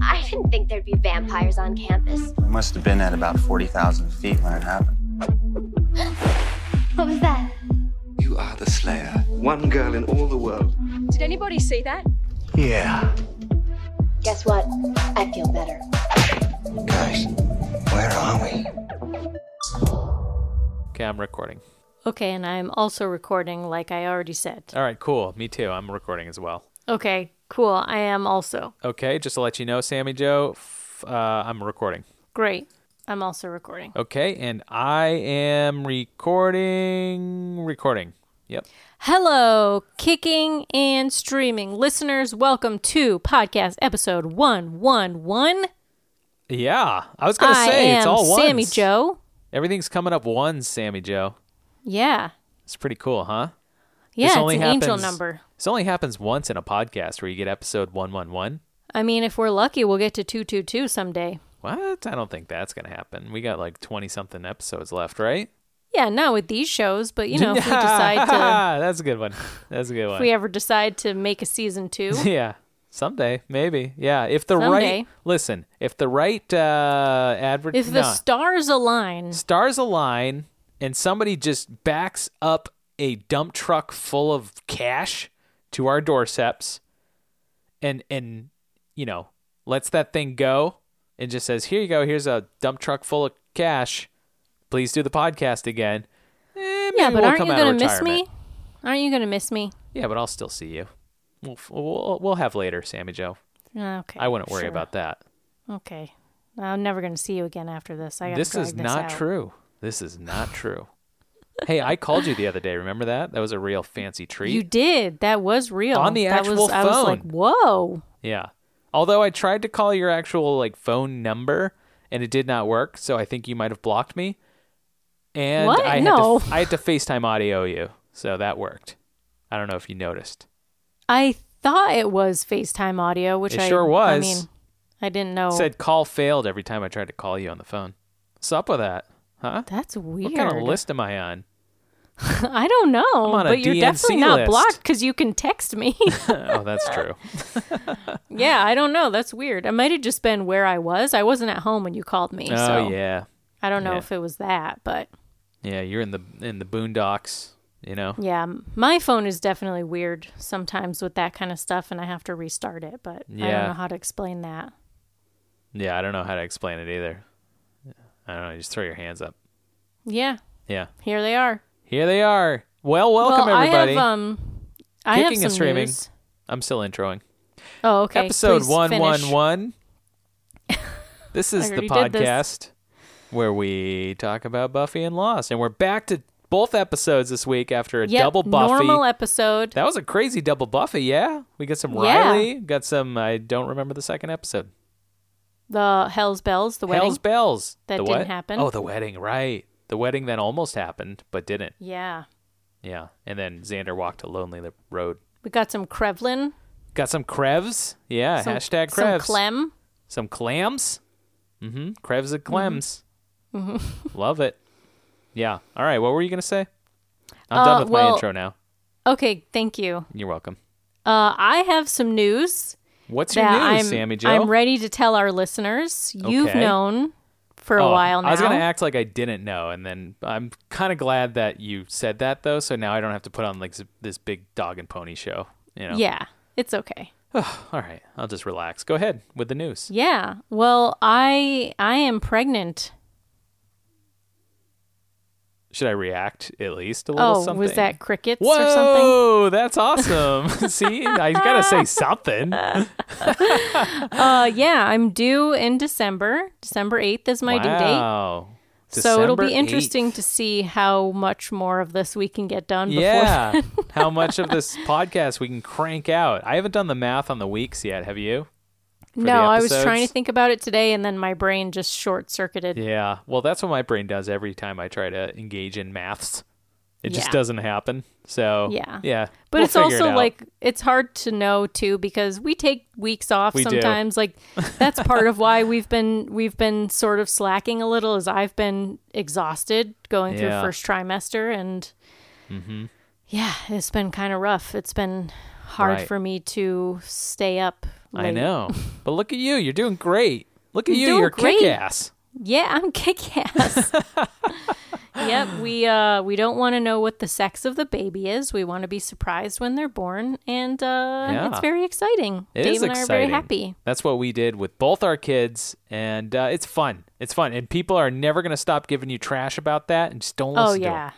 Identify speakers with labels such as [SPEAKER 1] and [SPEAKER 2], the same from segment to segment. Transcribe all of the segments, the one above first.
[SPEAKER 1] I didn't think there'd be vampires on campus.
[SPEAKER 2] We must have been at about 40,000 feet when it happened.
[SPEAKER 1] What was that?
[SPEAKER 3] You are the Slayer. One girl in all the world.
[SPEAKER 4] Did anybody see that?
[SPEAKER 2] Yeah.
[SPEAKER 1] Guess what? I feel better.
[SPEAKER 3] Guys, where are we?
[SPEAKER 5] Okay, I'm recording.
[SPEAKER 6] Okay, and I'm also recording, like I already said.
[SPEAKER 5] All right, cool. Me too. I'm recording as well.
[SPEAKER 6] Okay, cool. I am also.
[SPEAKER 5] Okay, just to let you know, Sammy Joe, f- uh, I'm recording.
[SPEAKER 6] Great. I'm also recording.
[SPEAKER 5] Okay, and I am recording. Recording. Yep.
[SPEAKER 6] Hello, kicking and streaming listeners. Welcome to podcast episode 111.
[SPEAKER 5] Yeah, I was gonna
[SPEAKER 6] I
[SPEAKER 5] say
[SPEAKER 6] am
[SPEAKER 5] it's all ones.
[SPEAKER 6] Sammy Joe.
[SPEAKER 5] Everything's coming up ones, Sammy Joe.
[SPEAKER 6] Yeah.
[SPEAKER 5] It's pretty cool, huh?
[SPEAKER 6] Yeah,
[SPEAKER 5] This
[SPEAKER 6] it's
[SPEAKER 5] only
[SPEAKER 6] an angel
[SPEAKER 5] happens-
[SPEAKER 6] number.
[SPEAKER 5] This only happens once in a podcast where you get episode one one one.
[SPEAKER 6] I mean, if we're lucky, we'll get to 222 someday.
[SPEAKER 5] What? I don't think that's gonna happen. We got like twenty something episodes left, right?
[SPEAKER 6] Yeah, not with these shows, but you know, if we decide to.
[SPEAKER 5] that's a good one. That's a good one.
[SPEAKER 6] If we ever decide to make a season two,
[SPEAKER 5] Yeah. Someday, maybe. Yeah. If the right
[SPEAKER 6] Someday.
[SPEAKER 5] listen, if the right uh advert
[SPEAKER 6] if the
[SPEAKER 5] nah.
[SPEAKER 6] stars align,
[SPEAKER 5] stars align and somebody just backs up a dump truck full of cash to our doorsteps and and you know, lets that thing go and just says, Here you go, here's a dump truck full of cash. Please do the podcast again. Eh,
[SPEAKER 6] yeah,
[SPEAKER 5] maybe
[SPEAKER 6] but
[SPEAKER 5] we'll
[SPEAKER 6] aren't you
[SPEAKER 5] come out of
[SPEAKER 6] gonna miss me?
[SPEAKER 5] retirement.
[SPEAKER 6] Aren't you gonna miss me?
[SPEAKER 5] Yeah, but I'll still see you. We'll, f- we'll, we'll have later, Sammy Joe.
[SPEAKER 6] Ah, Okay.
[SPEAKER 5] I wouldn't worry
[SPEAKER 6] sure.
[SPEAKER 5] about that.
[SPEAKER 6] Okay. I'm never going to see you again after this. I got
[SPEAKER 5] This is not true. This is not true. hey, I called you the other day. Remember that? That was a real fancy treat.
[SPEAKER 6] You did. That was real.
[SPEAKER 5] On the
[SPEAKER 6] that
[SPEAKER 5] actual
[SPEAKER 6] was, I was like,
[SPEAKER 5] phone.
[SPEAKER 6] whoa.
[SPEAKER 5] yeah. Although I tried to call your actual like phone number and it did not work, so I think you might have blocked me. And
[SPEAKER 6] What?
[SPEAKER 5] I had
[SPEAKER 6] No.
[SPEAKER 5] to, I had to FaceTime audio you, so that worked. I don't know if you noticed.
[SPEAKER 6] I thought it was FaceTime audio, which
[SPEAKER 5] It
[SPEAKER 6] I
[SPEAKER 5] sure
[SPEAKER 6] I
[SPEAKER 5] was.
[SPEAKER 6] mean, oh. I didn't know.
[SPEAKER 5] It said call failed every time I tried to call you on the phone. What's up with that? Huh?
[SPEAKER 6] That's weird.
[SPEAKER 5] What kind of list am I on?
[SPEAKER 6] I don't know.
[SPEAKER 5] on a
[SPEAKER 6] but you're definitely
[SPEAKER 5] DNC
[SPEAKER 6] not
[SPEAKER 5] list.
[SPEAKER 6] blocked because you can text me.
[SPEAKER 5] oh, that's true.
[SPEAKER 6] yeah, I don't know. That's weird. It might have just been where I was. I wasn't at home when you called me. so
[SPEAKER 5] Oh yeah.
[SPEAKER 6] I don't know
[SPEAKER 5] Yeah.
[SPEAKER 6] if it was that, but
[SPEAKER 5] Yeah, you're in the in the boondocks, you know.
[SPEAKER 6] yeah, m- my phone is definitely weird sometimes with that kind of stuff, and I have to restart it. But I
[SPEAKER 5] Yeah.
[SPEAKER 6] don't know how to explain that.
[SPEAKER 5] Yeah, I don't know how to explain it either. I don't know. Just throw your hands up.
[SPEAKER 6] Yeah,
[SPEAKER 5] Yeah,
[SPEAKER 6] here they are.
[SPEAKER 5] here they are. Well, welcome
[SPEAKER 6] well,
[SPEAKER 5] everybody.
[SPEAKER 6] I have um, I have
[SPEAKER 5] Kicking
[SPEAKER 6] some
[SPEAKER 5] and streaming.
[SPEAKER 6] news.
[SPEAKER 5] I'm still introing.
[SPEAKER 6] Oh, okay.
[SPEAKER 5] Episode
[SPEAKER 6] Please
[SPEAKER 5] one
[SPEAKER 6] finish.
[SPEAKER 5] one one. This is the
[SPEAKER 6] already did this.
[SPEAKER 5] podcast where we talk about Buffy and Lost, and we're back to both episodes this week after a
[SPEAKER 6] Yep,
[SPEAKER 5] double Buffy.
[SPEAKER 6] Normal e- episode.
[SPEAKER 5] that was a crazy double Buffy. Yeah, we got some
[SPEAKER 6] Yeah.
[SPEAKER 5] Riley. Got some. I don't remember the second episode.
[SPEAKER 6] The Hell's Bells, the wedding.
[SPEAKER 5] Hell's Bells.
[SPEAKER 6] That
[SPEAKER 5] The
[SPEAKER 6] didn't
[SPEAKER 5] what?
[SPEAKER 6] happen.
[SPEAKER 5] Oh, the wedding, right. The wedding that almost happened, but didn't.
[SPEAKER 6] yeah,
[SPEAKER 5] Yeah. And then Xander walked a lonely li- road.
[SPEAKER 6] we got some Krevlin.
[SPEAKER 5] Got some Krebs. Yeah.
[SPEAKER 6] Some,
[SPEAKER 5] hashtag
[SPEAKER 6] some
[SPEAKER 5] Krebs.
[SPEAKER 6] Clem.
[SPEAKER 5] Some clams. Mm-hmm. Krebs and clams. Mm-hmm. Love it. Yeah. All right. What were you going to say? I'm
[SPEAKER 6] Uh,
[SPEAKER 5] done with my
[SPEAKER 6] well-
[SPEAKER 5] intro now.
[SPEAKER 6] Okay, thank you.
[SPEAKER 5] You're welcome.
[SPEAKER 6] Uh, I have some news
[SPEAKER 5] What's your
[SPEAKER 6] that
[SPEAKER 5] news,
[SPEAKER 6] I'm
[SPEAKER 5] Sammy Joe?
[SPEAKER 6] I'm ready to tell our listeners. You've
[SPEAKER 5] Okay.
[SPEAKER 6] known for a
[SPEAKER 5] Oh,
[SPEAKER 6] while now.
[SPEAKER 5] I was going to act like I didn't know, and then I'm kind of glad that you said that, though. So now I don't have to put on like s- this big dog and pony show. You know?
[SPEAKER 6] Yeah, it's okay.
[SPEAKER 5] All right, I'll just relax. Go ahead with the news.
[SPEAKER 6] Yeah. Well, I I am pregnant.
[SPEAKER 5] Should I react at least a little
[SPEAKER 6] Oh,
[SPEAKER 5] something?
[SPEAKER 6] was that crickets
[SPEAKER 5] Whoa,
[SPEAKER 6] or something?
[SPEAKER 5] that's awesome. See, I gotta say something.
[SPEAKER 6] Uh, yeah, I'm due in December. December 8th is my due date.
[SPEAKER 5] wow.
[SPEAKER 6] So it'll be
[SPEAKER 5] December
[SPEAKER 6] interesting
[SPEAKER 5] 8th.
[SPEAKER 6] to see how much more of this we can get done before.
[SPEAKER 5] Yeah. How much of this podcast we can crank out? I haven't done the math on the weeks yet. Have you? the
[SPEAKER 6] no, I was trying
[SPEAKER 5] episodes?
[SPEAKER 6] to think about it today and then my brain just short circuited.
[SPEAKER 5] Yeah. Well, that's what my brain does every time I try to engage in maths. It just
[SPEAKER 6] Yeah.
[SPEAKER 5] doesn't happen. So
[SPEAKER 6] Yeah.
[SPEAKER 5] yeah.
[SPEAKER 6] But
[SPEAKER 5] We'll
[SPEAKER 6] it's
[SPEAKER 5] figure it
[SPEAKER 6] also
[SPEAKER 5] out.
[SPEAKER 6] like it's hard to know too because we take weeks off
[SPEAKER 5] We do.
[SPEAKER 6] sometimes. Like that's part of why we've been we've been sort of slacking a little is I've been exhausted going
[SPEAKER 5] Yeah. Mm-hmm.
[SPEAKER 6] through first trimester and yeah, it's been kind of rough. It's been hard
[SPEAKER 5] Right.
[SPEAKER 6] for me to stay up
[SPEAKER 5] I
[SPEAKER 6] late.
[SPEAKER 5] know. But look at you. You're doing great. Look at
[SPEAKER 6] I'm
[SPEAKER 5] you.
[SPEAKER 6] doing
[SPEAKER 5] You're
[SPEAKER 6] great.
[SPEAKER 5] kick ass.
[SPEAKER 6] Yeah, I'm kick ass. yep, we uh we don't want to know what the sex of the baby is. We want to be surprised when they're born, and uh
[SPEAKER 5] Yeah.
[SPEAKER 6] it's very exciting.
[SPEAKER 5] It is
[SPEAKER 6] Dave and I are very
[SPEAKER 5] exciting.
[SPEAKER 6] happy.
[SPEAKER 5] That's what we did with both our kids, and uh, it's fun. It's fun, and people are never going to stop giving you trash about that, and just don't listen
[SPEAKER 6] Oh
[SPEAKER 5] to it.
[SPEAKER 6] yeah.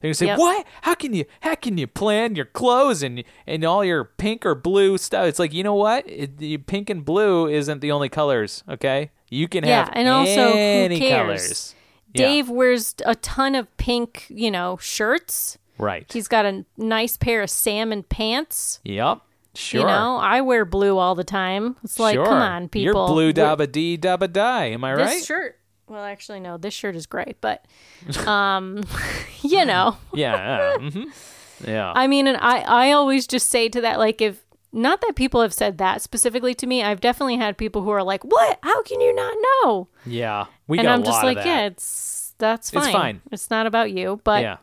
[SPEAKER 5] They're gonna say,
[SPEAKER 6] Yep.
[SPEAKER 5] "What? How can you? How can you plan your clothes and and all your pink or blue stuff?" It's like you know what? It, the pink and blue isn't the only colors. Okay, you can
[SPEAKER 6] Yeah,
[SPEAKER 5] have
[SPEAKER 6] and also, who
[SPEAKER 5] any
[SPEAKER 6] cares?
[SPEAKER 5] colors. Yeah,
[SPEAKER 6] Dave wears a ton of pink, you know, shirts.
[SPEAKER 5] right?
[SPEAKER 6] He's got a nice pair of salmon pants.
[SPEAKER 5] yep, sure.
[SPEAKER 6] You know, I wear blue all the time. It's like,
[SPEAKER 5] sure.
[SPEAKER 6] come on, people.
[SPEAKER 5] You're blue
[SPEAKER 6] We're-
[SPEAKER 5] dabba dee dabba die. Am I
[SPEAKER 6] This
[SPEAKER 5] right?
[SPEAKER 6] shirt. Well, actually, no. This shirt is great, but, um, you know,
[SPEAKER 5] Yeah. Yeah. hmm yeah.
[SPEAKER 6] I mean, and I, I always just say to that, like, if not that people have said that specifically to me, I've definitely had people who are like, "What? How can you not know?"
[SPEAKER 5] yeah. We
[SPEAKER 6] and
[SPEAKER 5] got
[SPEAKER 6] I'm
[SPEAKER 5] a
[SPEAKER 6] just
[SPEAKER 5] lot
[SPEAKER 6] like,
[SPEAKER 5] of
[SPEAKER 6] "Yeah,
[SPEAKER 5] that.
[SPEAKER 6] it's that's
[SPEAKER 5] It's
[SPEAKER 6] fine.
[SPEAKER 5] fine.
[SPEAKER 6] It's not about you." But
[SPEAKER 5] yeah.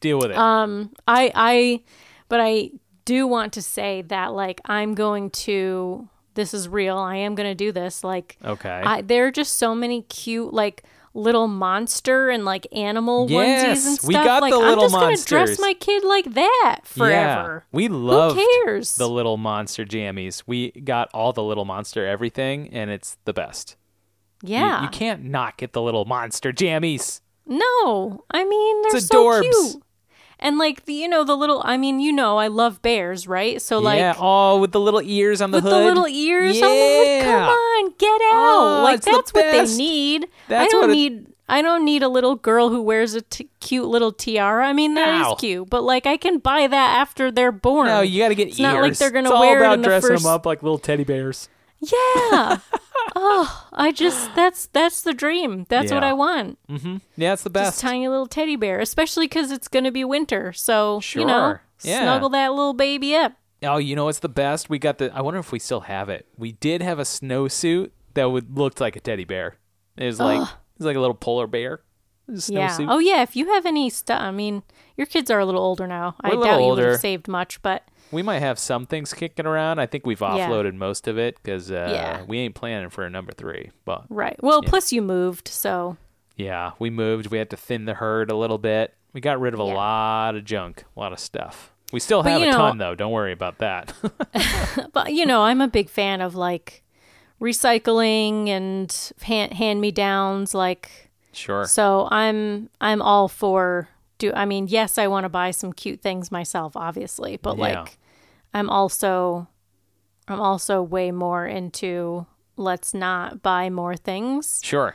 [SPEAKER 5] Deal with it.
[SPEAKER 6] uh, I, I, but I do want to say that, like, I'm going to. This is real. I am going to do this. Like,
[SPEAKER 5] okay.
[SPEAKER 6] I, there are just so many cute like little monster and like animal
[SPEAKER 5] Yes,
[SPEAKER 6] onesies and stuff.
[SPEAKER 5] we got
[SPEAKER 6] like
[SPEAKER 5] the
[SPEAKER 6] I'm
[SPEAKER 5] little
[SPEAKER 6] just gonna
[SPEAKER 5] monsters.
[SPEAKER 6] dress my kid like that forever.
[SPEAKER 5] Yeah. We love
[SPEAKER 6] cares?
[SPEAKER 5] the little monster jammies. We got all the little monster everything and it's the best. You-
[SPEAKER 6] Yeah.
[SPEAKER 5] You, can't not get the little monster jammies.
[SPEAKER 6] no, I mean they're
[SPEAKER 5] It's
[SPEAKER 6] so
[SPEAKER 5] adorbs.
[SPEAKER 6] cute. And like the you know the little I mean you know I love bears right so like
[SPEAKER 5] yeah, all with the little ears on the
[SPEAKER 6] with
[SPEAKER 5] hood.
[SPEAKER 6] the little ears on the hood come
[SPEAKER 5] Yeah.
[SPEAKER 6] on get out
[SPEAKER 5] Oh,
[SPEAKER 6] like
[SPEAKER 5] it's the
[SPEAKER 6] that's what they
[SPEAKER 5] best.
[SPEAKER 6] need I
[SPEAKER 5] That's
[SPEAKER 6] don't
[SPEAKER 5] what it-
[SPEAKER 6] need I don't need a little girl who wears a t- cute little tiara I mean that is
[SPEAKER 5] No.
[SPEAKER 6] cute but like I can buy that after they're born
[SPEAKER 5] No, you got to get
[SPEAKER 6] It's
[SPEAKER 5] ears.
[SPEAKER 6] not like they're gonna
[SPEAKER 5] it's
[SPEAKER 6] wear it
[SPEAKER 5] all about
[SPEAKER 6] in the
[SPEAKER 5] dressing
[SPEAKER 6] first-
[SPEAKER 5] them up like little teddy bears.
[SPEAKER 6] Yeah. oh, I just that's that's the dream. That's what
[SPEAKER 5] Yeah.
[SPEAKER 6] I want.
[SPEAKER 5] Yeah, it's the
[SPEAKER 6] This
[SPEAKER 5] best.
[SPEAKER 6] tiny little teddy bear, especially because it's going to be winter. So you know,
[SPEAKER 5] Sure. Yeah.
[SPEAKER 6] snuggle that little baby up.
[SPEAKER 5] Oh, you know what's the best? We got the. I wonder if we still have it. We did have a snowsuit that would looked like a teddy bear. It was like it was like a little polar bear. It was a
[SPEAKER 6] yeah.
[SPEAKER 5] snowsuit.
[SPEAKER 6] Oh yeah. If you have any stuff, I mean, your kids are a little older now. I
[SPEAKER 5] We're
[SPEAKER 6] doubt
[SPEAKER 5] a little
[SPEAKER 6] you would
[SPEAKER 5] older.
[SPEAKER 6] have saved much, but
[SPEAKER 5] We might have some things kicking around. I think we've offloaded most of it because uh,
[SPEAKER 6] Yeah.
[SPEAKER 5] we ain't planning for a number three. But
[SPEAKER 6] right. Well, plus you moved, so
[SPEAKER 5] yeah, we moved. We had to thin the herd a little bit. We got rid of a
[SPEAKER 6] Yeah.
[SPEAKER 5] lot of junk, a lot of stuff. We still
[SPEAKER 6] But
[SPEAKER 5] have
[SPEAKER 6] you
[SPEAKER 5] a
[SPEAKER 6] know-
[SPEAKER 5] ton though. Don't worry about that.
[SPEAKER 6] but you know, I'm a big fan of like recycling and hand hand me downs, like.
[SPEAKER 5] sure.
[SPEAKER 6] So I'm I'm all for do I mean yes I want to buy some cute things myself obviously but
[SPEAKER 5] Yeah.
[SPEAKER 6] like I'm also I'm also way more into let's not buy more things
[SPEAKER 5] Sure.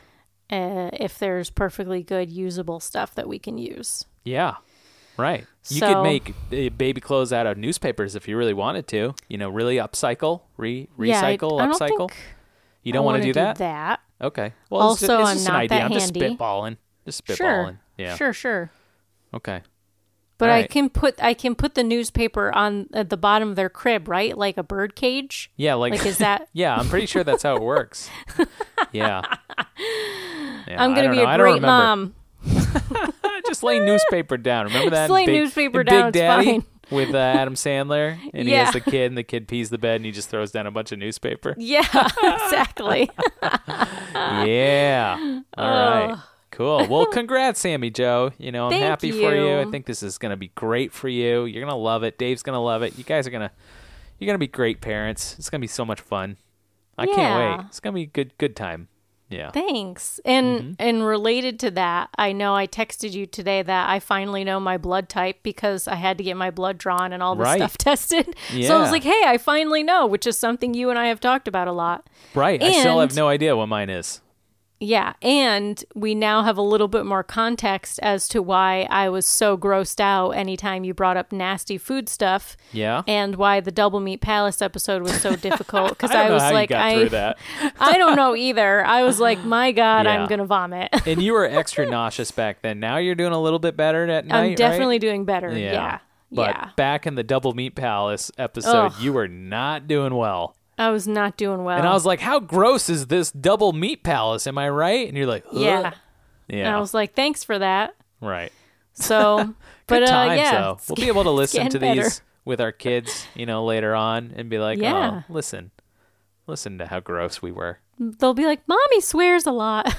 [SPEAKER 6] uh, if there's perfectly good usable stuff that we can use.
[SPEAKER 5] Yeah. Right. You could
[SPEAKER 6] So-
[SPEAKER 5] make uh, baby clothes out of newspapers if you really wanted to. You know, really upcycle, re
[SPEAKER 6] Yeah, I-
[SPEAKER 5] recycle,
[SPEAKER 6] I don't
[SPEAKER 5] upcycle.
[SPEAKER 6] think
[SPEAKER 5] You
[SPEAKER 6] I
[SPEAKER 5] don't want
[SPEAKER 6] wanna
[SPEAKER 5] to do that?
[SPEAKER 6] that.
[SPEAKER 5] Okay. Well, it's ju-
[SPEAKER 6] Also,
[SPEAKER 5] it's
[SPEAKER 6] I'm
[SPEAKER 5] just
[SPEAKER 6] not
[SPEAKER 5] an idea.
[SPEAKER 6] that
[SPEAKER 5] I'm just
[SPEAKER 6] handy.
[SPEAKER 5] spitballing. Just spitballing.
[SPEAKER 6] Sure.
[SPEAKER 5] Yeah.
[SPEAKER 6] Sure, sure.
[SPEAKER 5] Okay.
[SPEAKER 6] But I
[SPEAKER 5] Right.
[SPEAKER 6] can put I can put the newspaper on at the bottom of their crib, right? Like a bird cage.
[SPEAKER 5] Yeah, like,
[SPEAKER 6] Like, is that-
[SPEAKER 5] yeah, I'm pretty sure that's how it works. yeah. Yeah,
[SPEAKER 6] I'm
[SPEAKER 5] I
[SPEAKER 6] gonna
[SPEAKER 5] don't
[SPEAKER 6] be
[SPEAKER 5] know.
[SPEAKER 6] a
[SPEAKER 5] I don't
[SPEAKER 6] great
[SPEAKER 5] remember.
[SPEAKER 6] mom.
[SPEAKER 5] Just lay newspaper down. Remember that? in
[SPEAKER 6] lay
[SPEAKER 5] Big-
[SPEAKER 6] newspaper
[SPEAKER 5] in
[SPEAKER 6] down,
[SPEAKER 5] Big
[SPEAKER 6] it's
[SPEAKER 5] Daddy
[SPEAKER 6] fine.
[SPEAKER 5] with uh, Adam Sandler, and he
[SPEAKER 6] Yeah.
[SPEAKER 5] has the kid, and the kid pees the bed, and he just throws down a bunch of newspaper.
[SPEAKER 6] Yeah, exactly.
[SPEAKER 5] yeah. All right. Cool. Well, congrats, Sammy Joe. You know, I'm
[SPEAKER 6] Thank
[SPEAKER 5] happy for you. I
[SPEAKER 6] you.
[SPEAKER 5] think this is going to be great for you. You're going to love it. Dave's going to love it. You guys are going to you're going to be great parents. It's going to be so much fun. I can't
[SPEAKER 6] Yeah.
[SPEAKER 5] wait. It's going to be a good good time. Yeah.
[SPEAKER 6] Thanks. And
[SPEAKER 5] Mm-hmm.
[SPEAKER 6] and related to that, I know I texted you today that I finally know my blood type because I had to get my blood drawn and all this
[SPEAKER 5] Right.
[SPEAKER 6] stuff tested. So I
[SPEAKER 5] Yeah.
[SPEAKER 6] was like, "Hey, I finally know," which is something you and I have talked about a lot.
[SPEAKER 5] Right. I still have
[SPEAKER 6] And-
[SPEAKER 5] no idea what mine is.
[SPEAKER 6] Yeah, and we now have a little bit more context as to why I was so grossed out anytime you brought up nasty food stuff.
[SPEAKER 5] Yeah.
[SPEAKER 6] And why the double meat palace episode was so difficult because
[SPEAKER 5] I don't
[SPEAKER 6] I,
[SPEAKER 5] know
[SPEAKER 6] was
[SPEAKER 5] how
[SPEAKER 6] like,
[SPEAKER 5] you got
[SPEAKER 6] I
[SPEAKER 5] through that.
[SPEAKER 6] I don't know either. I was like, my God,
[SPEAKER 5] Yeah.
[SPEAKER 6] I'm gonna vomit.
[SPEAKER 5] And you were extra nauseous back then. Now you're doing a little bit better at night.
[SPEAKER 6] I'm
[SPEAKER 5] right?
[SPEAKER 6] definitely doing better. Yeah.
[SPEAKER 5] Yeah.
[SPEAKER 6] Yeah.
[SPEAKER 5] But back in the Double Meat Palace episode,
[SPEAKER 6] Ugh.
[SPEAKER 5] you were not doing well.
[SPEAKER 6] I was not doing well.
[SPEAKER 5] And I was like, "How gross is this double meat palace? Am I right?" And you're like, "Ugh."
[SPEAKER 6] yeah. And
[SPEAKER 5] yeah,
[SPEAKER 6] I was like, thanks for that.
[SPEAKER 5] right."
[SPEAKER 6] So, but
[SPEAKER 5] Good
[SPEAKER 6] uh,
[SPEAKER 5] times
[SPEAKER 6] yeah.
[SPEAKER 5] though.
[SPEAKER 6] it's
[SPEAKER 5] We'll
[SPEAKER 6] get-
[SPEAKER 5] be able to
[SPEAKER 6] it's
[SPEAKER 5] listen to
[SPEAKER 6] getting better.
[SPEAKER 5] these with our kids, you know, later on, and be like,
[SPEAKER 6] Yeah.
[SPEAKER 5] "Oh, listen, Listen to how gross we were.
[SPEAKER 6] They'll be like, "Mommy swears a lot.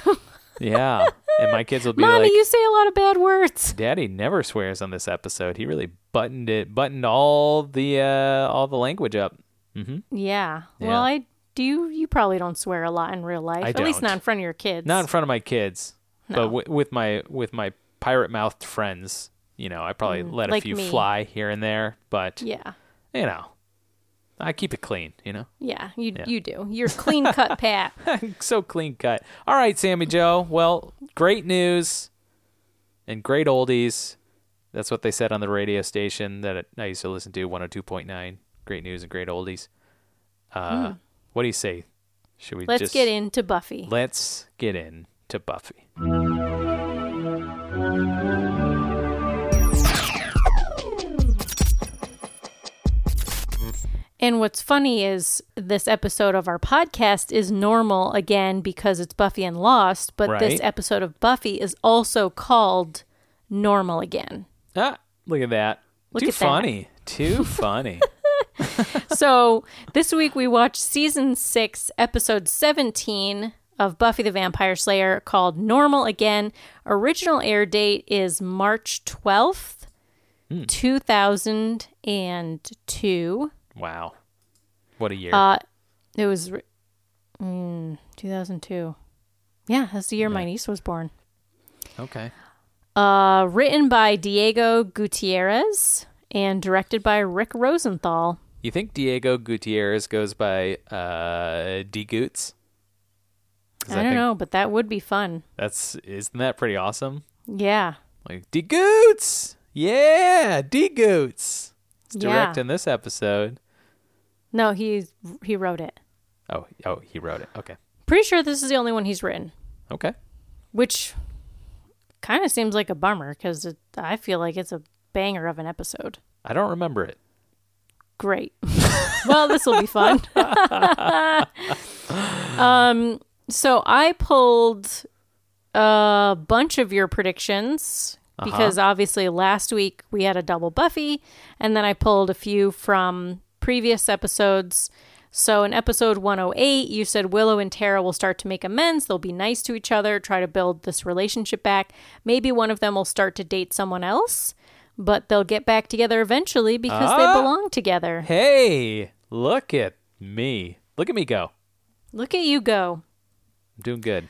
[SPEAKER 5] Yeah. and my kids will be
[SPEAKER 6] Mommy,
[SPEAKER 5] like,
[SPEAKER 6] you say a lot of bad words."
[SPEAKER 5] Daddy never swears on this episode. He really buttoned it, buttoned all the uh, all the language up.
[SPEAKER 6] Yeah.
[SPEAKER 5] Yeah.
[SPEAKER 6] Well, I do. You probably don't swear a lot in real life.
[SPEAKER 5] I
[SPEAKER 6] At least
[SPEAKER 5] don't.
[SPEAKER 6] not in front of your kids.
[SPEAKER 5] Not in front of my kids, but wi with my with my pirate mouthed friends. You know, I probably let a
[SPEAKER 6] Mm, like
[SPEAKER 5] few
[SPEAKER 6] me.
[SPEAKER 5] fly here and there, but
[SPEAKER 6] yeah.
[SPEAKER 5] you know, I keep it clean. You know,
[SPEAKER 6] Yeah. You you do. You're clean cut, Pat.
[SPEAKER 5] so clean cut. All right, Sammy Joe. Well, great news and great oldies. That's what they said on the radio station that I used to listen to, 102.9. Great news and great oldies. Uh, What do you say? Should we
[SPEAKER 6] Hmm. Let's
[SPEAKER 5] just
[SPEAKER 6] get into Buffy.
[SPEAKER 5] Let's get in to Buffy.
[SPEAKER 6] And what's funny is this episode of our podcast is normal again because it's Buffy and Lost, but
[SPEAKER 5] Right.
[SPEAKER 6] this episode of Buffy is also called Normal Again.
[SPEAKER 5] Ah, look at that.
[SPEAKER 6] Look
[SPEAKER 5] Too
[SPEAKER 6] at that.
[SPEAKER 5] funny. Too funny.
[SPEAKER 6] so this week we watched season six, episode 17 of Buffy the Vampire Slayer called Normal Again. Original air date is March 12th, 2002.
[SPEAKER 5] Wow. What a year.
[SPEAKER 6] Uh, it was re- mm, 2002. Yeah, that's the year my niece was born.
[SPEAKER 5] okay.
[SPEAKER 6] Uh, written by Diego Gutierrez and directed by Rick Rosenthal.
[SPEAKER 5] You think Diego Gutierrez goes by uh, D Goots? 'Cause
[SPEAKER 6] I don't know, but that would be fun.
[SPEAKER 5] That's isn't that pretty awesome?
[SPEAKER 6] Yeah.
[SPEAKER 5] Like D Goots. Yeah, D Goots. It's
[SPEAKER 6] Yeah.
[SPEAKER 5] directing this episode.
[SPEAKER 6] No, he he wrote it.
[SPEAKER 5] Oh, oh, he wrote it. Okay.
[SPEAKER 6] Pretty sure this is the only one he's written,
[SPEAKER 5] Okay.
[SPEAKER 6] which kind of seems like a bummer because I feel like it's a banger of an episode.
[SPEAKER 5] I don't remember it.
[SPEAKER 6] Great. well, this will be fun. um, so I pulled a bunch of your predictions because obviously last week we had a double Buffy, and then I pulled a few from previous episodes. So in episode 108, you said Willow and Tara will start to make amends. They'll be nice to each other, try to build this relationship back. Maybe one of them will start to date someone else, but they'll get back together eventually because
[SPEAKER 5] Ah.
[SPEAKER 6] they belong together.
[SPEAKER 5] Hey, look at me. Look at me go.
[SPEAKER 6] Look at you go.
[SPEAKER 5] I'm doing good.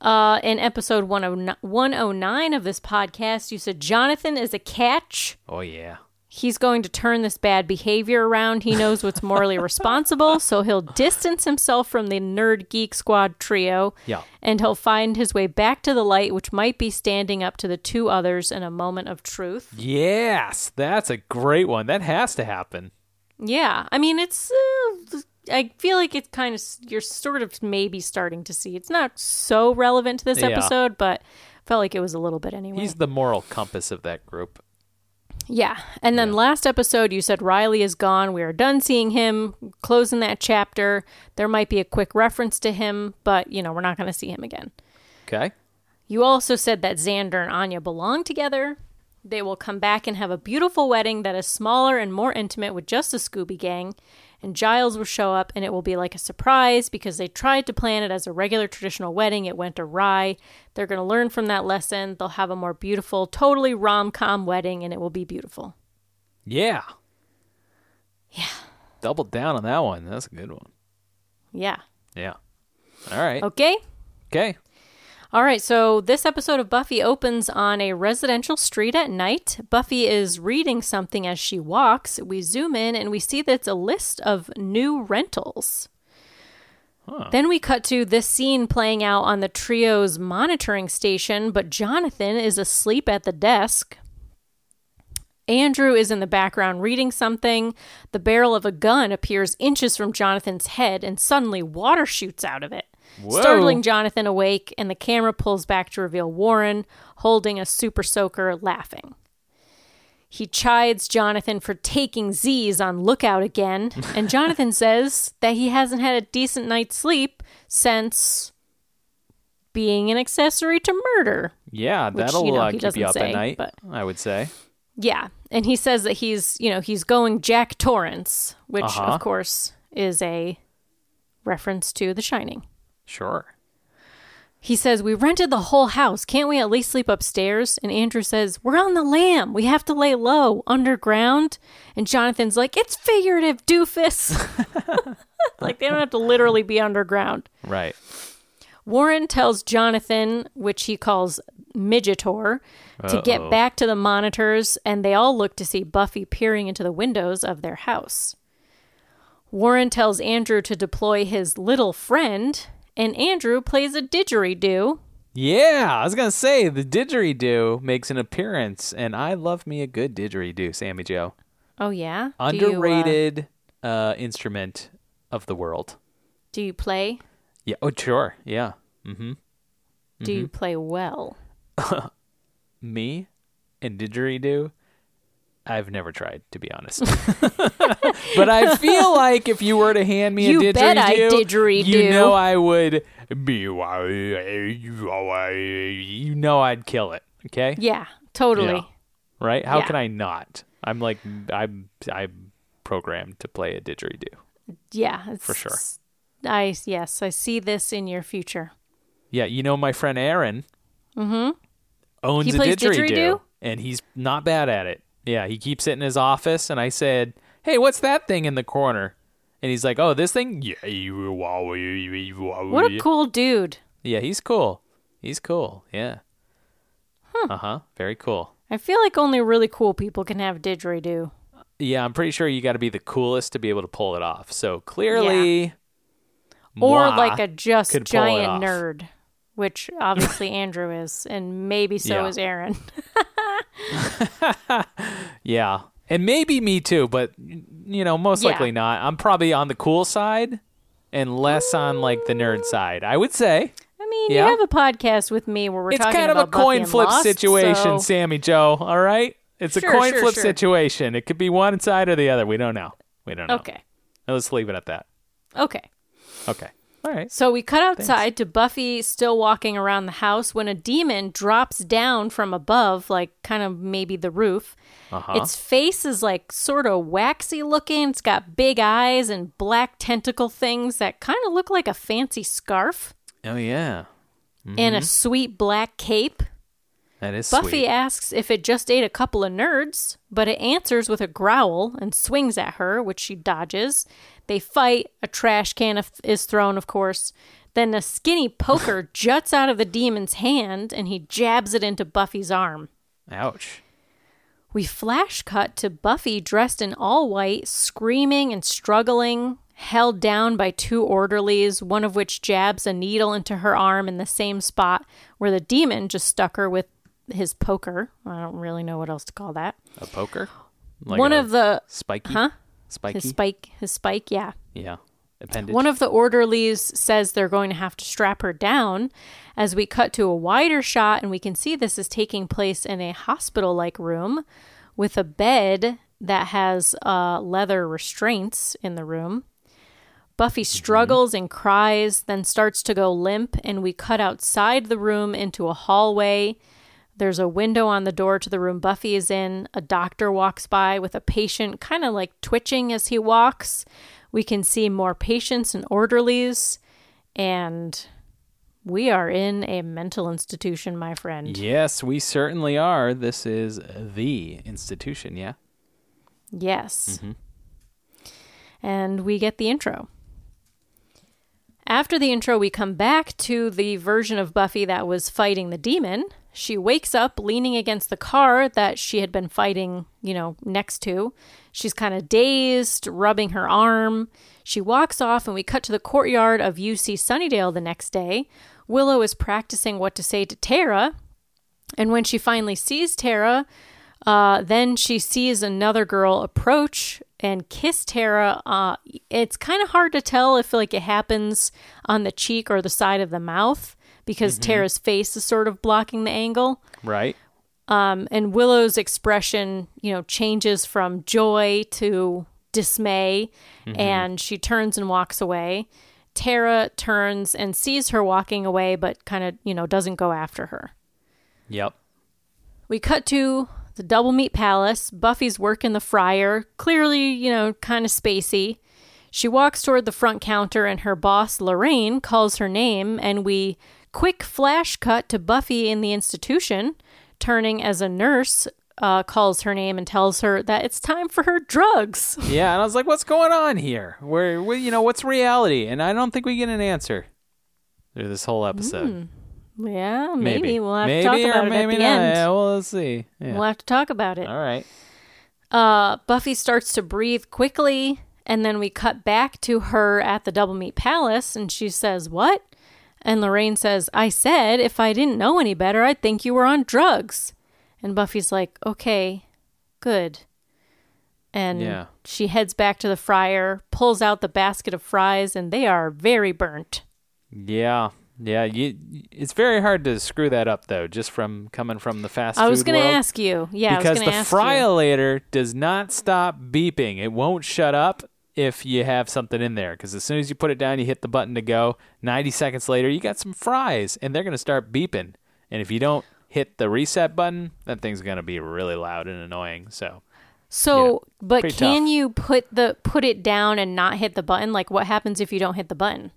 [SPEAKER 6] Uh, in episode 109 109 of this podcast, you said Jonathan is a catch.
[SPEAKER 5] Oh yeah.
[SPEAKER 6] He's going to turn this bad behavior around. He knows what's morally responsible, so he'll distance himself from the nerd geek squad trio.
[SPEAKER 5] Yeah.
[SPEAKER 6] And he'll find his way back to the light, which might be standing up to the two others in a moment of truth.
[SPEAKER 5] Yes, that's a great one. That has to happen.
[SPEAKER 6] Yeah. I mean, it's. Uh, I feel like it's kind of. You're sort of maybe starting to see. It's not so relevant to this
[SPEAKER 5] Yeah.
[SPEAKER 6] episode, but felt like it was a little bit anyway.
[SPEAKER 5] He's the moral compass of that group.
[SPEAKER 6] Yeah. And then last episode, you said Riley is gone. We are done seeing him. Closing that chapter. There might be a quick reference to him, but, you know, we're not going to see him again.
[SPEAKER 5] Okay.
[SPEAKER 6] You also said that Xander and Anya belong together. They will come back and have a beautiful wedding that is smaller and more intimate with just the Scooby Gang. And Giles will show up, and it will be like a surprise because they tried to plan it as a regular traditional wedding. It went awry. They're going to learn from that lesson. They'll have a more beautiful, totally rom com wedding, and it will be beautiful.
[SPEAKER 5] Yeah. Yeah. Doubled down on that one. That's a good one.
[SPEAKER 6] Yeah.
[SPEAKER 5] Yeah. All right.
[SPEAKER 6] Okay.
[SPEAKER 5] Okay.
[SPEAKER 6] All right. So this episode of Buffy opens on a residential street at night. Buffy is reading something as she walks. We zoom in and we see that it's a list of new rentals. Then we cut to this scene playing out on the trio's monitoring station, but Jonathan is asleep at the desk. Andrew is in the background reading something. The barrel of a gun appears inches from Jonathan's head, and suddenly water shoots out of it, startling Jonathan awake. And the camera pulls back to reveal Warren holding a super soaker laughing. He chides Jonathan for taking Z's on lookout again, and Jonathan says that he hasn't had a decent night's sleep since being an accessory to murder.
[SPEAKER 5] Yeah, that'll
[SPEAKER 6] you know,
[SPEAKER 5] uh,
[SPEAKER 6] he
[SPEAKER 5] keep
[SPEAKER 6] doesn't
[SPEAKER 5] you up
[SPEAKER 6] say,
[SPEAKER 5] at night,
[SPEAKER 6] but-
[SPEAKER 5] I would say.
[SPEAKER 6] Yeah, and he says that he's you know he's going Jack Torrance, which of course is a reference to The Shining.
[SPEAKER 5] Sure.
[SPEAKER 6] He says, We rented the whole house. Can't we at least sleep upstairs? And Andrew says, We're on the lam. We have to lay low underground. And Jonathan's like, It's figurative, doofus. like, they don't have to literally be underground.
[SPEAKER 5] Right.
[SPEAKER 6] Warren tells Jonathan, which he calls Midgetor, to get back to the monitors, and they all look to see Buffy peering into the windows of their house. Warren tells Andrew to deploy his little friend, and Andrew plays a didgeridoo.
[SPEAKER 5] Yeah, I was gonna say the didgeridoo makes an appearance, and I love me a good didgeridoo, Sammy Joe.
[SPEAKER 6] Oh, yeah? Do you, uh,
[SPEAKER 5] Underrated uh, instrument of the world.
[SPEAKER 6] Do you, play?
[SPEAKER 5] Yeah. Oh, sure. Yeah.
[SPEAKER 6] Do you play well?
[SPEAKER 5] Me and didgeridoo. I've never tried, to be honest. but I feel like if you were to hand me a
[SPEAKER 6] You
[SPEAKER 5] didgeridoo,
[SPEAKER 6] bet I
[SPEAKER 5] you
[SPEAKER 6] didgeridoo.
[SPEAKER 5] know I would be. You know I'd kill it. Okay.
[SPEAKER 6] Yeah, totally.
[SPEAKER 5] Yeah. Right? How
[SPEAKER 6] Yeah.
[SPEAKER 5] can I not? I'm like I'm I'm programmed to play a didgeridoo.
[SPEAKER 6] Yeah, for
[SPEAKER 5] sure.
[SPEAKER 6] I yes, I see this in your future.
[SPEAKER 5] Yeah, you know my friend Aaron. Mm-hmm. Owns
[SPEAKER 6] He
[SPEAKER 5] a
[SPEAKER 6] plays
[SPEAKER 5] didgeridoo,
[SPEAKER 6] didgeridoo?
[SPEAKER 5] and he's not bad at it. Yeah, he keeps it in his office, and I said, "Hey, what's that thing in the corner?" And he's like, "Oh, this thing." Yeah, you- wow, you- you- you- wow,
[SPEAKER 6] What a
[SPEAKER 5] you."
[SPEAKER 6] cool dude.
[SPEAKER 5] yeah, he's cool. He's cool. Yeah. Uh huh. Very cool.
[SPEAKER 6] I feel like only really cool people can have didgeridoo.
[SPEAKER 5] Yeah, I'm pretty sure you got to be the coolest to be able to pull it off. So clearly,
[SPEAKER 6] Or
[SPEAKER 5] moi-
[SPEAKER 6] like a just
[SPEAKER 5] could pull it
[SPEAKER 6] giant
[SPEAKER 5] off.
[SPEAKER 6] nerd, which obviously Andrew is, and maybe so
[SPEAKER 5] Yeah.
[SPEAKER 6] is Aaron.
[SPEAKER 5] Yeah. And maybe me too, but you know, most
[SPEAKER 6] Yeah.
[SPEAKER 5] likely not. I'm probably on the cool side and less on like the nerd side. I would say
[SPEAKER 6] I mean,
[SPEAKER 5] Yeah.
[SPEAKER 6] you have a podcast with me where we're
[SPEAKER 5] it's
[SPEAKER 6] talking
[SPEAKER 5] kind of a
[SPEAKER 6] about Buffy
[SPEAKER 5] coin
[SPEAKER 6] and
[SPEAKER 5] flip
[SPEAKER 6] Lost, so-
[SPEAKER 5] situation, Sammy Joe. All right? It's
[SPEAKER 6] Sure,
[SPEAKER 5] a coin
[SPEAKER 6] sure,
[SPEAKER 5] flip
[SPEAKER 6] sure.
[SPEAKER 5] situation. It could be one side or the other. We don't know. We don't know.
[SPEAKER 6] Okay.
[SPEAKER 5] Let's leave it at that.
[SPEAKER 6] Okay.
[SPEAKER 5] Okay. All right.
[SPEAKER 6] So we cut outside to Buffy still walking around the house when a demon drops down from above, like kind of maybe the roof.
[SPEAKER 5] Uh-huh.
[SPEAKER 6] Its face is like sort of waxy looking. It's got big eyes and black tentacle things that kind of look like a fancy scarf
[SPEAKER 5] Oh yeah.
[SPEAKER 6] and
[SPEAKER 5] Mm-hmm.
[SPEAKER 6] a sweet black cape.
[SPEAKER 5] That is
[SPEAKER 6] Buffy
[SPEAKER 5] sweet.
[SPEAKER 6] asks if it just ate a couple of nerds, but it answers with a growl and swings at her, which she dodges. They fight. A trash can of- is thrown, of course. Then a skinny poker juts out of the demon's hand and he jabs it into Buffy's arm.
[SPEAKER 5] Ouch.
[SPEAKER 6] We flash cut to Buffy dressed in all white, screaming and struggling, held down by two orderlies, one of which jabs a needle into her arm in the same spot where the demon just stuck her with his poker. I don't really know what else to call that.
[SPEAKER 5] A poker? Like
[SPEAKER 6] one
[SPEAKER 5] a
[SPEAKER 6] of the
[SPEAKER 5] spiky.
[SPEAKER 6] huh?
[SPEAKER 5] Spiky.
[SPEAKER 6] His spike, his spike, yeah.
[SPEAKER 5] yeah. Appendage.
[SPEAKER 6] One of the orderlies says they're going to have to strap her down. As we cut to a wider shot, and we can see this is taking place in a hospital like room with a bed that has uh, leather restraints in the room. Buffy struggles and cries, then starts to go limp, and we cut outside the room into a hallway. There's a window on the door to the room Buffy is in. A doctor walks by with a patient kind of like twitching as he walks. We can see more patients and orderlies, and we are in a mental institution, my friend.
[SPEAKER 5] Yes, we certainly are. This is the institution, yeah?
[SPEAKER 6] Yes. And we get the intro. After the intro, we come back to the version of Buffy that was fighting the demon. She wakes up leaning against the car that she had been fighting, you know, next to. She's kind of dazed, rubbing her arm. She walks off, and we cut to the courtyard of UC Sunnydale the next day. Willow is practicing what to say to Tara, and when she finally sees Tara, uh, then she sees another girl approach and kiss Tara. Uh, it's kind of hard to tell if like it happens on the cheek or the side of the mouth because Tara's face is sort of blocking the angle.
[SPEAKER 5] Right?
[SPEAKER 6] Um, and Willow's expression, you know, changes from joy to dismay, and she turns and walks away. Tara turns and sees her walking away, but kind of, you know, doesn't go after her.
[SPEAKER 5] Yep.
[SPEAKER 6] We cut to the Double Meat Palace. Buffy's working the fryer, clearly, you know, kind of spacey. She walks toward the front counter, and her boss, Lorraine, calls her name, and we quick flash cut to Buffy in the institution, turning as a nurse. Uh, calls her name and tells her that it's time for her drugs.
[SPEAKER 5] Yeah, and I was like, "What's going on here? Where, where you know, what's reality?" And I don't think we get an answer through this whole episode.
[SPEAKER 6] Yeah, Mm, maybe,
[SPEAKER 5] maybe.
[SPEAKER 6] we'll have
[SPEAKER 5] Maybe
[SPEAKER 6] to talk
[SPEAKER 5] or
[SPEAKER 6] about it
[SPEAKER 5] maybe
[SPEAKER 6] at the
[SPEAKER 5] not.
[SPEAKER 6] end.
[SPEAKER 5] Yeah, well, let's see. Yeah.
[SPEAKER 6] We'll have to talk about it.
[SPEAKER 5] All right.
[SPEAKER 6] Uh, Buffy starts to breathe quickly, and then we cut back to her at the Double Meat Palace, and she says, What? And Lorraine says, I said if I didn't know any better, I'd think you were on drugs. And Buffy's like, Okay, good. And
[SPEAKER 5] Yeah.
[SPEAKER 6] she heads back to the fryer, pulls out the basket of fries, and they are very burnt.
[SPEAKER 5] Yeah. Yeah, you, it's very hard to screw that up though, just from coming from the fast
[SPEAKER 6] I was
[SPEAKER 5] food
[SPEAKER 6] going to
[SPEAKER 5] world.
[SPEAKER 6] ask you. Yeah, I was
[SPEAKER 5] because
[SPEAKER 6] going
[SPEAKER 5] the
[SPEAKER 6] to ask you.
[SPEAKER 5] fryolator does not stop beeping. It won't shut up if you have something in there. Because as soon as you put it down, you hit the button to go. Ninety seconds later, you got some fries, and they're gonna start beeping. And if you don't hit the reset button, that thing's gonna be really loud and annoying. So
[SPEAKER 6] So,
[SPEAKER 5] Yeah,
[SPEAKER 6] but
[SPEAKER 5] pretty
[SPEAKER 6] can
[SPEAKER 5] tough.
[SPEAKER 6] you put the put it down and not hit the button? Like, what happens if you don't hit the button?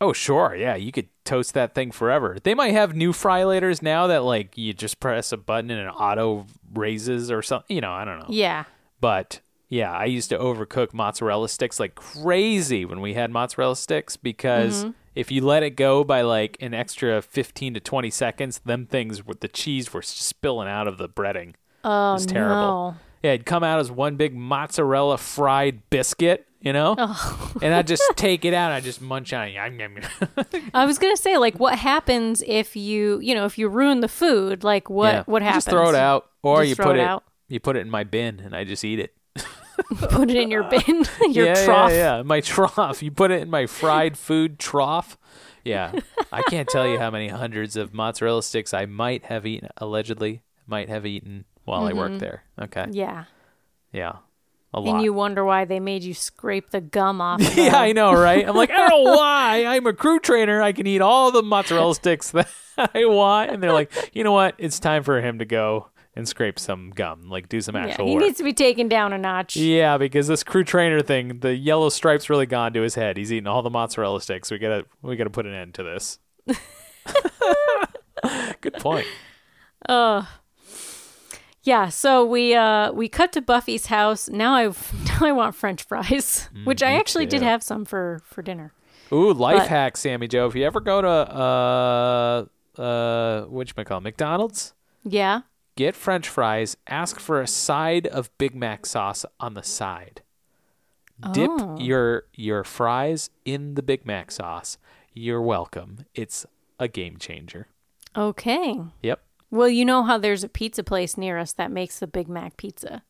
[SPEAKER 5] Oh, sure. Yeah, you could toast that thing forever. They might have new frylators now that like you just press a button and it auto raises or something. You know, I don't know.
[SPEAKER 6] Yeah,
[SPEAKER 5] But yeah, I used to overcook mozzarella sticks like crazy when we had mozzarella sticks because
[SPEAKER 6] Mm-hmm.
[SPEAKER 5] if you let it go by like an extra 15 to 20 seconds, them things with the cheese were spilling out of the breading. Oh, it was terrible.
[SPEAKER 6] no.
[SPEAKER 5] Yeah, it'd come out as one big mozzarella fried biscuit, you know?
[SPEAKER 6] Oh.
[SPEAKER 5] And I'd just take it out, I'd just munch on it. Yum, yum, yum.
[SPEAKER 6] I was gonna say like, what happens if you you know if you ruin the food? Like, what
[SPEAKER 5] Yeah.
[SPEAKER 6] what
[SPEAKER 5] You
[SPEAKER 6] happens?
[SPEAKER 5] Just throw it out, or
[SPEAKER 6] Just
[SPEAKER 5] you
[SPEAKER 6] throw
[SPEAKER 5] put
[SPEAKER 6] it
[SPEAKER 5] it,
[SPEAKER 6] out.
[SPEAKER 5] you put it in my bin, and I just eat it.
[SPEAKER 6] Put it in your bin, your
[SPEAKER 5] yeah,
[SPEAKER 6] trough.
[SPEAKER 5] Yeah, yeah, my trough. You put it in my fried food trough. Yeah, I can't tell you how many hundreds of mozzarella sticks I might have eaten, allegedly might have eaten while I worked there. Okay,
[SPEAKER 6] Mm-hmm. Yeah.
[SPEAKER 5] yeah, a lot.
[SPEAKER 6] And you wonder why they made you scrape the gum off.
[SPEAKER 5] yeah, I know, right? I'm like, I don't know why. I'm a crew trainer. I can eat all the mozzarella sticks that I want. And they're like, you know what? It's time for him to go and scrape some gum, like do some
[SPEAKER 6] Yeah,
[SPEAKER 5] actual
[SPEAKER 6] he
[SPEAKER 5] work.
[SPEAKER 6] needs to be taken down a notch.
[SPEAKER 5] Yeah, because this crew trainer thing, the yellow stripe's really gone to his head. He's eating all the mozzarella sticks. We gotta we gotta put an end to this. Good point.
[SPEAKER 6] Yeah, so we uh we cut to Buffy's house. Now I now I want French fries, which I actually did
[SPEAKER 5] Mm, too.
[SPEAKER 6] have some for for dinner.
[SPEAKER 5] Ooh, life
[SPEAKER 6] But-
[SPEAKER 5] hack, Sammy Joe. If you ever go to uh uh whatchamacallit, McDonald's,
[SPEAKER 6] Yeah.
[SPEAKER 5] get French fries, ask for a side of Big Mac sauce on the side. Dip your your fries in the Big Mac sauce. You're welcome. It's a game changer.
[SPEAKER 6] Okay.
[SPEAKER 5] Yep.
[SPEAKER 6] Well, you know how there's a pizza place near us that makes the Big Mac pizza.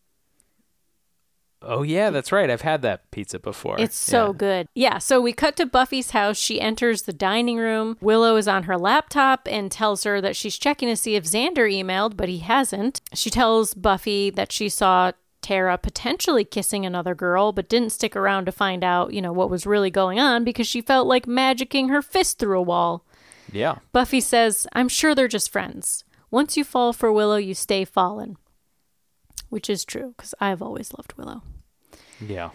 [SPEAKER 5] Oh yeah, that's right. I've had that pizza before.
[SPEAKER 6] It's so
[SPEAKER 5] Yeah.
[SPEAKER 6] good. Yeah, so we cut to Buffy's house. She enters the dining room. Willow is on her laptop and tells her that she's checking to see if Xander emailed, but he hasn't. She tells Buffy that she saw Tara potentially kissing another girl, but didn't stick around to find out, you know, what was really going on because she felt like magicking her fist through a wall.
[SPEAKER 5] Yeah.
[SPEAKER 6] Buffy says, I'm sure they're just friends. Once you fall for Willow, you stay fallen. Which is true, because I've always loved Willow.
[SPEAKER 5] Yeah.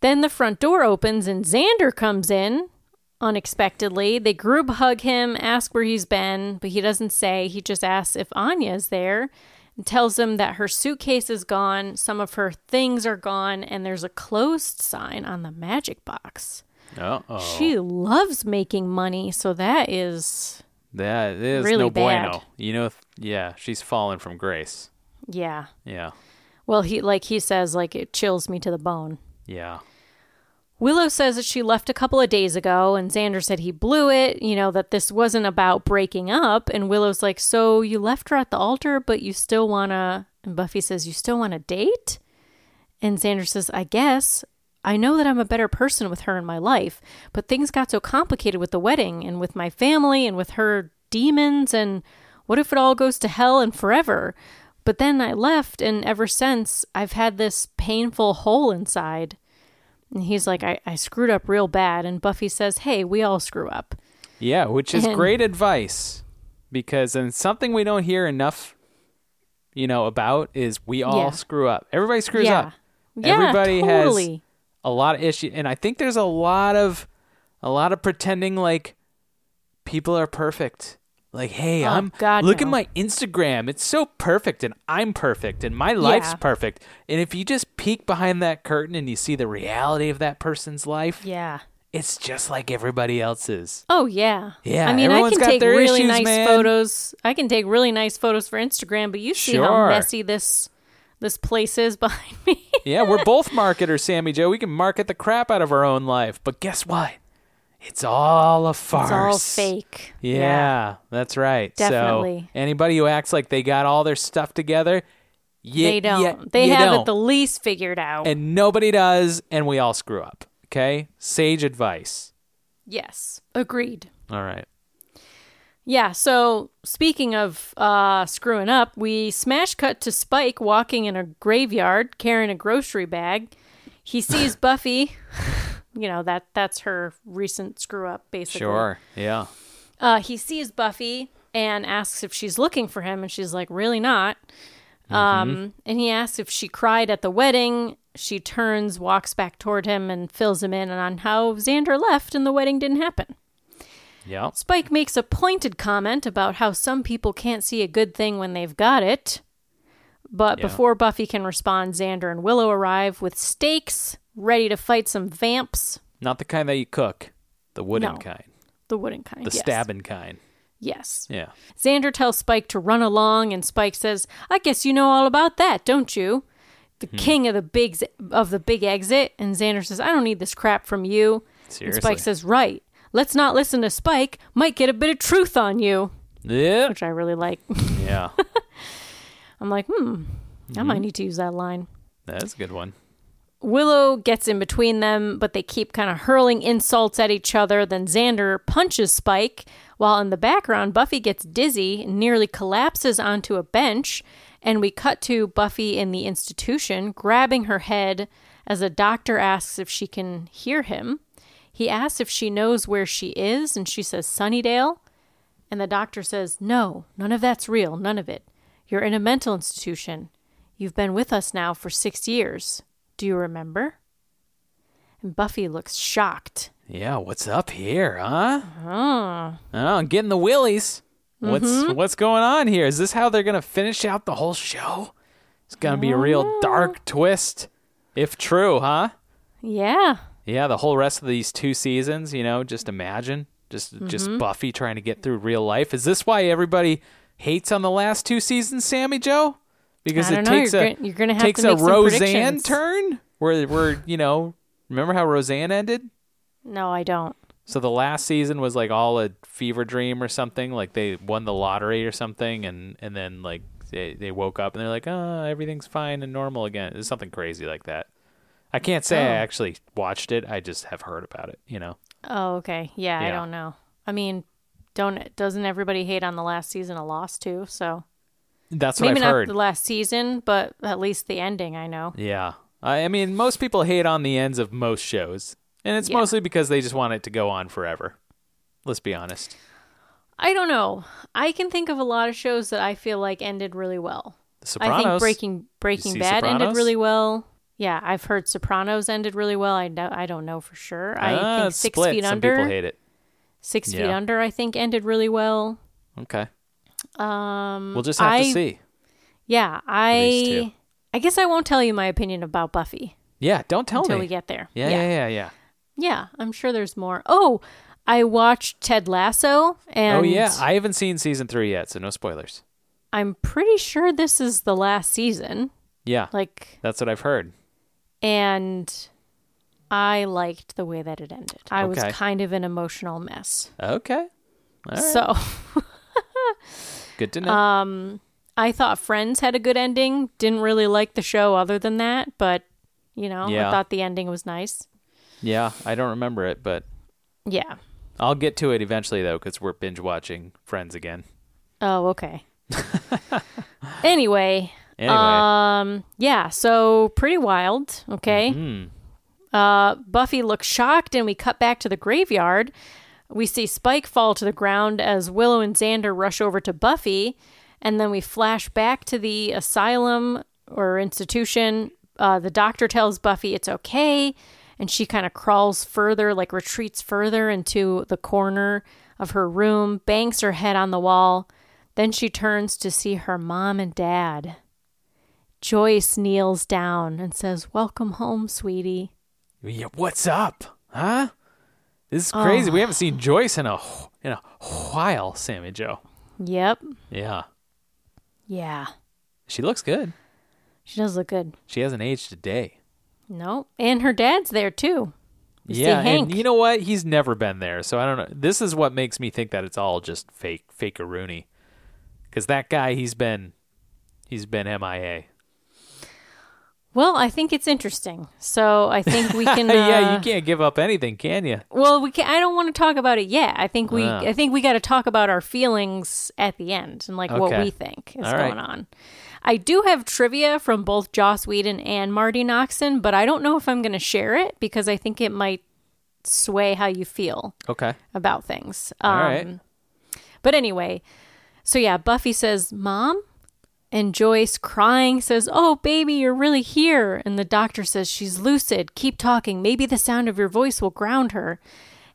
[SPEAKER 6] Then the front door opens and Xander comes in unexpectedly. They group hug him, ask where he's been, but he doesn't say. He just asks if Anya is there and tells him that her suitcase is gone, some of her things are gone, and there's a closed sign on the magic box.
[SPEAKER 5] Uh oh.
[SPEAKER 6] She loves making money, so that is,
[SPEAKER 5] That is
[SPEAKER 6] really
[SPEAKER 5] no bueno.
[SPEAKER 6] bad.
[SPEAKER 5] You know, yeah, she's fallen from grace.
[SPEAKER 6] yeah.
[SPEAKER 5] Yeah.
[SPEAKER 6] Well, he like he says like it chills me to the bone.
[SPEAKER 5] Yeah.
[SPEAKER 6] Willow says that she left a couple of days ago, and Xander said he blew it, you know, that this wasn't about breaking up. And Willow's like, So you left her at the altar, but you still wanna. And Buffy says, You still wanna date? And Xander says, I guess. I know that I'm a better person with her in my life, but things got so complicated with the wedding and with my family and with her demons. And what if it all goes to hell and forever? But then I left, and ever since, I've had this painful hole inside. And he's like, I, I screwed up real bad. And Buffy says, Hey, we all screw up.
[SPEAKER 5] Yeah, which is
[SPEAKER 6] And-
[SPEAKER 5] great advice because and something we don't hear enough you know about is we all
[SPEAKER 6] Yeah.
[SPEAKER 5] screw up. Everybody screws
[SPEAKER 6] Yeah.
[SPEAKER 5] up.
[SPEAKER 6] Yeah,
[SPEAKER 5] Everybody
[SPEAKER 6] totally.
[SPEAKER 5] has a lot of issue and I think there's a lot of a lot of pretending like people are perfect. Like, hey,
[SPEAKER 6] Oh,
[SPEAKER 5] I'm
[SPEAKER 6] God,
[SPEAKER 5] look at
[SPEAKER 6] no.
[SPEAKER 5] my Instagram. It's so perfect and I'm perfect and my life's
[SPEAKER 6] Yeah.
[SPEAKER 5] perfect. And if you just peek behind that curtain and you see the reality of that person's life,
[SPEAKER 6] Yeah.
[SPEAKER 5] it's just like everybody else's.
[SPEAKER 6] Oh yeah.
[SPEAKER 5] Yeah,
[SPEAKER 6] I mean, I
[SPEAKER 5] everyone's
[SPEAKER 6] can
[SPEAKER 5] got
[SPEAKER 6] take
[SPEAKER 5] their
[SPEAKER 6] really
[SPEAKER 5] issues,
[SPEAKER 6] nice
[SPEAKER 5] man.
[SPEAKER 6] photos. I can take really nice photos for Instagram, but you see how
[SPEAKER 5] Sure.
[SPEAKER 6] messy this this place is behind me.
[SPEAKER 5] Yeah, we're both marketers, Sammy Joe. We can market the crap out of our own life. But guess what? It's all a farce.
[SPEAKER 6] it's all fake.
[SPEAKER 5] Yeah, that's right.
[SPEAKER 6] Definitely.
[SPEAKER 5] So anybody who acts like they got all their stuff together, you,
[SPEAKER 6] They don't.
[SPEAKER 5] you-
[SPEAKER 6] they
[SPEAKER 5] you
[SPEAKER 6] have
[SPEAKER 5] don't.
[SPEAKER 6] it the least figured out.
[SPEAKER 5] and nobody does, and we all screw up. Okay, sage advice.
[SPEAKER 6] yes. Agreed.
[SPEAKER 5] All right.
[SPEAKER 6] Yeah, so speaking of uh, screwing up, we smash cut to Spike walking in a graveyard carrying a grocery bag. He sees Buffy. You know, that that's her recent screw up, basically.
[SPEAKER 5] Sure. Yeah.
[SPEAKER 6] Uh, he sees Buffy and asks if she's looking for him, and she's like, really not. Um, and he asks if she cried at the wedding. She turns, walks back toward him, and fills him in on how Xander left and the wedding didn't happen.
[SPEAKER 5] Yeah.
[SPEAKER 6] Spike makes a pointed comment about how some people can't see a good thing when they've got it. But
[SPEAKER 5] Yeah.
[SPEAKER 6] before Buffy can respond, Xander and Willow arrive with stakes, ready to fight some vamps,
[SPEAKER 5] Not the kind that you cook. The wooden
[SPEAKER 6] No.
[SPEAKER 5] kind.
[SPEAKER 6] the wooden kind.
[SPEAKER 5] The
[SPEAKER 6] yes.
[SPEAKER 5] stabbing kind.
[SPEAKER 6] Yes.
[SPEAKER 5] Yeah.
[SPEAKER 6] Xander tells Spike to run along, and Spike says, "I guess you know all about that, don't you?" The
[SPEAKER 5] Hmm.
[SPEAKER 6] king of the big of the big exit, and Xander says, "I don't need this crap from you." And
[SPEAKER 5] Seriously.
[SPEAKER 6] Spike says, "Right. Let's not listen to Spike. Might get a bit of truth on you,"
[SPEAKER 5] Yeah.
[SPEAKER 6] which I really like.
[SPEAKER 5] Yeah.
[SPEAKER 6] I'm like, hmm, I might need to use that line.
[SPEAKER 5] That's a good one.
[SPEAKER 6] Willow gets in between them, but they keep kind of hurling insults at each other. Then Xander punches Spike, while in the background, Buffy gets dizzy, nearly collapses onto a bench. And we cut to Buffy in the institution, grabbing her head as a doctor asks if she can hear him. He asks if she knows where she is, and she says Sunnydale. And the doctor says, No, none of that's real, none of it. You're in a mental institution. You've been with us now for six years. Do you remember? And Buffy looks shocked.
[SPEAKER 5] Yeah, what's up here, huh?
[SPEAKER 6] Uh-huh.
[SPEAKER 5] Oh, I'm getting the willies.
[SPEAKER 6] Mm-hmm.
[SPEAKER 5] What's what's going on here? Is this how they're gonna finish out the whole show? It's gonna be a real dark twist, if true, huh?
[SPEAKER 6] Yeah.
[SPEAKER 5] Yeah, the whole rest of these two seasons, you know, just imagine, just just
[SPEAKER 6] Mm-hmm.
[SPEAKER 5] Buffy trying to get through real life. Is this why everybody hates on the last two seasons, Sammy Joe? Because
[SPEAKER 6] I don't
[SPEAKER 5] it
[SPEAKER 6] know.
[SPEAKER 5] takes
[SPEAKER 6] You're
[SPEAKER 5] a
[SPEAKER 6] gonna- you're gonna have to
[SPEAKER 5] takes
[SPEAKER 6] make
[SPEAKER 5] a
[SPEAKER 6] some
[SPEAKER 5] Roseanne
[SPEAKER 6] predictions.
[SPEAKER 5] turn where we're you know remember how Roseanne ended?
[SPEAKER 6] No, I don't.
[SPEAKER 5] So the last season was like all a fever dream or something. Like they won the lottery or something, and and then like they, they woke up and they're like, oh, everything's fine and normal again. It's something crazy like that. I can't say I actually watched it. I just have heard about it. You know.
[SPEAKER 6] Oh, okay. Yeah, I
[SPEAKER 5] Yeah.
[SPEAKER 6] don't know. I mean, don't doesn't everybody hate on the last season a loss too? So
[SPEAKER 5] That's what
[SPEAKER 6] maybe
[SPEAKER 5] I've
[SPEAKER 6] not
[SPEAKER 5] heard.
[SPEAKER 6] the last season, but at least the ending. I know.
[SPEAKER 5] yeah. I, I mean, most people hate on the ends of most shows, and it's
[SPEAKER 6] Yeah.
[SPEAKER 5] mostly because they just want it to go on forever. Let's be honest.
[SPEAKER 6] I don't know. I can think of a lot of shows that I feel like ended really well.
[SPEAKER 5] The Sopranos.
[SPEAKER 6] I think Breaking Breaking
[SPEAKER 5] see
[SPEAKER 6] Bad ended
[SPEAKER 5] Sopranos?
[SPEAKER 6] really well. Yeah, I've heard Sopranos ended really well. I know, I don't know for sure.
[SPEAKER 5] Ah,
[SPEAKER 6] I think
[SPEAKER 5] it's
[SPEAKER 6] Six
[SPEAKER 5] split.
[SPEAKER 6] Feet
[SPEAKER 5] Some
[SPEAKER 6] Under.
[SPEAKER 5] people hate it.
[SPEAKER 6] Six Feet
[SPEAKER 5] Yeah.
[SPEAKER 6] Under, I think, ended really well.
[SPEAKER 5] Okay. Um, we'll just have
[SPEAKER 6] I-
[SPEAKER 5] to see.
[SPEAKER 6] Yeah,
[SPEAKER 5] These
[SPEAKER 6] I
[SPEAKER 5] two.
[SPEAKER 6] I guess I won't tell you my opinion about Buffy
[SPEAKER 5] Yeah. Don't tell
[SPEAKER 6] until
[SPEAKER 5] me.
[SPEAKER 6] we get there.
[SPEAKER 5] yeah. Yeah. Yeah. Yeah.
[SPEAKER 6] Yeah, I'm sure there's more. Oh, I watched Ted Lasso, and
[SPEAKER 5] Oh yeah, I haven't seen season three yet, so no spoilers.
[SPEAKER 6] I'm pretty sure this is the last season.
[SPEAKER 5] Yeah,
[SPEAKER 6] Like,
[SPEAKER 5] that's what I've heard.
[SPEAKER 6] and I liked the way that it ended. I
[SPEAKER 5] Okay.
[SPEAKER 6] was kind of an emotional mess.
[SPEAKER 5] Okay, All right.
[SPEAKER 6] So uh,
[SPEAKER 5] good to know.
[SPEAKER 6] I thought Friends had a good ending. Didn't really like the show other than that, but you know, I
[SPEAKER 5] Yeah.
[SPEAKER 6] thought the ending was nice.
[SPEAKER 5] yeah, I don't remember it, but
[SPEAKER 6] Yeah.
[SPEAKER 5] I'll get to it eventually though, because we're binge watching Friends again.
[SPEAKER 6] Oh, okay. anyway,
[SPEAKER 5] Anyway,
[SPEAKER 6] um, yeah, so pretty wild. Okay. Uh, Buffy looks shocked, and we cut back to the graveyard. We see Spike fall to the ground as Willow and Xander rush over to Buffy, and then we flash back to the asylum or institution. Uh, the doctor tells Buffy it's okay, and she kind of crawls further, like retreats further into the corner of her room, bangs her head on the wall. Then she turns to see her mom and dad. Joyce kneels down and says, Welcome home, sweetie.
[SPEAKER 5] Yeah, what's up? Huh? This is crazy.
[SPEAKER 6] uh,
[SPEAKER 5] We haven't seen Joyce in a wh- in a while, Sammy Joe.
[SPEAKER 6] Yep.
[SPEAKER 5] Yeah.
[SPEAKER 6] Yeah.
[SPEAKER 5] She looks good.
[SPEAKER 6] She does look good.
[SPEAKER 5] She hasn't aged a day.
[SPEAKER 6] No. And her dad's there too. You see
[SPEAKER 5] yeah,
[SPEAKER 6] Hank.
[SPEAKER 5] and you know what? He's never been there, so I don't know. This is what makes me think that it's all just fake, fake Rooney, because that guy he's been, he's been MIA.
[SPEAKER 6] Well, I think it's interesting. So I think we can.
[SPEAKER 5] yeah,
[SPEAKER 6] uh,
[SPEAKER 5] you can't give up anything, can you?
[SPEAKER 6] Well, we can, I don't want to talk about it yet. I think we
[SPEAKER 5] Ah.
[SPEAKER 6] I think we got to talk about our feelings at the end and like what
[SPEAKER 5] Okay.
[SPEAKER 6] we think is
[SPEAKER 5] All right.
[SPEAKER 6] going on. I do have trivia from both Joss Whedon and Marty Noxon, but I don't know if I'm going to share it because I think it might sway how you feel
[SPEAKER 5] Okay.
[SPEAKER 6] about things. Um,
[SPEAKER 5] All right.
[SPEAKER 6] But anyway, so yeah, Buffy says, Mom? And Joyce, crying, says, Oh, baby, you're really here. And the doctor says, She's lucid. Keep talking. Maybe the sound of your voice will ground her.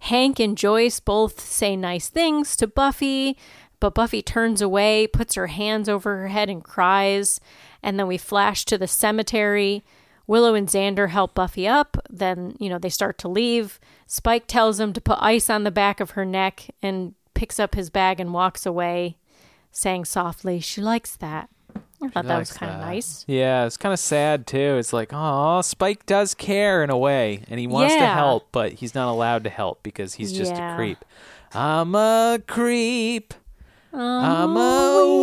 [SPEAKER 6] Hank and Joyce both say nice things to Buffy, but Buffy turns away, puts her hands over her head, and cries. And then we flash to the cemetery. Willow and Xander help Buffy up. Then, you know, they start to leave. Spike tells him to put ice on the back of her neck and picks up his bag and walks away, saying softly, She likes that. I thought that was
[SPEAKER 5] likes
[SPEAKER 6] kind of
[SPEAKER 5] that.
[SPEAKER 6] nice.
[SPEAKER 5] Yeah, it's kind of sad too. It's like, oh, Spike does care in a way, and he wants to
[SPEAKER 6] Yeah.
[SPEAKER 5] help, but he's not allowed to help because he's just
[SPEAKER 6] Yeah.
[SPEAKER 5] a creep. I'm a creep. I'm a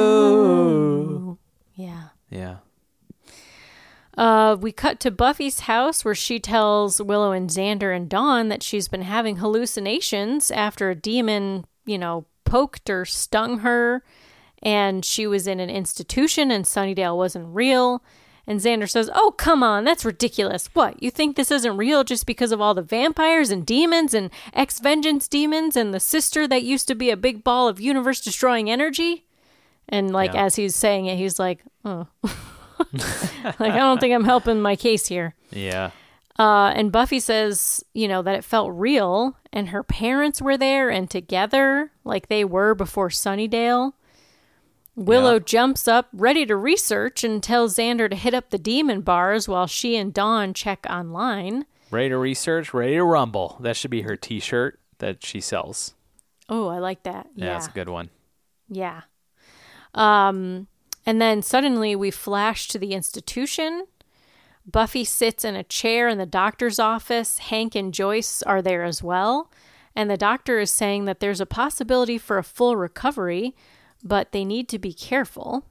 [SPEAKER 5] widow.
[SPEAKER 6] Yeah.
[SPEAKER 5] Yeah.
[SPEAKER 6] Uh, we cut to Buffy's house where she tells Willow and Xander and Dawn that she's been having hallucinations after a demon, you know, poked or stung her. And she was in an institution and Sunnydale wasn't real. And Xander says, Oh, come on, that's ridiculous. What? You think this isn't real just because of all the vampires and demons and ex vengeance demons and the sister that used to be a big ball of universe destroying energy? And like
[SPEAKER 5] Yeah.
[SPEAKER 6] as he's saying it, he's like, Oh. like I don't think I'm helping my case here.
[SPEAKER 5] Yeah.
[SPEAKER 6] Uh, and Buffy says, you know, that it felt real, and her parents were there and together, like they were before Sunnydale. Willow
[SPEAKER 5] Yeah.
[SPEAKER 6] jumps up, ready to research, and tells Xander to hit up the demon bars while she and Dawn check online.
[SPEAKER 5] Ready to research, ready to rumble. That should be her t shirt that she sells.
[SPEAKER 6] Oh, I like that.
[SPEAKER 5] Yeah,
[SPEAKER 6] Yeah,
[SPEAKER 5] that's a good one.
[SPEAKER 6] Yeah. Um, and then suddenly we flash to the institution. Buffy sits in a chair in the doctor's office. Hank and Joyce are there as well. And the doctor is saying that there's a possibility for a full recovery, but they need to be careful.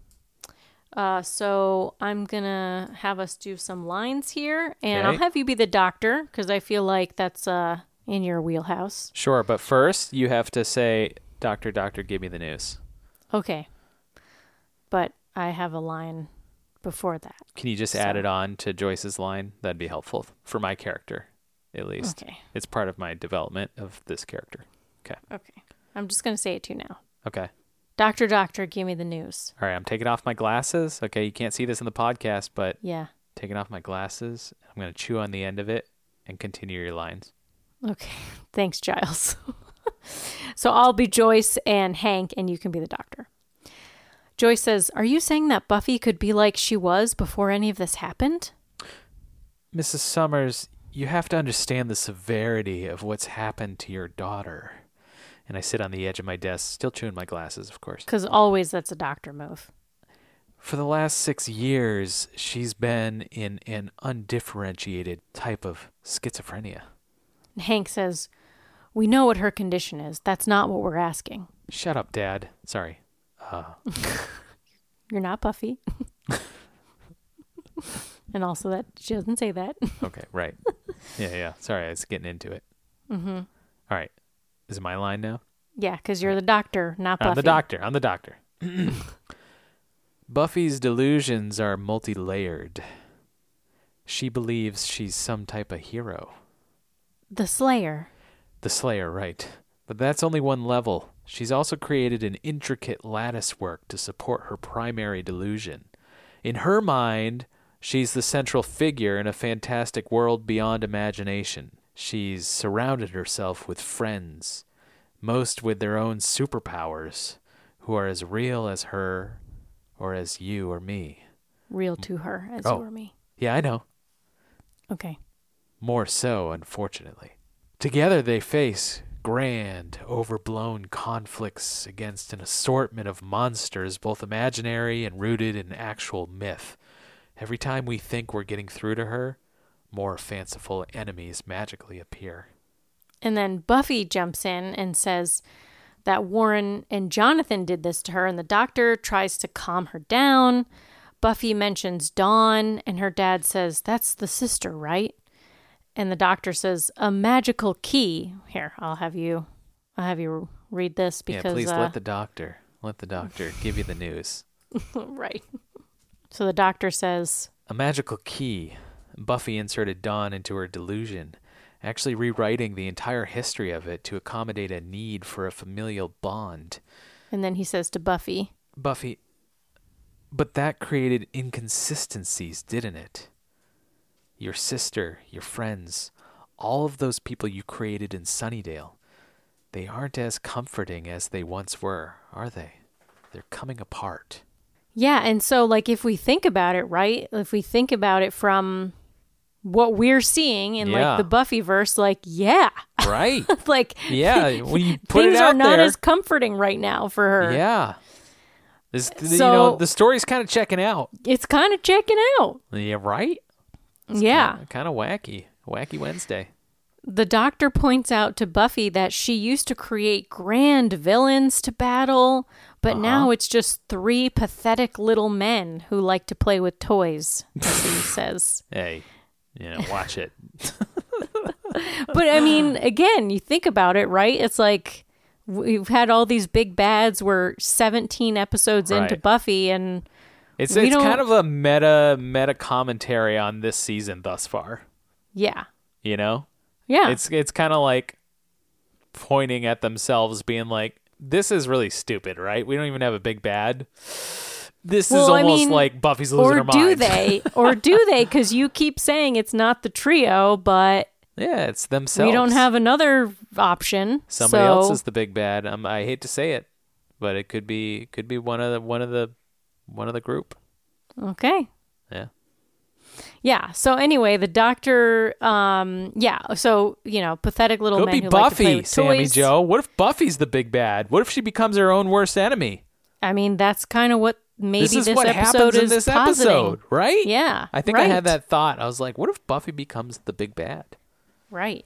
[SPEAKER 6] Uh, so I'm going to have us do some lines here, and I'll
[SPEAKER 5] Okay.
[SPEAKER 6] have you be the doctor because I feel like that's uh, in your wheelhouse.
[SPEAKER 5] Sure, but first you have to say, Doctor, Doctor, give me the news.
[SPEAKER 6] Okay. But I have a line before that.
[SPEAKER 5] Can you just add it on to Joyce's line? That'd be helpful for my character, at least.
[SPEAKER 6] Okay.
[SPEAKER 5] It's part of my development of this character. Okay.
[SPEAKER 6] Okay. I'm just going to say it to you now.
[SPEAKER 5] Okay.
[SPEAKER 6] Doctor, doctor, give me the news.
[SPEAKER 5] All right. I'm taking off my glasses. Okay. You can't see this in the podcast, but
[SPEAKER 6] Yeah.
[SPEAKER 5] taking off my glasses, I'm going to chew on the end of it and continue your lines.
[SPEAKER 6] Okay. Thanks, Giles. so I'll be Joyce and Hank, and you can be the doctor. Joyce says, Are you saying that Buffy could be like she was before any of this happened?
[SPEAKER 5] Mrs. Summers, you have to understand the severity of what's happened to your daughter. And I sit on the edge of my desk, still chewing my glasses, of course.
[SPEAKER 6] Because always that's a doctor move.
[SPEAKER 5] For the last six years, she's been in an undifferentiated type of schizophrenia.
[SPEAKER 6] And Hank says, We know what her condition is. That's not what we're asking.
[SPEAKER 5] Shut up, Dad. Sorry.
[SPEAKER 6] You're not Buffy. and also that she doesn't say that.
[SPEAKER 5] Okay, right. yeah, yeah. Sorry, I was getting into it. Mm-hmm. right. Is it my line now?
[SPEAKER 6] yeah, because you're the doctor, not Buffy.
[SPEAKER 5] I'm the doctor. I'm the doctor. Buffy's delusions are multi layered. She believes she's some type of hero.
[SPEAKER 6] The Slayer.
[SPEAKER 5] The Slayer, right. But that's only one level. She's also created an intricate lattice work to support her primary delusion. In her mind, She's the central figure in a fantastic world beyond imagination. She's surrounded herself with friends, most with their own superpowers, who are as real as her or as you or me.
[SPEAKER 6] Real to her as
[SPEAKER 5] Oh.
[SPEAKER 6] you or me.
[SPEAKER 5] Yeah, I know.
[SPEAKER 6] Okay.
[SPEAKER 5] More so, unfortunately. Together they face grand, overblown conflicts against an assortment of monsters, both imaginary and rooted in actual myth. Every time we think we're getting through to her, more fanciful enemies magically appear.
[SPEAKER 6] And then Buffy jumps in and says that Warren and Jonathan did this to her, and the doctor tries to calm her down. Buffy mentions Dawn, and her dad says, That's the sister, right? And the doctor says, A magical key. Here, I'll have you. I'll have you read this because
[SPEAKER 5] yeah, please
[SPEAKER 6] uh,
[SPEAKER 5] let the doctor, let the doctor give you the news.
[SPEAKER 6] right. So the doctor says,
[SPEAKER 5] A magical key. Buffy inserted Dawn into her delusion, actually rewriting the entire history of it to accommodate a need for a familial bond.
[SPEAKER 6] and then he says to Buffy,
[SPEAKER 5] Buffy, but that created inconsistencies, didn't it? Your sister, your friends, all of those people you created in Sunnydale, they aren't as comforting as they once were, are they? They're coming apart.
[SPEAKER 6] Yeah, and so like if we think about it, right? If we think about it from what we're seeing in
[SPEAKER 5] Yeah.
[SPEAKER 6] like the Buffy verse, like yeah,
[SPEAKER 5] Right.
[SPEAKER 6] like
[SPEAKER 5] yeah. When you put
[SPEAKER 6] things
[SPEAKER 5] it out
[SPEAKER 6] are not
[SPEAKER 5] there,
[SPEAKER 6] as comforting right now for her.
[SPEAKER 5] Yeah. This, you know,
[SPEAKER 6] So-
[SPEAKER 5] the story's kind of checking out.
[SPEAKER 6] It's kind of checking out.
[SPEAKER 5] Yeah, right?
[SPEAKER 6] yeah.
[SPEAKER 5] Kind of wacky. Wacky Wednesday.
[SPEAKER 6] The doctor points out to Buffy that she used to create grand villains to battle, but
[SPEAKER 5] Uh-huh.
[SPEAKER 6] now it's just three pathetic little men who like to play with toys, as he says.
[SPEAKER 5] Hey, you know, watch it.
[SPEAKER 6] But I mean, again, you think about it, right? It's like we've had all these big bads. We're 17 episodes into
[SPEAKER 5] Right.
[SPEAKER 6] Buffy, and
[SPEAKER 5] It's,
[SPEAKER 6] We
[SPEAKER 5] it's
[SPEAKER 6] don't-
[SPEAKER 5] kind of a meta meta commentary on this season thus far,
[SPEAKER 6] yeah,
[SPEAKER 5] you know?
[SPEAKER 6] yeah,
[SPEAKER 5] It's it's kind of like pointing at themselves being like this is really stupid, right? We don't even have a big bad. This is
[SPEAKER 6] Well, I
[SPEAKER 5] almost
[SPEAKER 6] mean,
[SPEAKER 5] like Buffy's losing
[SPEAKER 6] or
[SPEAKER 5] her
[SPEAKER 6] do
[SPEAKER 5] mind.
[SPEAKER 6] they, or do they? Because you keep saying it's not the trio, but
[SPEAKER 5] yeah, it's themselves.
[SPEAKER 6] we don't have another option.
[SPEAKER 5] Somebody
[SPEAKER 6] so,
[SPEAKER 5] else is the big bad. Um, I hate to say it, but it could be could be one of the one of the one of the group.
[SPEAKER 6] okay.
[SPEAKER 5] Yeah.
[SPEAKER 6] Yeah. So anyway, the doctor. Um. Yeah. So you know, pathetic little
[SPEAKER 5] Could
[SPEAKER 6] men
[SPEAKER 5] be
[SPEAKER 6] who like to
[SPEAKER 5] Buffy,
[SPEAKER 6] play with
[SPEAKER 5] Sammy
[SPEAKER 6] toys.
[SPEAKER 5] Joe. What if Buffy's the big bad? What if she becomes her own worst enemy?
[SPEAKER 6] I mean, that's kind of what maybe
[SPEAKER 5] this is what
[SPEAKER 6] episode
[SPEAKER 5] happens
[SPEAKER 6] is
[SPEAKER 5] in this
[SPEAKER 6] positing.
[SPEAKER 5] episode, right?
[SPEAKER 6] Yeah,
[SPEAKER 5] I think I
[SPEAKER 6] right.
[SPEAKER 5] had that thought. I was like, what if Buffy becomes the big bad?
[SPEAKER 6] Right.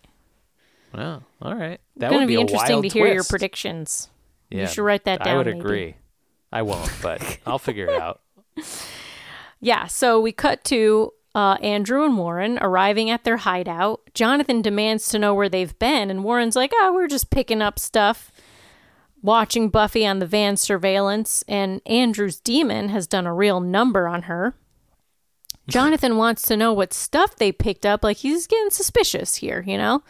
[SPEAKER 5] Well, all right. That
[SPEAKER 6] It's
[SPEAKER 5] would
[SPEAKER 6] going to be,
[SPEAKER 5] a
[SPEAKER 6] interesting
[SPEAKER 5] wild
[SPEAKER 6] to hear your
[SPEAKER 5] twist.
[SPEAKER 6] predictions.
[SPEAKER 5] Yeah,
[SPEAKER 6] you should write that down.
[SPEAKER 5] I would
[SPEAKER 6] maybe.
[SPEAKER 5] agree. I won't, but I'll figure it out.
[SPEAKER 6] Yeah. So we cut to uh, Andrew and Warren arriving at their hideout. Jonathan demands to know where they've been, and Warren's like, "Oh, we're just picking up stuff." Watching Buffy on the van surveillance, and Andrew's demon has done a real number on her. Jonathan wants to know what stuff they picked up. Like, he's getting suspicious here, you know?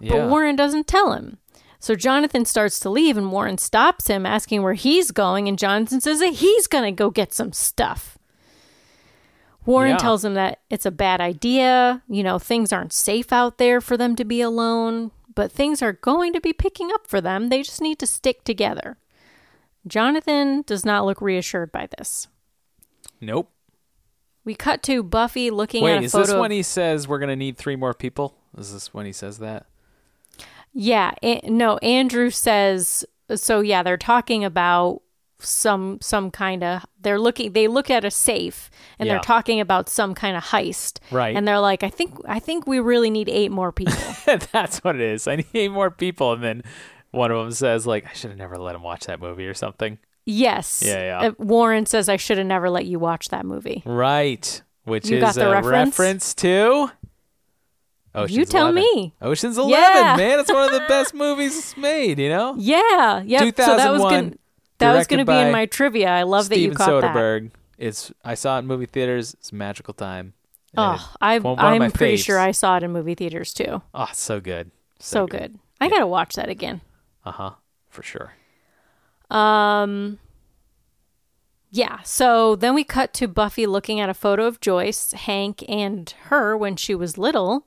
[SPEAKER 5] Yeah.
[SPEAKER 6] But Warren doesn't tell him. So Jonathan starts to leave and Warren stops him, asking where he's going. And Jonathan says that he's going to go get some stuff. Warren
[SPEAKER 5] Yeah.
[SPEAKER 6] tells him that it's a bad idea. You know, things aren't safe out there for them to be alone, but things are going to be picking up for them. They just need to stick together. Jonathan does not look reassured by this.
[SPEAKER 5] Nope.
[SPEAKER 6] We cut to Buffy looking at
[SPEAKER 5] Wait,
[SPEAKER 6] a
[SPEAKER 5] is
[SPEAKER 6] photo.
[SPEAKER 5] this
[SPEAKER 6] of-
[SPEAKER 5] when he says we're gonna need three more people? Is this when he says that?
[SPEAKER 6] Yeah, a- no, Andrew says so yeah, they're talking about some some kind of they're looking they look at a safe and
[SPEAKER 5] Yeah.
[SPEAKER 6] they're talking about some kind of heist.
[SPEAKER 5] Right.
[SPEAKER 6] And they're like, I think I think we really need eight more people.
[SPEAKER 5] That's what it is. I need more people, and then one of them says like, "I should have never let him watch that movie" or something.
[SPEAKER 6] yes.
[SPEAKER 5] Yeah, yeah.
[SPEAKER 6] Uh, Warren says I should have never let you watch that movie.
[SPEAKER 5] Right, which
[SPEAKER 6] You
[SPEAKER 5] is
[SPEAKER 6] got the
[SPEAKER 5] a
[SPEAKER 6] reference?
[SPEAKER 5] reference to. Ocean's
[SPEAKER 6] tell
[SPEAKER 5] 11.
[SPEAKER 6] me.
[SPEAKER 5] Ocean's Eleven,
[SPEAKER 6] Yeah.
[SPEAKER 5] man, it's one of the best movies made. You know,
[SPEAKER 6] Yeah. Yeah. So that was
[SPEAKER 5] 2001,
[SPEAKER 6] gonna that was gonna
[SPEAKER 5] directed
[SPEAKER 6] be in
[SPEAKER 5] by
[SPEAKER 6] my trivia. I love that you
[SPEAKER 5] Steven
[SPEAKER 6] caught that.
[SPEAKER 5] Soderbergh. It's I saw it in movie theaters. It's a magical time. And
[SPEAKER 6] Oh, I,
[SPEAKER 5] one- one of my
[SPEAKER 6] I'm pretty
[SPEAKER 5] faves.
[SPEAKER 6] sure I saw it in movie theaters too.
[SPEAKER 5] Oh, so good, Uh-huh,
[SPEAKER 6] So, good. I gotta watch that again.
[SPEAKER 5] Uh huh, for sure.
[SPEAKER 6] Um, Yeah. So then we cut to Buffy looking at a photo of Joyce, Hank, and her when she was little.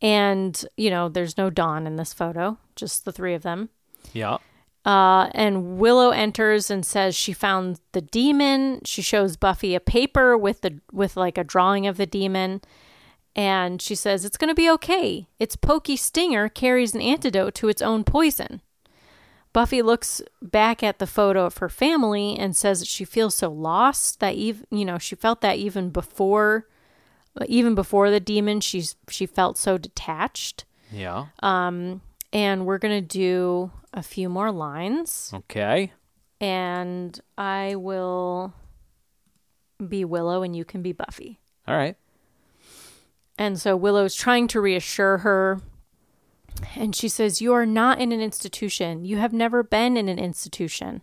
[SPEAKER 6] And, you know, there's no Dawn in this photo, just the three of them.
[SPEAKER 5] Yeah.
[SPEAKER 6] Uh, and Willow enters and says she found the demon. She shows Buffy a paper with the with like a drawing of the demon, and she says it's going to be okay. Its pokey stinger carries an antidote to its own poison. Buffy looks back at the photo of her family and says that she feels so lost that even you know she felt that even before, even before the demon, she's she felt so detached.
[SPEAKER 5] Yeah.
[SPEAKER 6] Uh, And we're gonna do a few more lines.
[SPEAKER 5] Okay.
[SPEAKER 6] and I will be Willow and you can be Buffy.
[SPEAKER 5] All right.
[SPEAKER 6] And so Willow's trying to reassure her. And she says, You are not in an institution. You have never been in an institution.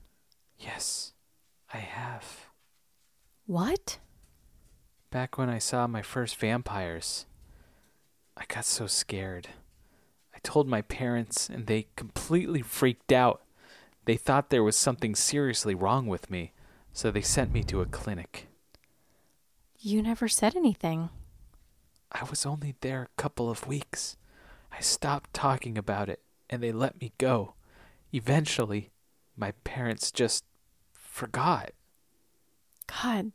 [SPEAKER 5] Yes. I have.
[SPEAKER 6] What?
[SPEAKER 5] Back when I saw my first vampires, I got so scared. I told my parents, and they completely freaked out. They thought there was something seriously wrong with me, so they sent me to a clinic.
[SPEAKER 6] You never said anything.
[SPEAKER 5] I was only there a couple of weeks. I stopped talking about it, and they let me go. Eventually, my parents just forgot.
[SPEAKER 6] God,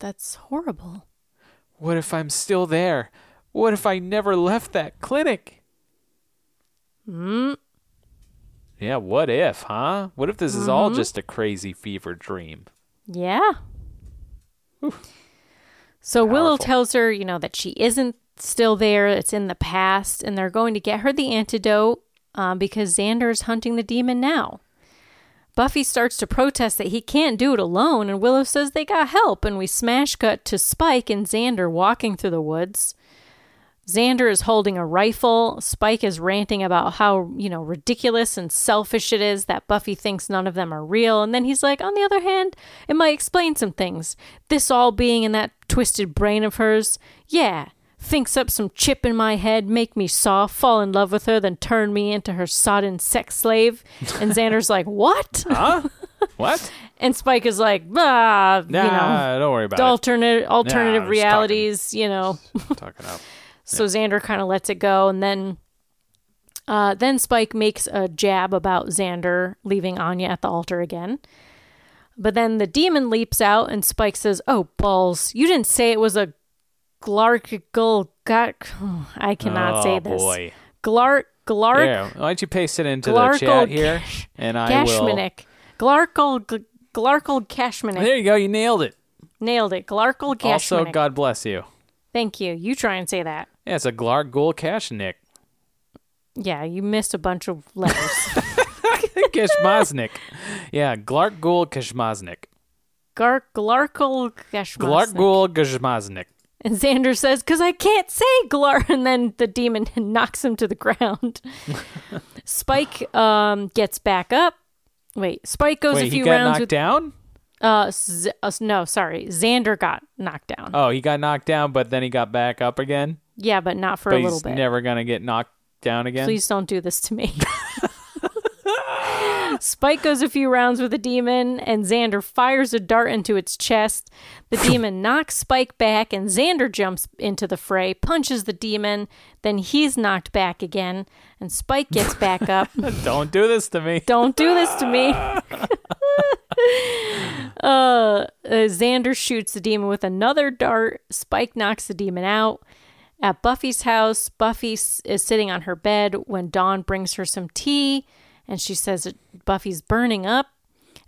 [SPEAKER 6] that's horrible.
[SPEAKER 5] What if I'm still there? What if I never left that clinic? Hmm. Yeah, what if, huh? What if this is all
[SPEAKER 6] Mm-hmm.
[SPEAKER 5] just a crazy fever dream?
[SPEAKER 6] Yeah. So Willow
[SPEAKER 5] Powerful.
[SPEAKER 6] tells her, you know, that she isn't still there, it's in the past, and they're going to get her the antidote um, because Xander is hunting the demon now. Buffy starts to protest that he can't do it alone, and Willow says they got help, and we smash cut to Spike and Xander walking through the woods. Xander is holding a rifle. Spike is ranting about how, you know, ridiculous and selfish it is that Buffy thinks none of them are real. And then he's like, on the other hand, it might explain some things. This all being in that twisted brain of hers. Yeah. Thinks up some chip in my head, make me soft, fall in love with her, then turn me into her sodden sex slave. And Xander's like, what?
[SPEAKER 5] What?
[SPEAKER 6] And Spike is like, bah,
[SPEAKER 5] Nah,
[SPEAKER 6] you know,
[SPEAKER 5] don't worry about
[SPEAKER 6] alternate, alternative
[SPEAKER 5] just talking.
[SPEAKER 6] realities, you know.
[SPEAKER 5] it. Talking up.
[SPEAKER 6] So Xander kind of lets it go, and then uh, then Spike makes a jab about Xander leaving Anya at the altar again. But then the demon leaps out, and Spike says, "Oh balls! You didn't say it was a glargical gut. I cannot
[SPEAKER 5] oh,
[SPEAKER 6] say this.
[SPEAKER 5] boy.
[SPEAKER 6] Glark glark
[SPEAKER 5] Here, why don't you paste it into the
[SPEAKER 6] Glarkle
[SPEAKER 5] chat here? And I will.
[SPEAKER 6] Gashmanik. Glarkle gl- glarkle Gashmanik.
[SPEAKER 5] There you go. You nailed it.
[SPEAKER 6] Nailed it. Glarkle Gashmanik.
[SPEAKER 5] Also, God bless you.
[SPEAKER 6] Thank you. You try and say that.
[SPEAKER 5] Yeah, it's a Glargul Kashnik.
[SPEAKER 6] Yeah, you missed a bunch of letters.
[SPEAKER 5] Kishmaznik. Yeah, Glargul Kishmaznik.
[SPEAKER 6] Gar- glarkle Gashmanik.
[SPEAKER 5] Glargul Kishmaznik.
[SPEAKER 6] And Xander says, Because I can't say Glar. And then the demon knocks him to the ground. Spike um, gets back up. Wait, Spike goes a
[SPEAKER 5] Wait, he
[SPEAKER 6] few
[SPEAKER 5] got
[SPEAKER 6] rounds
[SPEAKER 5] knocked
[SPEAKER 6] with.
[SPEAKER 5] down?
[SPEAKER 6] Uh, Z- uh, no, sorry. Xander got knocked down.
[SPEAKER 5] Oh, he got knocked down, but then he got back up again.
[SPEAKER 6] yeah, but not for
[SPEAKER 5] But
[SPEAKER 6] a little
[SPEAKER 5] he's
[SPEAKER 6] bit.
[SPEAKER 5] never gonna get knocked down again.
[SPEAKER 6] Please don't do this to me. Spike goes a few rounds with the demon, and Xander fires a dart into its chest. The demon knocks Spike back, and Xander jumps into the fray, punches the demon. Then he's knocked back again, and Spike gets back up.
[SPEAKER 5] Don't do this to me.
[SPEAKER 6] Don't do this to me. uh, uh, Xander shoots the demon with another dart. Spike knocks the demon out. At Buffy's house, Buffy s- is sitting on her bed when Dawn brings her some tea and she says that Buffy's burning up.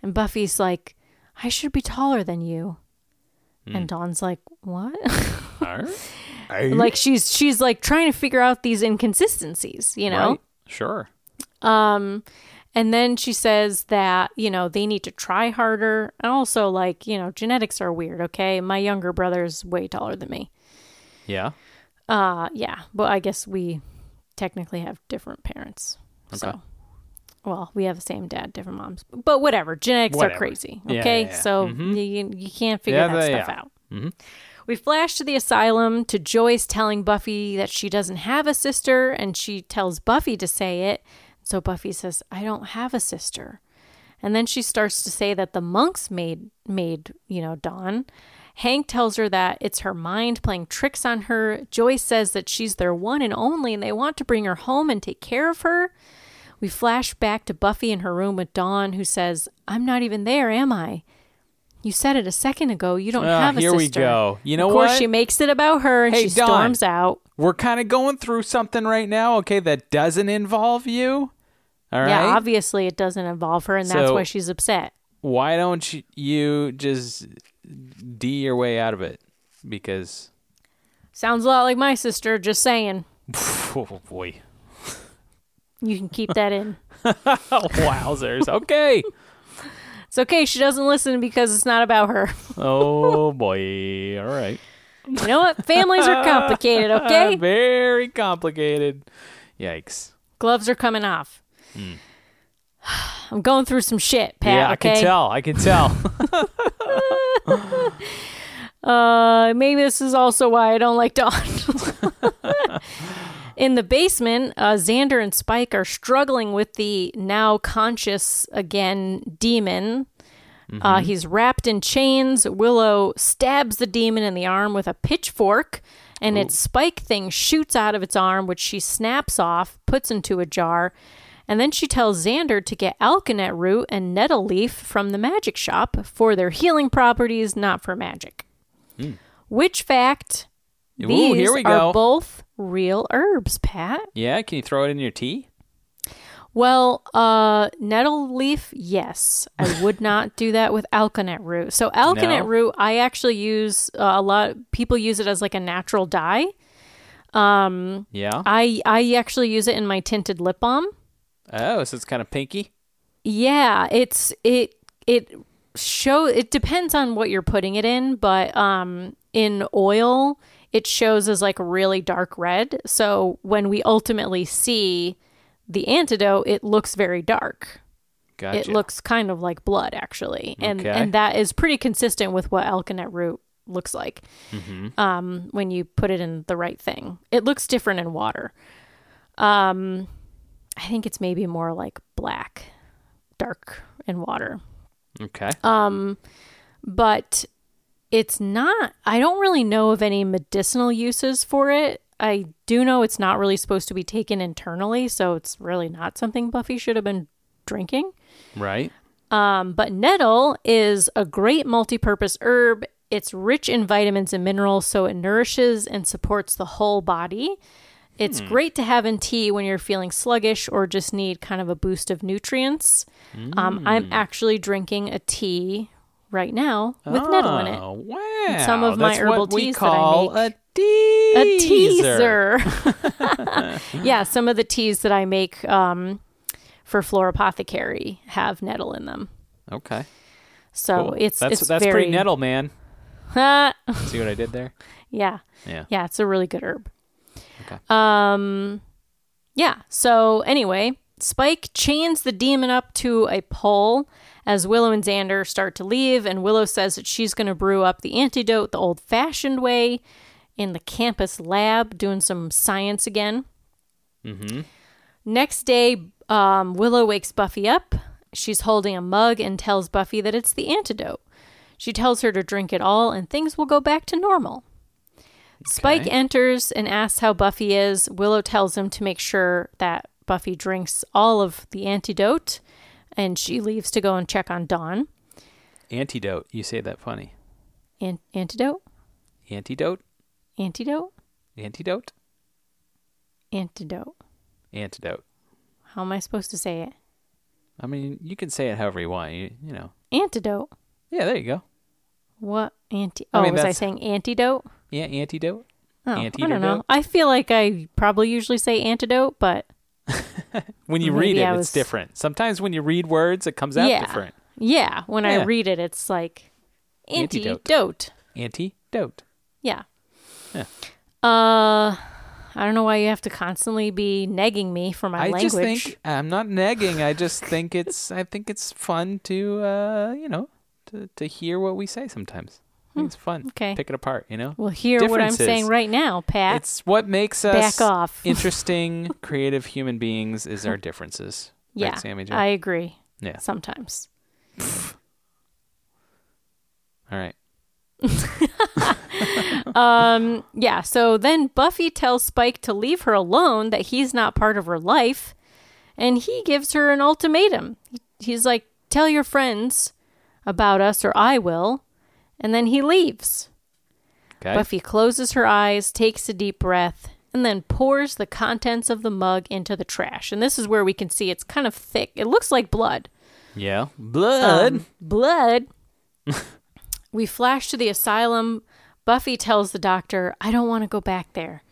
[SPEAKER 6] And Buffy's like, I should be taller than you. And Dawn's like, What? like she's she's like trying to figure out these inconsistencies, you know?
[SPEAKER 5] Right? Sure.
[SPEAKER 6] And then she says that, you know, they need to try harder. And also, like, you know, genetics are weird, okay? My younger brother's way taller than me.
[SPEAKER 5] Yeah.
[SPEAKER 6] Uh, yeah, but I guess we technically have different parents. So, well, we have the same dad, different moms. But whatever, genetics are
[SPEAKER 5] Whatever.
[SPEAKER 6] crazy,
[SPEAKER 5] Yeah,
[SPEAKER 6] okay?
[SPEAKER 5] yeah, yeah.
[SPEAKER 6] So you, you can't figure
[SPEAKER 5] Yeah,
[SPEAKER 6] that
[SPEAKER 5] they- Mm-hmm.
[SPEAKER 6] stuff
[SPEAKER 5] yeah.
[SPEAKER 6] out. We flash to the asylum to Joyce telling Buffy that she doesn't have a sister, and she tells Buffy to say it. So Buffy says, I don't have a sister. And then she starts to say that the monks made made, you know, Dawn. Hank tells her that it's her mind playing tricks on her. Joyce says that she's their one and only and they want to bring her home and take care of her. We flash back to Buffy in her room with Dawn, who says, I'm not even there, am I? You said it a second ago. You don't
[SPEAKER 5] Ah,
[SPEAKER 6] have a sister.
[SPEAKER 5] here we go. You know
[SPEAKER 6] of course,
[SPEAKER 5] what?
[SPEAKER 6] she makes it about her and
[SPEAKER 5] Hey,
[SPEAKER 6] she
[SPEAKER 5] Dawn.
[SPEAKER 6] storms out.
[SPEAKER 5] We're kind of going through something right now, okay, that doesn't involve you. All right.
[SPEAKER 6] Yeah, obviously it doesn't involve her, and that's
[SPEAKER 5] So-
[SPEAKER 6] why she's upset.
[SPEAKER 5] Why don't you- you just D your way out of it? Because,
[SPEAKER 6] Sounds a lot like my sister, just saying.
[SPEAKER 5] oh boy.
[SPEAKER 6] You can keep that in.
[SPEAKER 5] Oh, Wowzers. Okay.
[SPEAKER 6] It's okay, she doesn't listen because it's not about her.
[SPEAKER 5] oh boy. All right.
[SPEAKER 6] You know what? Families are complicated, okay?
[SPEAKER 5] Very complicated. Yikes.
[SPEAKER 6] Gloves are coming off. I'm going through some shit, Pat.
[SPEAKER 5] yeah, I
[SPEAKER 6] okay?
[SPEAKER 5] can tell. I can tell.
[SPEAKER 6] Uh, maybe this is also why I don't like Dawn. In the basement, uh, Xander and Spike are struggling with the now conscious again demon. Uh, he's wrapped in chains. Willow stabs the demon in the arm with a pitchfork, and its spike thing shoots out of its arm, which she snaps off, puts into a jar, and then she tells Xander to get alkanet root and nettle leaf from the magic shop for their healing properties, not for magic. Which fact?
[SPEAKER 5] Ooh,
[SPEAKER 6] these
[SPEAKER 5] here we
[SPEAKER 6] are
[SPEAKER 5] go.
[SPEAKER 6] both real herbs, Pat.
[SPEAKER 5] yeah, can you throw it in your tea?
[SPEAKER 6] Well, uh, nettle leaf, yes. I would not do that with alkanet root. So alkanet
[SPEAKER 5] No.
[SPEAKER 6] root, I actually use uh, a lot. People use it as like a natural dye.
[SPEAKER 5] Yeah.
[SPEAKER 6] I I actually use it in my tinted lip balm.
[SPEAKER 5] Oh, so it's kind of pinky.
[SPEAKER 6] Yeah, it's it it show. It depends on what you're putting it in, but um, in oil, it shows as like really dark red. So when we ultimately see the antidote, it looks very dark.
[SPEAKER 5] Gotcha.
[SPEAKER 6] it looks kind of like blood actually and
[SPEAKER 5] Okay.
[SPEAKER 6] and that is pretty consistent with what alkanet root looks like
[SPEAKER 5] Mm-hmm.
[SPEAKER 6] um, when you put it in the right thing it looks different in water um, i think it's maybe more like black dark in water
[SPEAKER 5] okay.
[SPEAKER 6] but it's not i don't really know of any medicinal uses for it i do know it's not really supposed to be taken internally so it's really not something buffy should have been drinking
[SPEAKER 5] right.
[SPEAKER 6] But nettle is a great multi-purpose herb. It's rich in vitamins and minerals, so it nourishes and supports the whole body. It's
[SPEAKER 5] Hmm.
[SPEAKER 6] great to have in tea when you're feeling sluggish or just need kind of a boost of nutrients. Um,
[SPEAKER 5] Hmm.
[SPEAKER 6] I'm actually drinking a tea right now with nettle in it.
[SPEAKER 5] Oh, wow.
[SPEAKER 6] some of my
[SPEAKER 5] That's
[SPEAKER 6] herbal
[SPEAKER 5] what we
[SPEAKER 6] teas that I
[SPEAKER 5] call
[SPEAKER 6] make.
[SPEAKER 5] A
[SPEAKER 6] A
[SPEAKER 5] teaser.
[SPEAKER 6] teaser. yeah, some of the teas that I make um, for Florapothecary have nettle in them.
[SPEAKER 5] Okay.
[SPEAKER 6] So
[SPEAKER 5] cool.
[SPEAKER 6] it's
[SPEAKER 5] that's
[SPEAKER 6] it's
[SPEAKER 5] that's
[SPEAKER 6] very
[SPEAKER 5] pretty nettle, man.
[SPEAKER 6] Ah.
[SPEAKER 5] See what I did there?
[SPEAKER 6] Yeah.
[SPEAKER 5] Yeah.
[SPEAKER 6] Yeah, it's a really good herb.
[SPEAKER 5] Okay.
[SPEAKER 6] Um yeah, so anyway, Spike chains the demon up to a pole as Willow and Xander start to leave and Willow says that she's going to brew up the antidote the old-fashioned way in the campus lab doing some science again. Next day, um, Willow wakes Buffy up. She's holding a mug and tells Buffy that it's the antidote. She tells her to drink it all and things will go back to normal. Spike enters and asks how Buffy is. Willow tells him to make sure that Buffy drinks all of the antidote and she leaves to go and check on Dawn.
[SPEAKER 5] Antidote. You say that funny.
[SPEAKER 6] An- antidote?
[SPEAKER 5] Antidote?
[SPEAKER 6] Antidote?
[SPEAKER 5] Antidote?
[SPEAKER 6] Antidote.
[SPEAKER 5] Antidote.
[SPEAKER 6] How am I supposed to say it?
[SPEAKER 5] I mean, you can say it however you want. You, you know.
[SPEAKER 6] Antidote.
[SPEAKER 5] Yeah, there you go.
[SPEAKER 6] What anti?
[SPEAKER 5] I
[SPEAKER 6] Oh,
[SPEAKER 5] mean,
[SPEAKER 6] was I
[SPEAKER 5] that's-
[SPEAKER 6] saying antidote?
[SPEAKER 5] Yeah, antidote.
[SPEAKER 6] Oh, I don't know.
[SPEAKER 5] Antidote?
[SPEAKER 6] I feel like I probably usually say antidote, but
[SPEAKER 5] When you
[SPEAKER 6] Maybe
[SPEAKER 5] read it,
[SPEAKER 6] I was-
[SPEAKER 5] it's different. Sometimes when you read words, it comes out
[SPEAKER 6] yeah,
[SPEAKER 5] different.
[SPEAKER 6] yeah. When I
[SPEAKER 5] Yeah.
[SPEAKER 6] read it, it's like
[SPEAKER 5] Antidote.
[SPEAKER 6] antidote.
[SPEAKER 5] Antidote.
[SPEAKER 6] Yeah.
[SPEAKER 5] Yeah.
[SPEAKER 6] Uh, I don't know why you have to constantly be negging me for my
[SPEAKER 5] I
[SPEAKER 6] language.
[SPEAKER 5] just think I'm not negging. I just think it's I think it's fun to uh, you know to, to hear what we say sometimes. I think It's fun.
[SPEAKER 6] Hmm. okay.
[SPEAKER 5] pick it apart. You know.
[SPEAKER 6] well, hear what I'm
[SPEAKER 5] Differences.
[SPEAKER 6] saying right now, Pat.
[SPEAKER 5] It's what makes us
[SPEAKER 6] Back off.
[SPEAKER 5] interesting, creative human beings is our differences.
[SPEAKER 6] yeah,
[SPEAKER 5] right, Sammy Jo?
[SPEAKER 6] I agree.
[SPEAKER 5] Yeah.
[SPEAKER 6] Sometimes.
[SPEAKER 5] All right.
[SPEAKER 6] Yeah, so then Buffy tells Spike to leave her alone, that he's not part of her life, and he gives her an ultimatum. He's like, Tell your friends about us, or I will. And then he leaves.
[SPEAKER 5] Okay.
[SPEAKER 6] Buffy closes her eyes, takes a deep breath, and then pours the contents of the mug into the trash. And this is where we can see it's kind of thick. It looks like blood.
[SPEAKER 5] Yeah. Blood.
[SPEAKER 6] Um, blood. we flash to the asylum. Buffy tells the doctor, I don't want to go back there.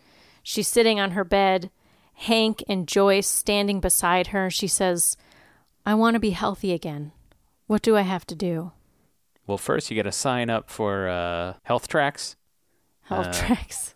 [SPEAKER 6] She's sitting on her bed. Hank and Joyce standing beside her. She says, I want to be healthy again. What do I have to do?
[SPEAKER 5] well, first you got to sign up for uh, health tracks,
[SPEAKER 6] Health
[SPEAKER 5] Uh,
[SPEAKER 6] tracks.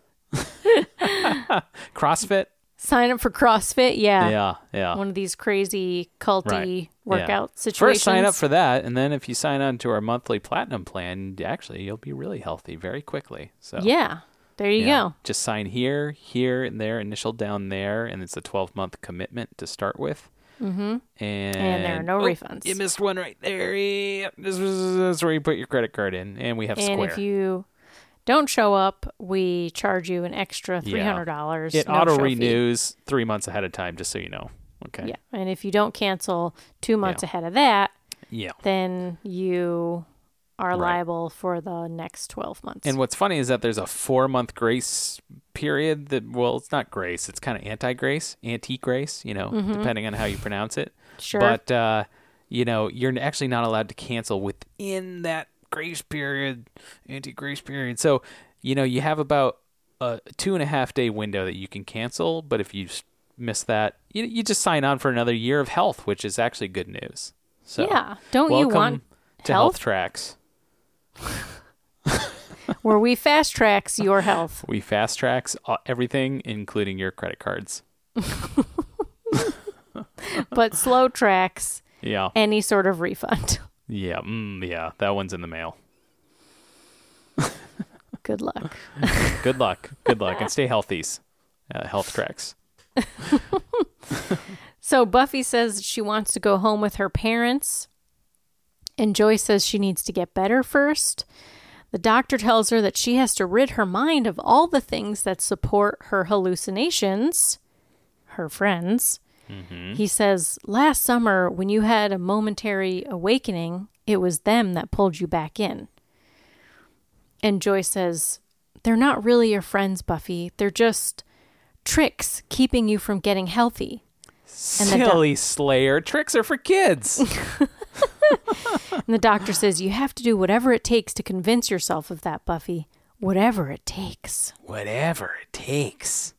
[SPEAKER 5] CrossFit.
[SPEAKER 6] Sign up for CrossFit. Yeah.
[SPEAKER 5] yeah. Yeah.
[SPEAKER 6] One of these crazy culty
[SPEAKER 5] Right.
[SPEAKER 6] workout
[SPEAKER 5] yeah.
[SPEAKER 6] situations.
[SPEAKER 5] First, sign up for that, and then if you sign on to our monthly platinum plan, actually, you'll be really healthy very quickly. So
[SPEAKER 6] Yeah. There you
[SPEAKER 5] yeah.
[SPEAKER 6] go.
[SPEAKER 5] Just sign here, here, and there. Initial down there, and it's a 12 month commitment to start with. Mm-hmm. And,
[SPEAKER 6] And there are no refunds.
[SPEAKER 5] You missed one right there. Yep. This was that's where you put your credit card in, and we have
[SPEAKER 6] And
[SPEAKER 5] Square.
[SPEAKER 6] if you don't show up, we charge you an extra three
[SPEAKER 5] Yeah.
[SPEAKER 6] hundred dollars.
[SPEAKER 5] it auto renews three months ahead of time, just so you know. Okay.
[SPEAKER 6] Yeah, and if you don't cancel two months
[SPEAKER 5] Yeah.
[SPEAKER 6] ahead of that,
[SPEAKER 5] Yeah.
[SPEAKER 6] then you are liable for the next twelve months.
[SPEAKER 5] And what's funny is that there's a four month grace period that, well, it's not grace, it's kind of anti grace, anti grace, you know, depending on how you pronounce it.
[SPEAKER 6] Mm-hmm. Sure.
[SPEAKER 5] But, uh, you know, you're actually not allowed to cancel within that grace period, anti grace period. So, you know, you have about a two and a half day window that you can cancel. But if you s- miss that, you, you just sign on for another year of health, which is actually good news. So,
[SPEAKER 6] Yeah. Don't you
[SPEAKER 5] welcome
[SPEAKER 6] want
[SPEAKER 5] to
[SPEAKER 6] health?
[SPEAKER 5] health tracks?
[SPEAKER 6] Where we fast tracks your health.
[SPEAKER 5] We fast tracks a- everything, including your credit cards.
[SPEAKER 6] but slow tracks
[SPEAKER 5] Yeah.
[SPEAKER 6] any sort of refund.
[SPEAKER 5] Yeah. Mm, yeah. That one's in the mail.
[SPEAKER 6] Good luck.
[SPEAKER 5] Good luck. Good luck. And stay healthies. Uh, health tracks.
[SPEAKER 6] So Buffy says she wants to go home with her parents. And Joyce says she needs to get better first. The doctor tells her that she has to rid her mind of all the things that support her hallucinations, her friends. He says, Last summer, when you had a momentary awakening, it was them that pulled you back in. And Joyce says, They're not really your friends, Buffy. They're just tricks keeping you from getting healthy. the doc-
[SPEAKER 5] Silly Slayer. Tricks are for kids.
[SPEAKER 6] And the doctor says, You have to do whatever it takes to convince yourself of that, Buffy. Whatever it takes.
[SPEAKER 5] Whatever it takes.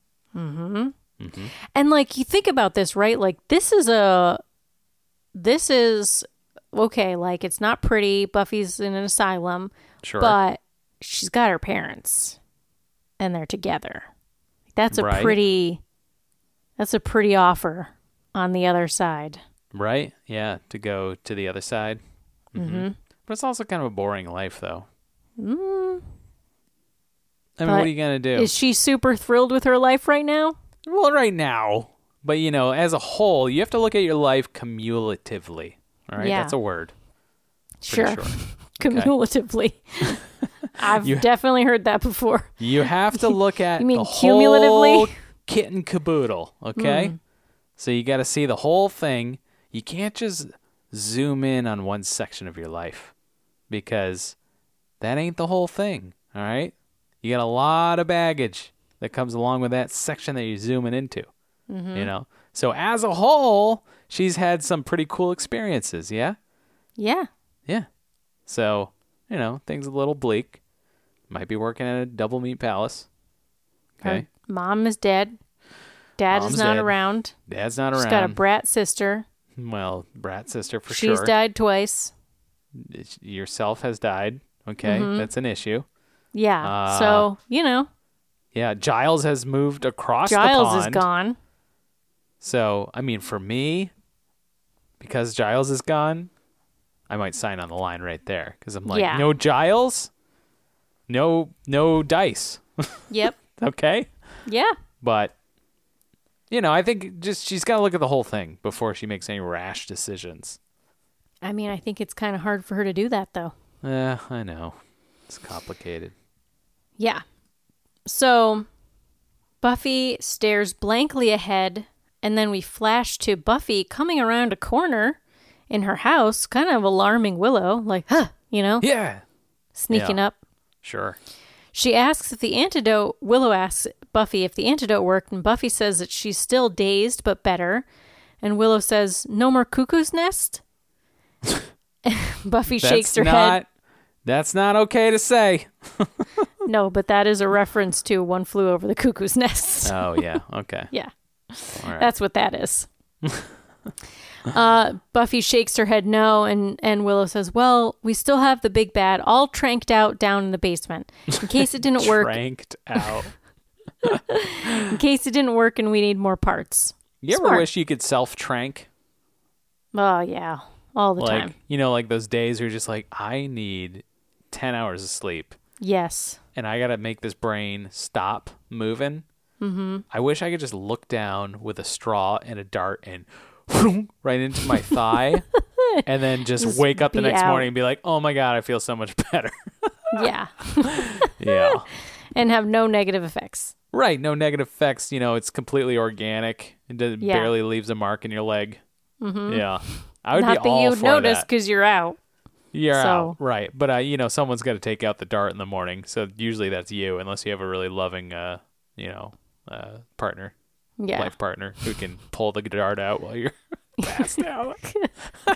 [SPEAKER 6] And like, you think about this, right? Like, this is a. This is. Okay, like, it's not pretty. Buffy's in an asylum,
[SPEAKER 5] Sure.
[SPEAKER 6] but she's got her parents and they're together. That's a
[SPEAKER 5] Right.
[SPEAKER 6] pretty. That's a pretty offer on the other side.
[SPEAKER 5] right? Yeah. To go to the other side. Mm-hmm. But it's also kind of a boring life, though. I mean,
[SPEAKER 6] But
[SPEAKER 5] what are you going to do?
[SPEAKER 6] Is she super thrilled with her life right now?
[SPEAKER 5] Well, right now. But, you know, as a whole, you have to look at your life cumulatively. All right.
[SPEAKER 6] Yeah.
[SPEAKER 5] That's a word.
[SPEAKER 6] Sure.
[SPEAKER 5] sure.
[SPEAKER 6] cumulatively. I've definitely heard that before.
[SPEAKER 5] You have to look at
[SPEAKER 6] mean
[SPEAKER 5] the
[SPEAKER 6] cumulatively? Hmm.
[SPEAKER 5] whole kit and caboodle, okay? So you got to see the whole thing. You can't just zoom in on one section of your life because that ain't the whole thing, all right? You got a lot of baggage that comes along with that section that you're zooming into,
[SPEAKER 6] Mm-hmm.
[SPEAKER 5] you know? So as a whole, she's had some pretty cool experiences, yeah?
[SPEAKER 6] Yeah.
[SPEAKER 5] Yeah. So, you know, things a little bleak. Might be working at a double meat palace.
[SPEAKER 6] Her
[SPEAKER 5] Okay.
[SPEAKER 6] mom is dead. Dad
[SPEAKER 5] Mom's
[SPEAKER 6] is not
[SPEAKER 5] dead.
[SPEAKER 6] around.
[SPEAKER 5] Dad's not
[SPEAKER 6] She's
[SPEAKER 5] around.
[SPEAKER 6] got a brat sister.
[SPEAKER 5] well, brat sister for
[SPEAKER 6] She's
[SPEAKER 5] sure.
[SPEAKER 6] died twice.
[SPEAKER 5] It's- Yourself has died. Okay.
[SPEAKER 6] Mm-hmm.
[SPEAKER 5] That's an issue.
[SPEAKER 6] Yeah.
[SPEAKER 5] Uh,
[SPEAKER 6] so, you know,
[SPEAKER 5] Yeah. Giles has moved across the
[SPEAKER 6] Giles
[SPEAKER 5] pond.
[SPEAKER 6] is gone.
[SPEAKER 5] So, I mean, for me, because Giles is gone, I might sign on the line right there because I'm like,
[SPEAKER 6] Yeah.
[SPEAKER 5] no Giles, no, no dice.
[SPEAKER 6] Yep.
[SPEAKER 5] Okay.
[SPEAKER 6] Yeah.
[SPEAKER 5] but you know, I think just she's got to look at the whole thing before she makes any rash decisions.
[SPEAKER 6] I mean, I think it's kind of hard for her to do that, though.
[SPEAKER 5] Eh, I know. It's complicated.
[SPEAKER 6] Yeah. So Buffy stares blankly ahead, and then we flash to Buffy coming around a corner in her house, kind of alarming Willow, like, huh, you know,
[SPEAKER 5] Yeah.
[SPEAKER 6] sneaking
[SPEAKER 5] Yeah.
[SPEAKER 6] up.
[SPEAKER 5] Sure.
[SPEAKER 6] She asks if the antidote, Willow asks Buffy if the antidote worked, and Buffy says that she's still dazed but better. And Willow says, No more cuckoo's nest? Buffy shakes her
[SPEAKER 5] not,
[SPEAKER 6] head.
[SPEAKER 5] That's not okay to say.
[SPEAKER 6] No, but that is a reference to One Flew Over the Cuckoo's Nest.
[SPEAKER 5] Oh yeah. Okay.
[SPEAKER 6] yeah.
[SPEAKER 5] All right.
[SPEAKER 6] That's what that is. uh, Buffy shakes her head no, and, and Willow says, Well, we still have the big bad all tranked out down in the basement. In case it didn't work,
[SPEAKER 5] Cranked out.
[SPEAKER 6] in case it didn't work and we need more parts.
[SPEAKER 5] You ever
[SPEAKER 6] Smart.
[SPEAKER 5] wish you could self trank?
[SPEAKER 6] Oh, yeah. All the
[SPEAKER 5] Like
[SPEAKER 6] time.
[SPEAKER 5] you know, like those days where you're just like, I need ten hours of sleep
[SPEAKER 6] Yes.
[SPEAKER 5] and I gotta make this brain stop moving. Mm-hmm. I wish I could just look down with a straw and a dart and right into my thigh and then just, wake up the
[SPEAKER 6] be
[SPEAKER 5] next
[SPEAKER 6] out.
[SPEAKER 5] morning and be like, Oh my god, I feel so much better.
[SPEAKER 6] Yeah.
[SPEAKER 5] yeah.
[SPEAKER 6] and have no negative effects.
[SPEAKER 5] Right, no negative effects. You know, it's completely organic. It does,
[SPEAKER 6] Yeah.
[SPEAKER 5] barely leaves a mark in your leg. Mm-hmm. Yeah, I would
[SPEAKER 6] Not
[SPEAKER 5] be
[SPEAKER 6] that
[SPEAKER 5] all
[SPEAKER 6] you'd
[SPEAKER 5] for
[SPEAKER 6] notice
[SPEAKER 5] that.
[SPEAKER 6] because you're out.
[SPEAKER 5] You're
[SPEAKER 6] so-
[SPEAKER 5] out, right? But uh, you know, someone's got to take out the dart in the morning. So usually that's you, unless you have a really loving, uh, you know, uh, partner,
[SPEAKER 6] Yeah.
[SPEAKER 5] life partner who can pull the dart out while you're passed out.
[SPEAKER 6] Oh,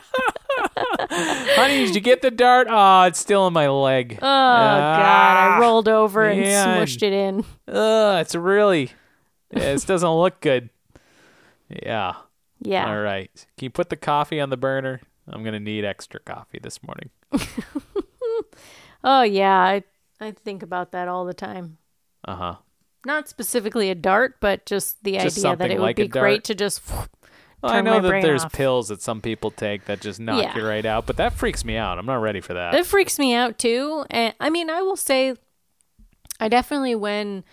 [SPEAKER 5] Honey, did you get the dart? Oh, it's still in my leg.
[SPEAKER 6] Oh, God. I rolled over and
[SPEAKER 5] man.
[SPEAKER 6] smushed it in.
[SPEAKER 5] Ugh, it's really. yeah, This doesn't look good. Yeah.
[SPEAKER 6] Yeah.
[SPEAKER 5] All right. Can you put the coffee on the burner? I'm gonna need extra coffee this morning.
[SPEAKER 6] Oh, yeah. I, I think about that all the time.
[SPEAKER 5] Uh huh.
[SPEAKER 6] Not specifically a dart, but just the
[SPEAKER 5] Just
[SPEAKER 6] idea that
[SPEAKER 5] something
[SPEAKER 6] it would
[SPEAKER 5] like a
[SPEAKER 6] be great
[SPEAKER 5] dart.
[SPEAKER 6] to just. Turn
[SPEAKER 5] I know
[SPEAKER 6] my
[SPEAKER 5] that
[SPEAKER 6] brain
[SPEAKER 5] there's
[SPEAKER 6] off.
[SPEAKER 5] pills that some people take that just knock
[SPEAKER 6] Yeah.
[SPEAKER 5] you right out, but that freaks me out. I'm not ready for that.
[SPEAKER 6] It freaks me out too. And I mean, I will say, I definitely when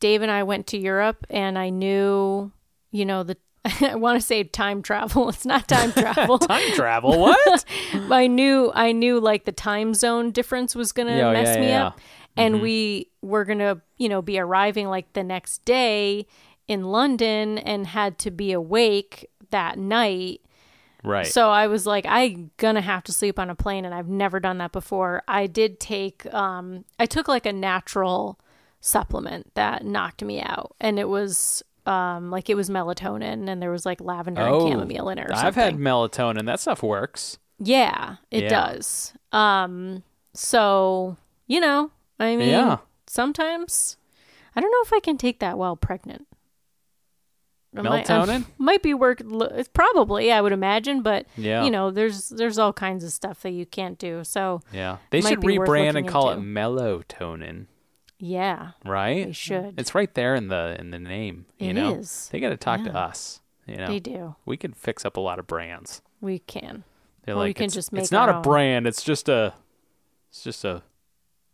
[SPEAKER 6] Dave and I went to Europe, and I knew, you know, the I want to say time travel. It's not time travel.
[SPEAKER 5] Time travel? What?
[SPEAKER 6] I knew, I knew, like the time zone difference was gonna
[SPEAKER 5] Yeah, oh,
[SPEAKER 6] mess
[SPEAKER 5] yeah,
[SPEAKER 6] me
[SPEAKER 5] yeah. Mm-hmm.
[SPEAKER 6] up, and we were gonna, you know, be arriving like the next day in London, and had to be awake that night
[SPEAKER 5] right.
[SPEAKER 6] so I was like, I'm gonna have to sleep on a plane, and I've never done that before. I did take, um, I took like a natural supplement that knocked me out, and it was um, like it was melatonin, and there was like lavender
[SPEAKER 5] oh,
[SPEAKER 6] and chamomile in it. Or something.
[SPEAKER 5] I've had melatonin. That stuff works.
[SPEAKER 6] yeah, it
[SPEAKER 5] Yeah.
[SPEAKER 6] does. Um, so you know, I mean,
[SPEAKER 5] Yeah.
[SPEAKER 6] sometimes I don't know if I can take that while pregnant. Am I- I'm-
[SPEAKER 5] Melatonin?
[SPEAKER 6] might be work it's probably i would imagine but
[SPEAKER 5] Yeah.
[SPEAKER 6] you know there's there's all kinds of stuff that you can't do so
[SPEAKER 5] yeah. They
[SPEAKER 6] might
[SPEAKER 5] should
[SPEAKER 6] be worth
[SPEAKER 5] rebrand
[SPEAKER 6] looking
[SPEAKER 5] and call it
[SPEAKER 6] into.
[SPEAKER 5] melatonin,
[SPEAKER 6] yeah
[SPEAKER 5] right?
[SPEAKER 6] They should.
[SPEAKER 5] It's right there in the in the name. You
[SPEAKER 6] It
[SPEAKER 5] know,
[SPEAKER 6] is.
[SPEAKER 5] they got to talk to
[SPEAKER 6] Yeah.
[SPEAKER 5] us. You know,
[SPEAKER 6] they do
[SPEAKER 5] we could fix up a lot of brands.
[SPEAKER 6] we can
[SPEAKER 5] They're
[SPEAKER 6] Or we
[SPEAKER 5] like,
[SPEAKER 6] can
[SPEAKER 5] it's,
[SPEAKER 6] just
[SPEAKER 5] it's
[SPEAKER 6] make
[SPEAKER 5] not
[SPEAKER 6] our
[SPEAKER 5] a
[SPEAKER 6] own."
[SPEAKER 5] brand. It's just a, it's just a,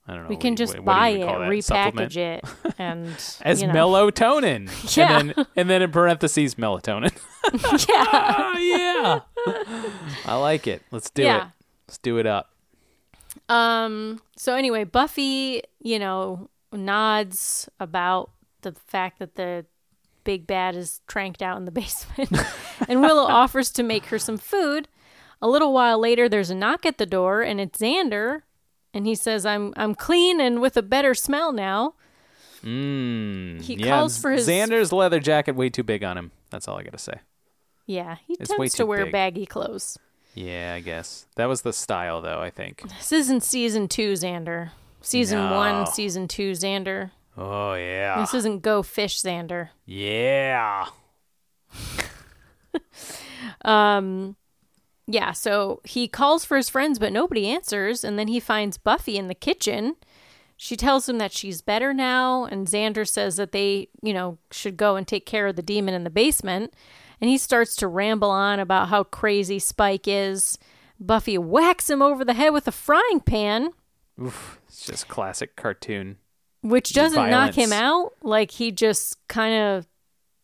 [SPEAKER 5] I don't know.
[SPEAKER 6] we
[SPEAKER 5] what
[SPEAKER 6] can
[SPEAKER 5] you-
[SPEAKER 6] just
[SPEAKER 5] Oh, what- what do
[SPEAKER 6] buy
[SPEAKER 5] you
[SPEAKER 6] it
[SPEAKER 5] call that?
[SPEAKER 6] repackage
[SPEAKER 5] Supplement?
[SPEAKER 6] it and
[SPEAKER 5] as
[SPEAKER 6] you know.
[SPEAKER 5] melatonin.
[SPEAKER 6] Yeah.
[SPEAKER 5] And then, and then in parentheses, melatonin.
[SPEAKER 6] yeah
[SPEAKER 5] oh, yeah. I like it. Let's do it.
[SPEAKER 6] Yeah.
[SPEAKER 5] Let's do it up.
[SPEAKER 6] um so anyway buffy you know nods about the fact that the big bad is tranked out in the basement and willow offers to make her some food a little while later there's a knock at the door and it's xander and he says i'm i'm clean and with a better smell now
[SPEAKER 5] Mm,
[SPEAKER 6] He
[SPEAKER 5] yeah,
[SPEAKER 6] calls for his-
[SPEAKER 5] Xander's leather jacket way too big on him. That's all I got to say.
[SPEAKER 6] yeah he
[SPEAKER 5] It's way
[SPEAKER 6] tends to
[SPEAKER 5] too
[SPEAKER 6] wear
[SPEAKER 5] big.
[SPEAKER 6] baggy clothes
[SPEAKER 5] Yeah, I guess. That was the style, though, I think.
[SPEAKER 6] this isn't season two xander season
[SPEAKER 5] No.
[SPEAKER 6] one season two xander
[SPEAKER 5] Oh, yeah.
[SPEAKER 6] this isn't go fish xander
[SPEAKER 5] Yeah.
[SPEAKER 6] Yeah, so he calls for his friends, but nobody answers. And then he finds Buffy in the kitchen. She tells him that she's better now. And Xander says that they, you know, should go and take care of the demon in the basement. And he starts to ramble on about how crazy Spike is. Buffy whacks him over the head with a frying pan,
[SPEAKER 5] It's just classic cartoon.
[SPEAKER 6] which doesn't knock
[SPEAKER 5] Violence.
[SPEAKER 6] him out. Like he just kind of,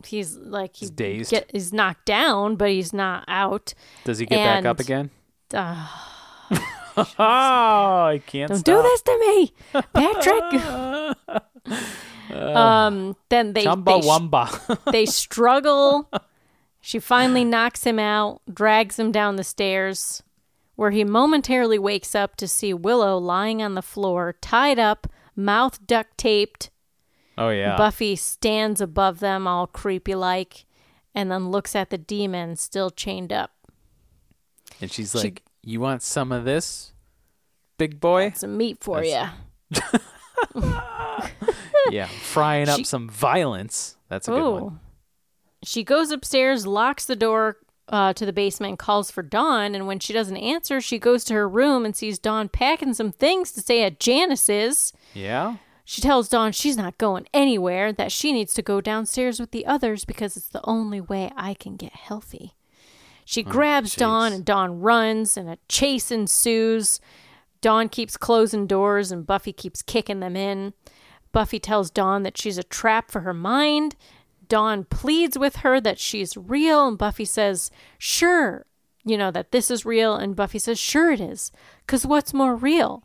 [SPEAKER 6] he's like, he
[SPEAKER 5] He's dazed.
[SPEAKER 6] Get, he's knocked down, but he's not out.
[SPEAKER 5] Does he get back up
[SPEAKER 6] And-
[SPEAKER 5] again? Oh, I can't
[SPEAKER 6] uh, Don't do
[SPEAKER 5] stop.
[SPEAKER 6] this to me, Patrick. um, then they they,
[SPEAKER 5] Chumba
[SPEAKER 6] sh-
[SPEAKER 5] Wamba.
[SPEAKER 6] they struggle. She finally knocks him out, drags him down the stairs, where he momentarily wakes up to see Willow lying on the floor, tied up, mouth duct taped.
[SPEAKER 5] oh yeah.
[SPEAKER 6] Buffy stands above them, all creepy like, and then looks at the demon still chained up.
[SPEAKER 5] and she's like, "You want some of this, big boy?
[SPEAKER 6] Some meat for you.
[SPEAKER 5] yeah, frying up some violence. That's a good one.
[SPEAKER 6] Ooh. She goes upstairs, locks the door uh, to the basement, calls for Dawn, and when she doesn't answer, she goes to her room and sees Dawn packing some things to stay at Janice's.
[SPEAKER 5] Yeah.
[SPEAKER 6] She tells Dawn she's not going anywhere, that she needs to go downstairs with the others because it's the only way I can get healthy. She grabs Dawn and Dawn runs and a chase ensues. Dawn keeps closing doors and Buffy keeps kicking them in. Buffy tells Dawn that she's a trap for her mind. Dawn pleads with her that she's real and Buffy says, "Sure." You know that this is real and Buffy says, "Sure it is." Cuz what's more real?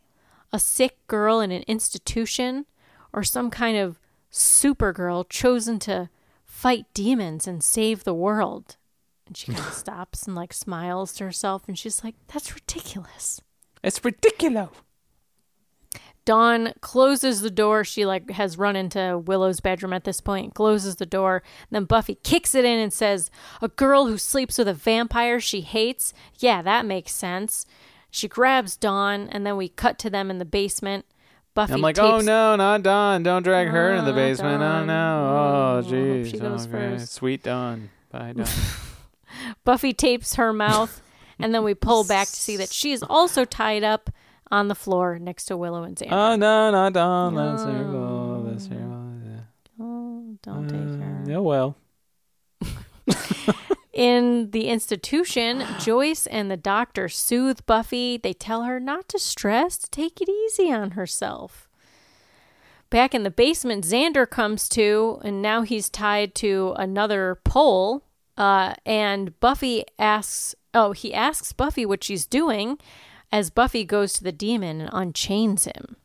[SPEAKER 6] a sick girl in an institution or some kind of supergirl chosen to fight demons and save the world. And she kind of stops and like smiles to herself and she's like, that's ridiculous.
[SPEAKER 5] It's ridiculous.
[SPEAKER 6] Dawn closes the door. She like has run into Willow's bedroom at this point, closes the door. Then Buffy kicks it in and says, A girl who sleeps with a vampire she hates? Yeah, that makes sense. She grabs Dawn and then we cut to them in the basement. Buffy
[SPEAKER 5] I'm like,
[SPEAKER 6] takes
[SPEAKER 5] oh no, not Dawn. Don't drag her into the basement.
[SPEAKER 6] Dawn.
[SPEAKER 5] Oh no. Oh
[SPEAKER 6] Oh, I hope
[SPEAKER 5] jeez.
[SPEAKER 6] she goes
[SPEAKER 5] Okay.
[SPEAKER 6] first.
[SPEAKER 5] Sweet Dawn. Bye Dawn.
[SPEAKER 6] Buffy tapes her mouth, and then we pull back to see that she is also tied up on the floor next to Willow and Xander.
[SPEAKER 5] oh no, not Dawn. Let's circle. Let's circle.
[SPEAKER 6] Oh, don't take her.
[SPEAKER 5] Oh well.
[SPEAKER 6] In the institution, Joyce and the doctor soothe Buffy. They tell her not to stress, to take it easy on herself. Back in the basement, Xander comes to, and now he's tied to another pole. Uh, and Buffy asks, oh, he asks Buffy what she's doing as Buffy goes to the demon and unchains him.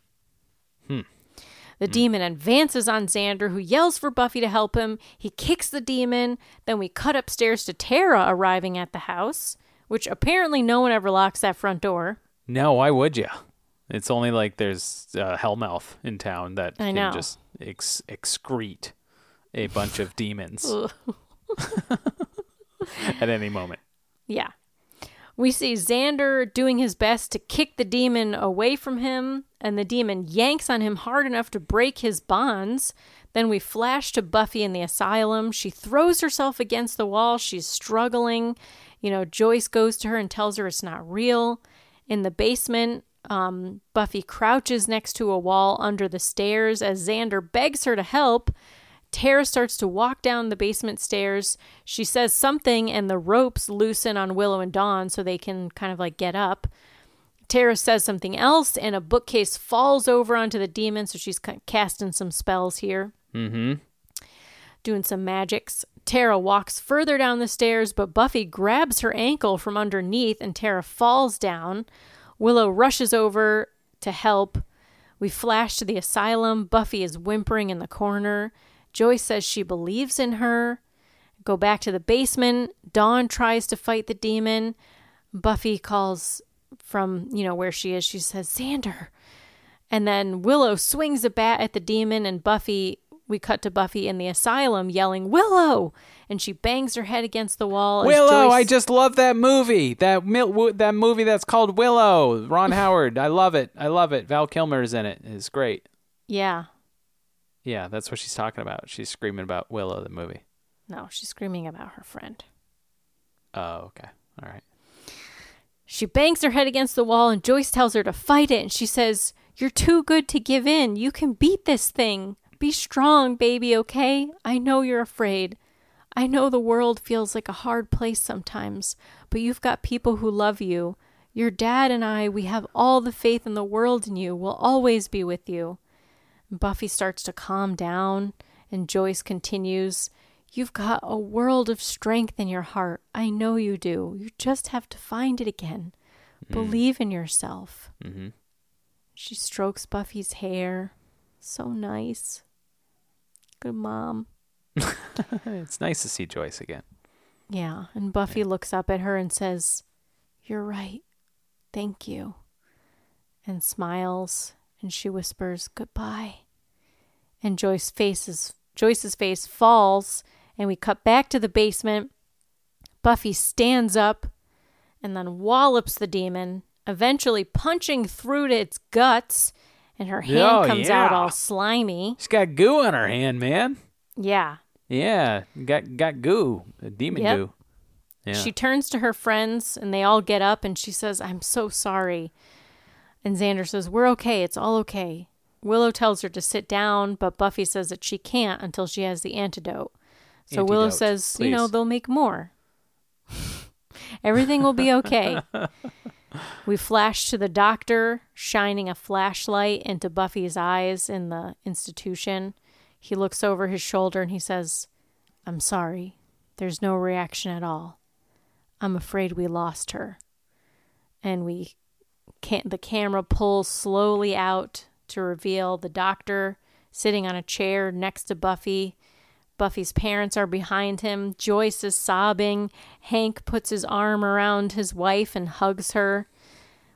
[SPEAKER 6] The demon advances on Xander, who yells for Buffy to help him. He kicks the demon. Then we cut upstairs to Tara arriving at the house, which apparently no one ever locks that front door.
[SPEAKER 5] No, why would you? It's only like there's uh, Hellmouth in town that
[SPEAKER 6] I
[SPEAKER 5] can
[SPEAKER 6] know.
[SPEAKER 5] just ex- excrete a bunch of demons at any moment.
[SPEAKER 6] Yeah. We see Xander doing his best to kick the demon away from him, and the demon yanks on him hard enough to break his bonds. Then we flash to Buffy in the asylum. She throws herself against the wall. She's struggling. You know, Joyce goes to her and tells her it's not real. In the basement, um, Buffy crouches next to a wall under the stairs as Xander begs her to help. Tara starts to walk down the basement stairs. She says something, and the ropes loosen on Willow and Dawn so they can kind of like get up. Tara says something else, and a bookcase falls over onto the demon, so she's ca- casting some spells here. Mm hmm. Doing some magics. Tara walks further down the stairs, but Buffy grabs her ankle from underneath, and Tara falls down. Willow rushes over to help. We flash to the asylum. Buffy is whimpering in the corner. Joyce says she believes in her. Go back to the basement. Dawn tries to fight the demon. Buffy calls from, you know, where she is. She says, Xander. And then Willow swings a bat at the demon, and Buffy, we cut to Buffy in the asylum yelling, Willow! And she bangs her head against the wall. as
[SPEAKER 5] Willow, I
[SPEAKER 6] Joyce-
[SPEAKER 5] just love that movie. That mil- wo- that movie that's called Willow. Ron Howard. I love it. I love it. Val Kilmer is in it. It's great.
[SPEAKER 6] Yeah.
[SPEAKER 5] Yeah, that's what she's talking about. She's screaming about Willow the movie.
[SPEAKER 6] No, she's screaming about her friend.
[SPEAKER 5] Oh, okay. All right.
[SPEAKER 6] She bangs her head against the wall, and Joyce tells her to fight it. And she says, You're too good to give in. You can beat this thing. Be strong, baby, okay? I know you're afraid. I know the world feels like a hard place sometimes, but you've got people who love you. Your dad and I, we have all the faith in the world in you. We'll always be with you. Buffy starts to calm down, and Joyce continues, You've got a world of strength in your heart. I know you do. You just have to find it again. Believe in yourself. Mm-hmm. She strokes Buffy's hair. So nice. Good mom.
[SPEAKER 5] It's nice to see Joyce again.
[SPEAKER 6] Yeah. And Buffy looks up at her and says, You're right. Thank you. And smiles and she whispers, Goodbye. And Joyce's face is, Joyce's face falls and we cut back to the basement. Buffy stands up and then wallops the demon, eventually punching through to its guts, and her hand
[SPEAKER 5] Oh,
[SPEAKER 6] comes out
[SPEAKER 5] yeah.
[SPEAKER 6] all slimy.
[SPEAKER 5] She's got goo on her hand, man.
[SPEAKER 6] Yeah.
[SPEAKER 5] Yeah, got got goo, demon
[SPEAKER 6] Yep.
[SPEAKER 5] goo. Yeah.
[SPEAKER 6] She turns to her friends and they all get up and she says, I'm so sorry. And Xander says, We're okay. It's all okay. Willow tells her to sit down, but Buffy says that she can't until she has the antidote. So Willow
[SPEAKER 5] Antidote,
[SPEAKER 6] says, You know,
[SPEAKER 5] please."
[SPEAKER 6] they'll make more. Everything will be okay. we flash to the doctor shining a flashlight into Buffy's eyes in the institution. He looks over his shoulder and he says, I'm sorry. There's no reaction at all. I'm afraid we lost her. And we can't, the camera pulls slowly out to reveal the doctor sitting on a chair next to Buffy. Buffy's parents are behind him. Joyce is sobbing. Hank puts his arm around his wife and hugs her.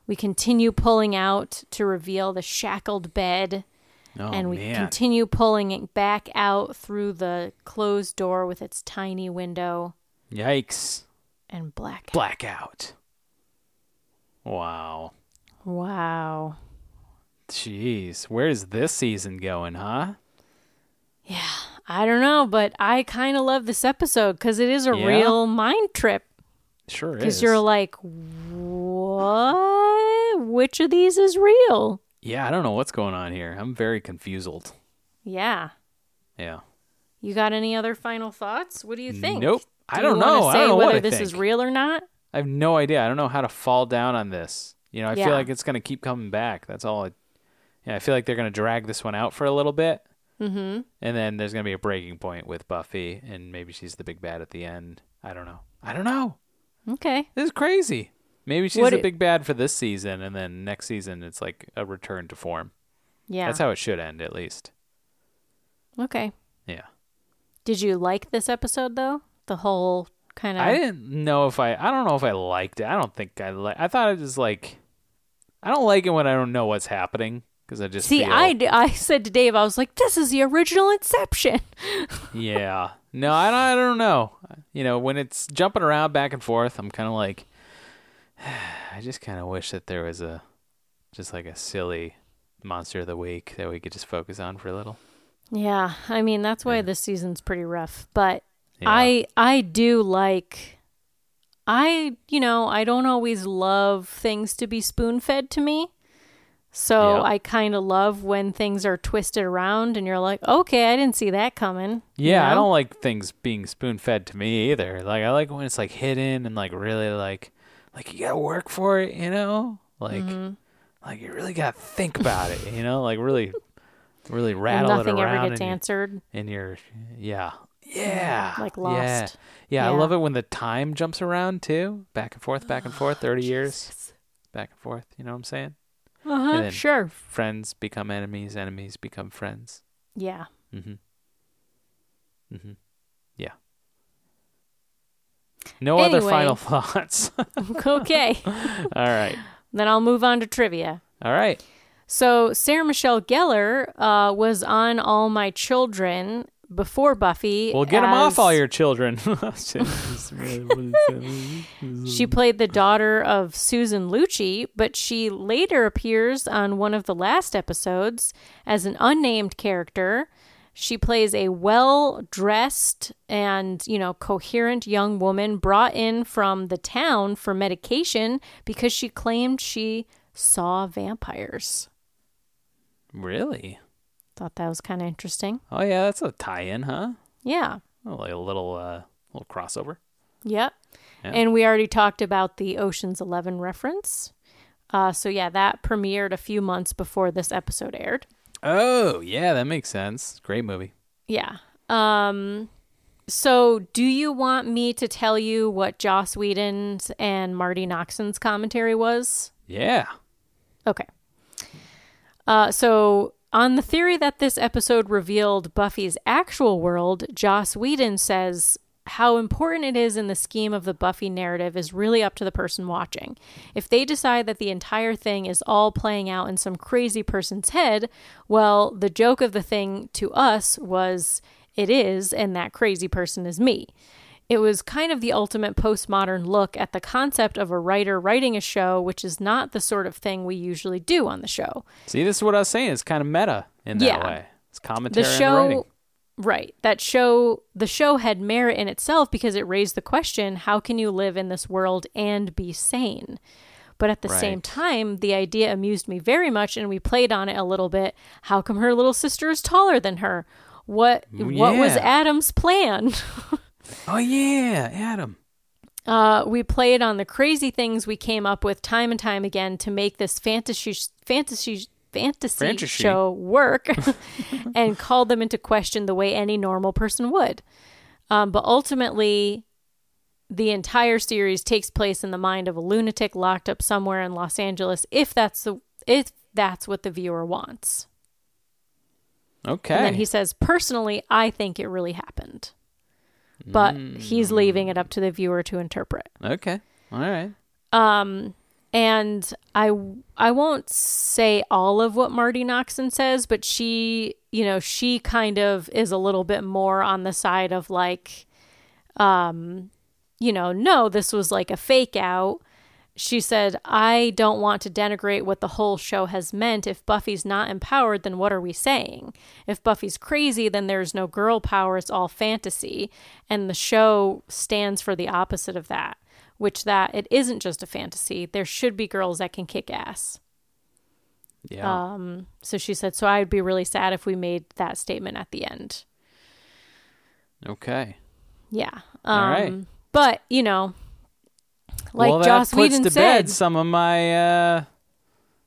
[SPEAKER 6] We continue pulling out to reveal the shackled bed
[SPEAKER 5] oh,
[SPEAKER 6] and we
[SPEAKER 5] man.
[SPEAKER 6] continue pulling it back out through the closed door with its tiny window
[SPEAKER 5] Yikes!
[SPEAKER 6] and black.
[SPEAKER 5] Blackout. Wow.
[SPEAKER 6] Wow.
[SPEAKER 5] Jeez, where's this season going, huh?
[SPEAKER 6] I don't know, but I kind of love this episode because it is a
[SPEAKER 5] Yeah?
[SPEAKER 6] real mind trip.
[SPEAKER 5] Sure is.
[SPEAKER 6] Because you're like, what? Which of these is real?
[SPEAKER 5] yeah, I don't know what's going on here. I'm very confused.
[SPEAKER 6] Yeah.
[SPEAKER 5] Yeah.
[SPEAKER 6] You got any other final thoughts? What do you think?
[SPEAKER 5] Nope.
[SPEAKER 6] Do
[SPEAKER 5] I
[SPEAKER 6] you
[SPEAKER 5] don't
[SPEAKER 6] wanna
[SPEAKER 5] know. I
[SPEAKER 6] say
[SPEAKER 5] don't know what
[SPEAKER 6] whether
[SPEAKER 5] I
[SPEAKER 6] this is
[SPEAKER 5] think.
[SPEAKER 6] real or not.
[SPEAKER 5] I have no idea. I don't know how to fall down on this. You know, I
[SPEAKER 6] Yeah.
[SPEAKER 5] feel like it's going to keep coming back. That's all. I, yeah, I feel like they're going to drag this one out for a little bit. Mm-hmm. And then there's going to be a breaking point with Buffy, and maybe she's the big bad at the end. I don't know. I don't know.
[SPEAKER 6] Okay.
[SPEAKER 5] This is crazy. Maybe she's
[SPEAKER 6] What
[SPEAKER 5] the
[SPEAKER 6] it-
[SPEAKER 5] big bad for this season, and then next season it's like a return to form.
[SPEAKER 6] Yeah.
[SPEAKER 5] That's how it should end, at least.
[SPEAKER 6] okay.
[SPEAKER 5] Yeah.
[SPEAKER 6] Did you like this episode though? The whole kind of
[SPEAKER 5] I didn't know if I. I don't know if I liked it. I don't think I like. I thought it was like. I don't like it when I don't know what's happening because I just
[SPEAKER 6] See,
[SPEAKER 5] feel-
[SPEAKER 6] I, d- I said to Dave, I was like, this is the original Inception.
[SPEAKER 5] yeah. No, I don't, I don't know. You know, when it's jumping around back and forth, I'm kind of like, I just kind of wish that there was a, just like a silly monster of the week that we could just focus on for a little.
[SPEAKER 6] Yeah, I mean that's why this season's pretty rough, but
[SPEAKER 5] Yeah.
[SPEAKER 6] I I do like I you know, I don't always love things to be spoon-fed to me. So
[SPEAKER 5] Yeah.
[SPEAKER 6] I kind of love when things are twisted around and you're like, "Okay, I didn't see that coming." you
[SPEAKER 5] Yeah, I
[SPEAKER 6] know?
[SPEAKER 5] don't like things being spoon fed to me either. Like I like when it's like hidden and like really like like you gotta work for it, you know? Like
[SPEAKER 6] Mm-hmm.
[SPEAKER 5] like you really gotta think about it, you know? Like really really
[SPEAKER 6] and
[SPEAKER 5] rattle it
[SPEAKER 6] nothing ever
[SPEAKER 5] around
[SPEAKER 6] gets
[SPEAKER 5] in your-
[SPEAKER 6] answered.
[SPEAKER 5] in your yeah. Yeah.
[SPEAKER 6] Like
[SPEAKER 5] yeah.
[SPEAKER 6] Lost.
[SPEAKER 5] Yeah. I
[SPEAKER 6] Yeah.
[SPEAKER 5] love it when the time jumps around too. Back and forth, back and forth,
[SPEAKER 6] Oh,
[SPEAKER 5] thirty years. Back and forth, you know what I'm saying?
[SPEAKER 6] Uh-huh.
[SPEAKER 5] then-
[SPEAKER 6] Sure.
[SPEAKER 5] Friends become enemies, enemies become friends.
[SPEAKER 6] Yeah.
[SPEAKER 5] No other
[SPEAKER 6] Anyway.
[SPEAKER 5] final thoughts. All
[SPEAKER 6] okay.
[SPEAKER 5] right.
[SPEAKER 6] then I'll move on to trivia.
[SPEAKER 5] All right.
[SPEAKER 6] So Sarah Michelle Gellar uh, was on All My Children before Buffy.
[SPEAKER 5] Well, get them
[SPEAKER 6] as
[SPEAKER 5] off all your children. Shit.
[SPEAKER 6] She played the daughter of Susan Lucci, but she later appears on one of the last episodes as an unnamed character. She plays a well dressed and, you know, coherent young woman brought in from the town for medication because she claimed she saw vampires.
[SPEAKER 5] really?
[SPEAKER 6] Thought that was kind of interesting.
[SPEAKER 5] Oh yeah, that's a tie-in, huh?
[SPEAKER 6] Yeah.
[SPEAKER 5] Oh, like a little, uh, little crossover.
[SPEAKER 6] Yep.
[SPEAKER 5] Yeah.
[SPEAKER 6] And we already talked about the Ocean's Eleven reference. Uh, so, yeah, that premiered a few months before this episode aired.
[SPEAKER 5] Oh yeah, that makes sense. Great movie.
[SPEAKER 6] Yeah. Um, So, do you want me to tell you what Joss Whedon's and Marty Noxon's commentary was?
[SPEAKER 5] Yeah.
[SPEAKER 6] Okay. Uh, so, on the theory that this episode revealed Buffy's actual world, Joss Whedon says how important it is in the scheme of the Buffy narrative is really up to the person watching. If they decide that the entire thing is all playing out in some crazy person's head, well, the joke of the thing to us was it is, and that crazy person is me. It was kind of the ultimate postmodern look at the concept of a writer writing a show, which is not the sort of thing we usually do on the show.
[SPEAKER 5] See, this is what I was saying. It's kind of meta in that
[SPEAKER 6] Yeah.
[SPEAKER 5] way. It's commentary
[SPEAKER 6] The
[SPEAKER 5] and
[SPEAKER 6] show,
[SPEAKER 5] writing.
[SPEAKER 6] right? That show, the show had merit in itself because it raised the question: How can you live in this world and be sane? But at the same
[SPEAKER 5] Right.
[SPEAKER 6] time, the idea amused me very much, and we played on it a little bit. How come her little sister is taller than her? What what was
[SPEAKER 5] yeah.
[SPEAKER 6] Adam's plan?
[SPEAKER 5] Oh yeah, Adam.
[SPEAKER 6] Uh, we played on the crazy things we came up with time and time again to make this fantasy fantasy fantasy,
[SPEAKER 5] Fantasy.
[SPEAKER 6] show work and called them into question the way any normal person would. Um, but ultimately, the entire series takes place in the mind of a lunatic locked up somewhere in Los Angeles. If that's the if that's what the viewer wants,
[SPEAKER 5] Okay.
[SPEAKER 6] and then he says, personally, I think it really happened, but
[SPEAKER 5] Hmm.
[SPEAKER 6] he's leaving it up to the viewer to interpret.
[SPEAKER 5] okay. All right.
[SPEAKER 6] and I I won't say all of what Marty Noxon says, but she, you know, she kind of is a little bit more on the side of like, um, you know, no, this was like a fake out. She said, I don't want to denigrate what the whole show has meant. If Buffy's not empowered, then what are we saying? If Buffy's crazy, then there's no girl power. It's all fantasy. And the show stands for the opposite of that, which that it isn't just a fantasy. There should be girls that can kick ass.
[SPEAKER 5] Yeah.
[SPEAKER 6] Um, So she said, So I'd be really sad if we made that statement at the end.
[SPEAKER 5] okay.
[SPEAKER 6] Yeah. Um,
[SPEAKER 5] All right.
[SPEAKER 6] But, you know, like
[SPEAKER 5] well, that
[SPEAKER 6] Joss
[SPEAKER 5] puts
[SPEAKER 6] Whedon
[SPEAKER 5] to
[SPEAKER 6] said,
[SPEAKER 5] bed some of my uh,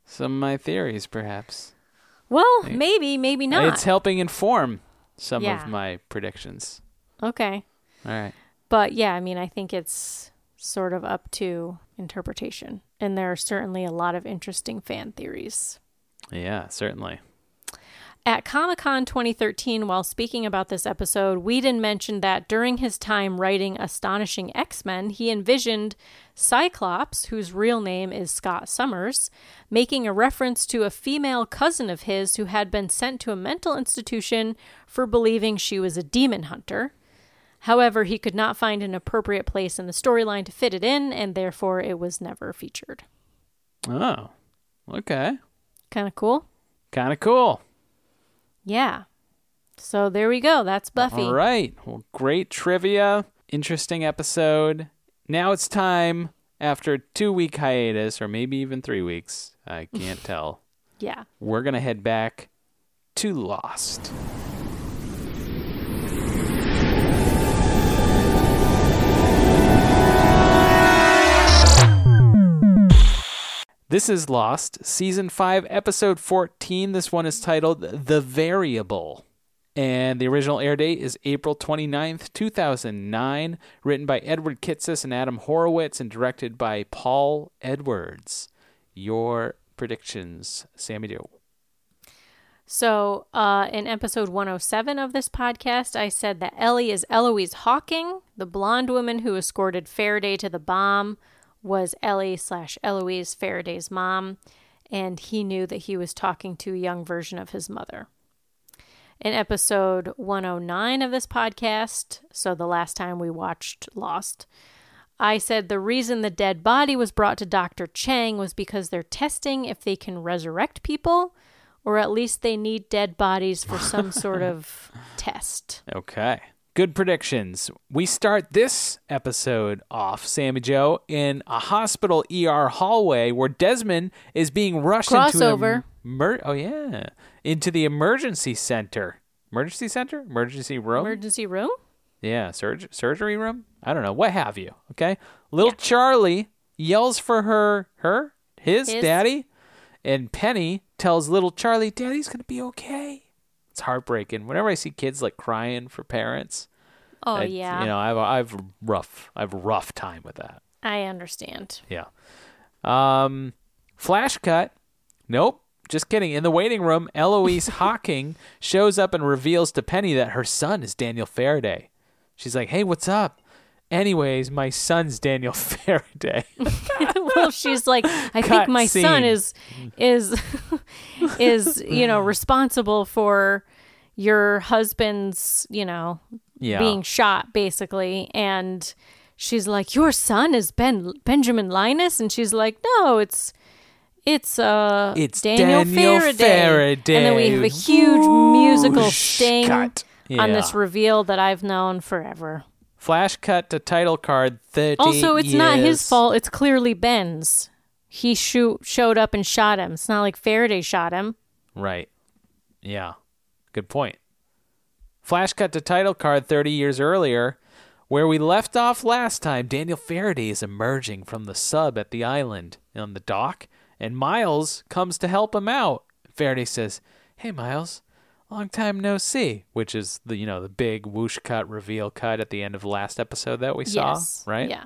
[SPEAKER 5] some of my theories, perhaps.
[SPEAKER 6] well, maybe, maybe not.
[SPEAKER 5] It's helping inform some
[SPEAKER 6] Yeah.
[SPEAKER 5] of my predictions.
[SPEAKER 6] okay.
[SPEAKER 5] All right.
[SPEAKER 6] But yeah, I mean, I think it's sort of up to interpretation. And there are certainly a lot of interesting fan theories.
[SPEAKER 5] Yeah, certainly.
[SPEAKER 6] At Comic Con 2013, while speaking about this episode, Whedon mentioned that during his time writing Astonishing X Men, he envisioned Cyclops, whose real name is Scott Summers, making a reference to a female cousin of his who had been sent to a mental institution for believing she was a demon hunter. However, he could not find an appropriate place in the storyline to fit it in, and therefore it was never featured.
[SPEAKER 5] Oh. Okay.
[SPEAKER 6] Kind of cool?
[SPEAKER 5] Kind of cool.
[SPEAKER 6] Yeah. So there we go. That's Buffy.
[SPEAKER 5] All right. Well, great trivia. Interesting episode. Now it's time after two week hiatus, or maybe even three weeks. I can't tell.
[SPEAKER 6] Yeah.
[SPEAKER 5] We're gonna head back to Lost. This is Lost, Season 5, Episode 14. This one is titled The Variable. And the original air date is April 29th, 2009. Written by Edward Kitsis and Adam Horowitz and directed by Paul Edwards. Your predictions, Sammy Dew.
[SPEAKER 6] So, uh, in episode 107 of this podcast, I said that Ellie is Eloise Hawking, the blonde woman who escorted Faraday to the bomb, was Ellie slash Eloise Faraday's mom, and he knew that he was talking to a young version of his mother. In episode 109 of this podcast, so the last time we watched Lost, I said the reason the dead body was brought to Dr. Chang was because they're testing if they can resurrect people, or at least they need dead bodies for some sort of test.
[SPEAKER 5] Okay. Good predictions. We start this episode off, Sammy Joe, in a hospital ER hallway where Desmond is being rushed
[SPEAKER 6] Crossover.
[SPEAKER 5] into the emer- oh yeah, into the emergency center. Emergency center? Emergency room?
[SPEAKER 6] Emergency room?
[SPEAKER 5] yeah, surg- surgery room? I don't know. What have you? Okay. Little Charlie yells for her her his,
[SPEAKER 6] His.
[SPEAKER 5] daddy and Penny tells little Charlie, "Daddy's going to be okay." It's heartbreaking. Whenever I see kids like crying for parents,
[SPEAKER 6] Oh,
[SPEAKER 5] I-
[SPEAKER 6] yeah.
[SPEAKER 5] You know, I've I've rough I've rough time with that.
[SPEAKER 6] I understand.
[SPEAKER 5] Yeah. Um, flash cut. Nope. Just kidding. In the waiting room, Eloise Hawking shows up and reveals to Penny that her son is Daniel Faraday. She's like, "Hey, what's up?" Anyways, my son's Daniel Faraday.
[SPEAKER 6] well, she's like, I think
[SPEAKER 5] Cut
[SPEAKER 6] my son
[SPEAKER 5] scene.
[SPEAKER 6] is is is you know responsible for your husband's you know
[SPEAKER 5] yeah.
[SPEAKER 6] being shot basically, and she's like, your son is Ben Benjamin Linus, and she's like, no, it's. It's uh,
[SPEAKER 5] It's
[SPEAKER 6] Daniel,
[SPEAKER 5] Daniel
[SPEAKER 6] Faraday. and then we have a
[SPEAKER 5] Faraday.
[SPEAKER 6] huge musical
[SPEAKER 5] Whoosh,
[SPEAKER 6] sting
[SPEAKER 5] cut.
[SPEAKER 6] on
[SPEAKER 5] Yeah.
[SPEAKER 6] this reveal that I've known forever.
[SPEAKER 5] Flash cut to title card. Thirty.
[SPEAKER 6] Also, it's not his
[SPEAKER 5] years.
[SPEAKER 6] fault. It's clearly Ben's. He shoot showed up and shot him. It's not like Faraday shot him.
[SPEAKER 5] Right. Yeah. Good point. Flash cut to title card 30 years earlier. Where we left off last time, Daniel Faraday is emerging from the sub at the island on the dock, and Miles comes to help him out. Faraday says, Hey, Miles, long time no see, which is the, you know, the big whoosh cut, reveal cut at the end of the last episode that we saw,
[SPEAKER 6] yes.
[SPEAKER 5] right?
[SPEAKER 6] Yeah.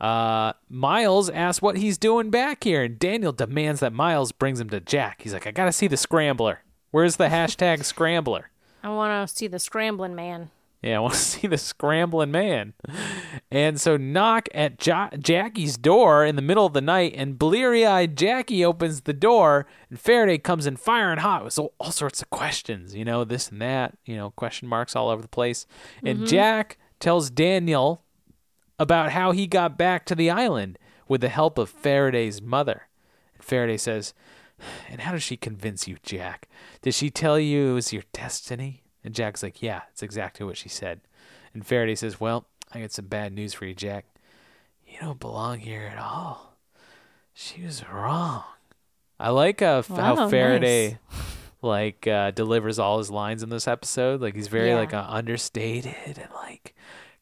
[SPEAKER 5] Uh, Miles asks what he's doing back here, and Daniel demands that Miles brings him to Jack. He's like, I gotta see the scrambler. Where's the hashtag scrambler?
[SPEAKER 6] I want to see the scrambling man.
[SPEAKER 5] Yeah, I want to see the scrambling man. And so, knock at jo- Jackie's door in the middle of the night, and bleary eyed Jackie opens the door, and Faraday comes in firing hot with all, all sorts of questions, you know, this and that, you know, question marks all over the place. And Jack tells Daniel about how he got back to the island with the help of Faraday's mother. And Faraday says, And how does she convince you, Jack? Did she tell you it was your destiny? And Jack's like, Yeah, it's exactly what she said. And Faraday says, Well, I got some bad news for you, Jack. You don't belong here at all. She was wrong. I like uh, f-
[SPEAKER 6] Wow,
[SPEAKER 5] how
[SPEAKER 6] nice.
[SPEAKER 5] Faraday like uh, delivers all his lines in this episode. Like he's very
[SPEAKER 6] Yeah.
[SPEAKER 5] like uh, understated and like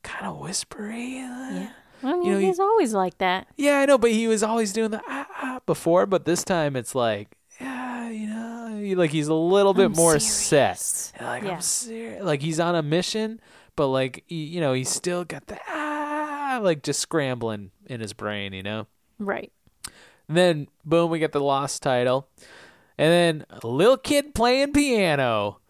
[SPEAKER 5] kind of whispery. Yeah.
[SPEAKER 6] I mean,
[SPEAKER 5] You know, you-
[SPEAKER 6] he's always like that.
[SPEAKER 5] Yeah, I know, but he was always doing the ah, ah before, but this time it's like, yeah, you know, he- like he's a little bit more
[SPEAKER 6] serious.
[SPEAKER 5] set. And, Like
[SPEAKER 6] Yeah.
[SPEAKER 5] I'm serious. Like he's on a mission, but like he, you know, he's still got the ah, like just scrambling in his brain, you know.
[SPEAKER 6] Right.
[SPEAKER 5] And then boom, we get the lost title, and then a little kid playing piano.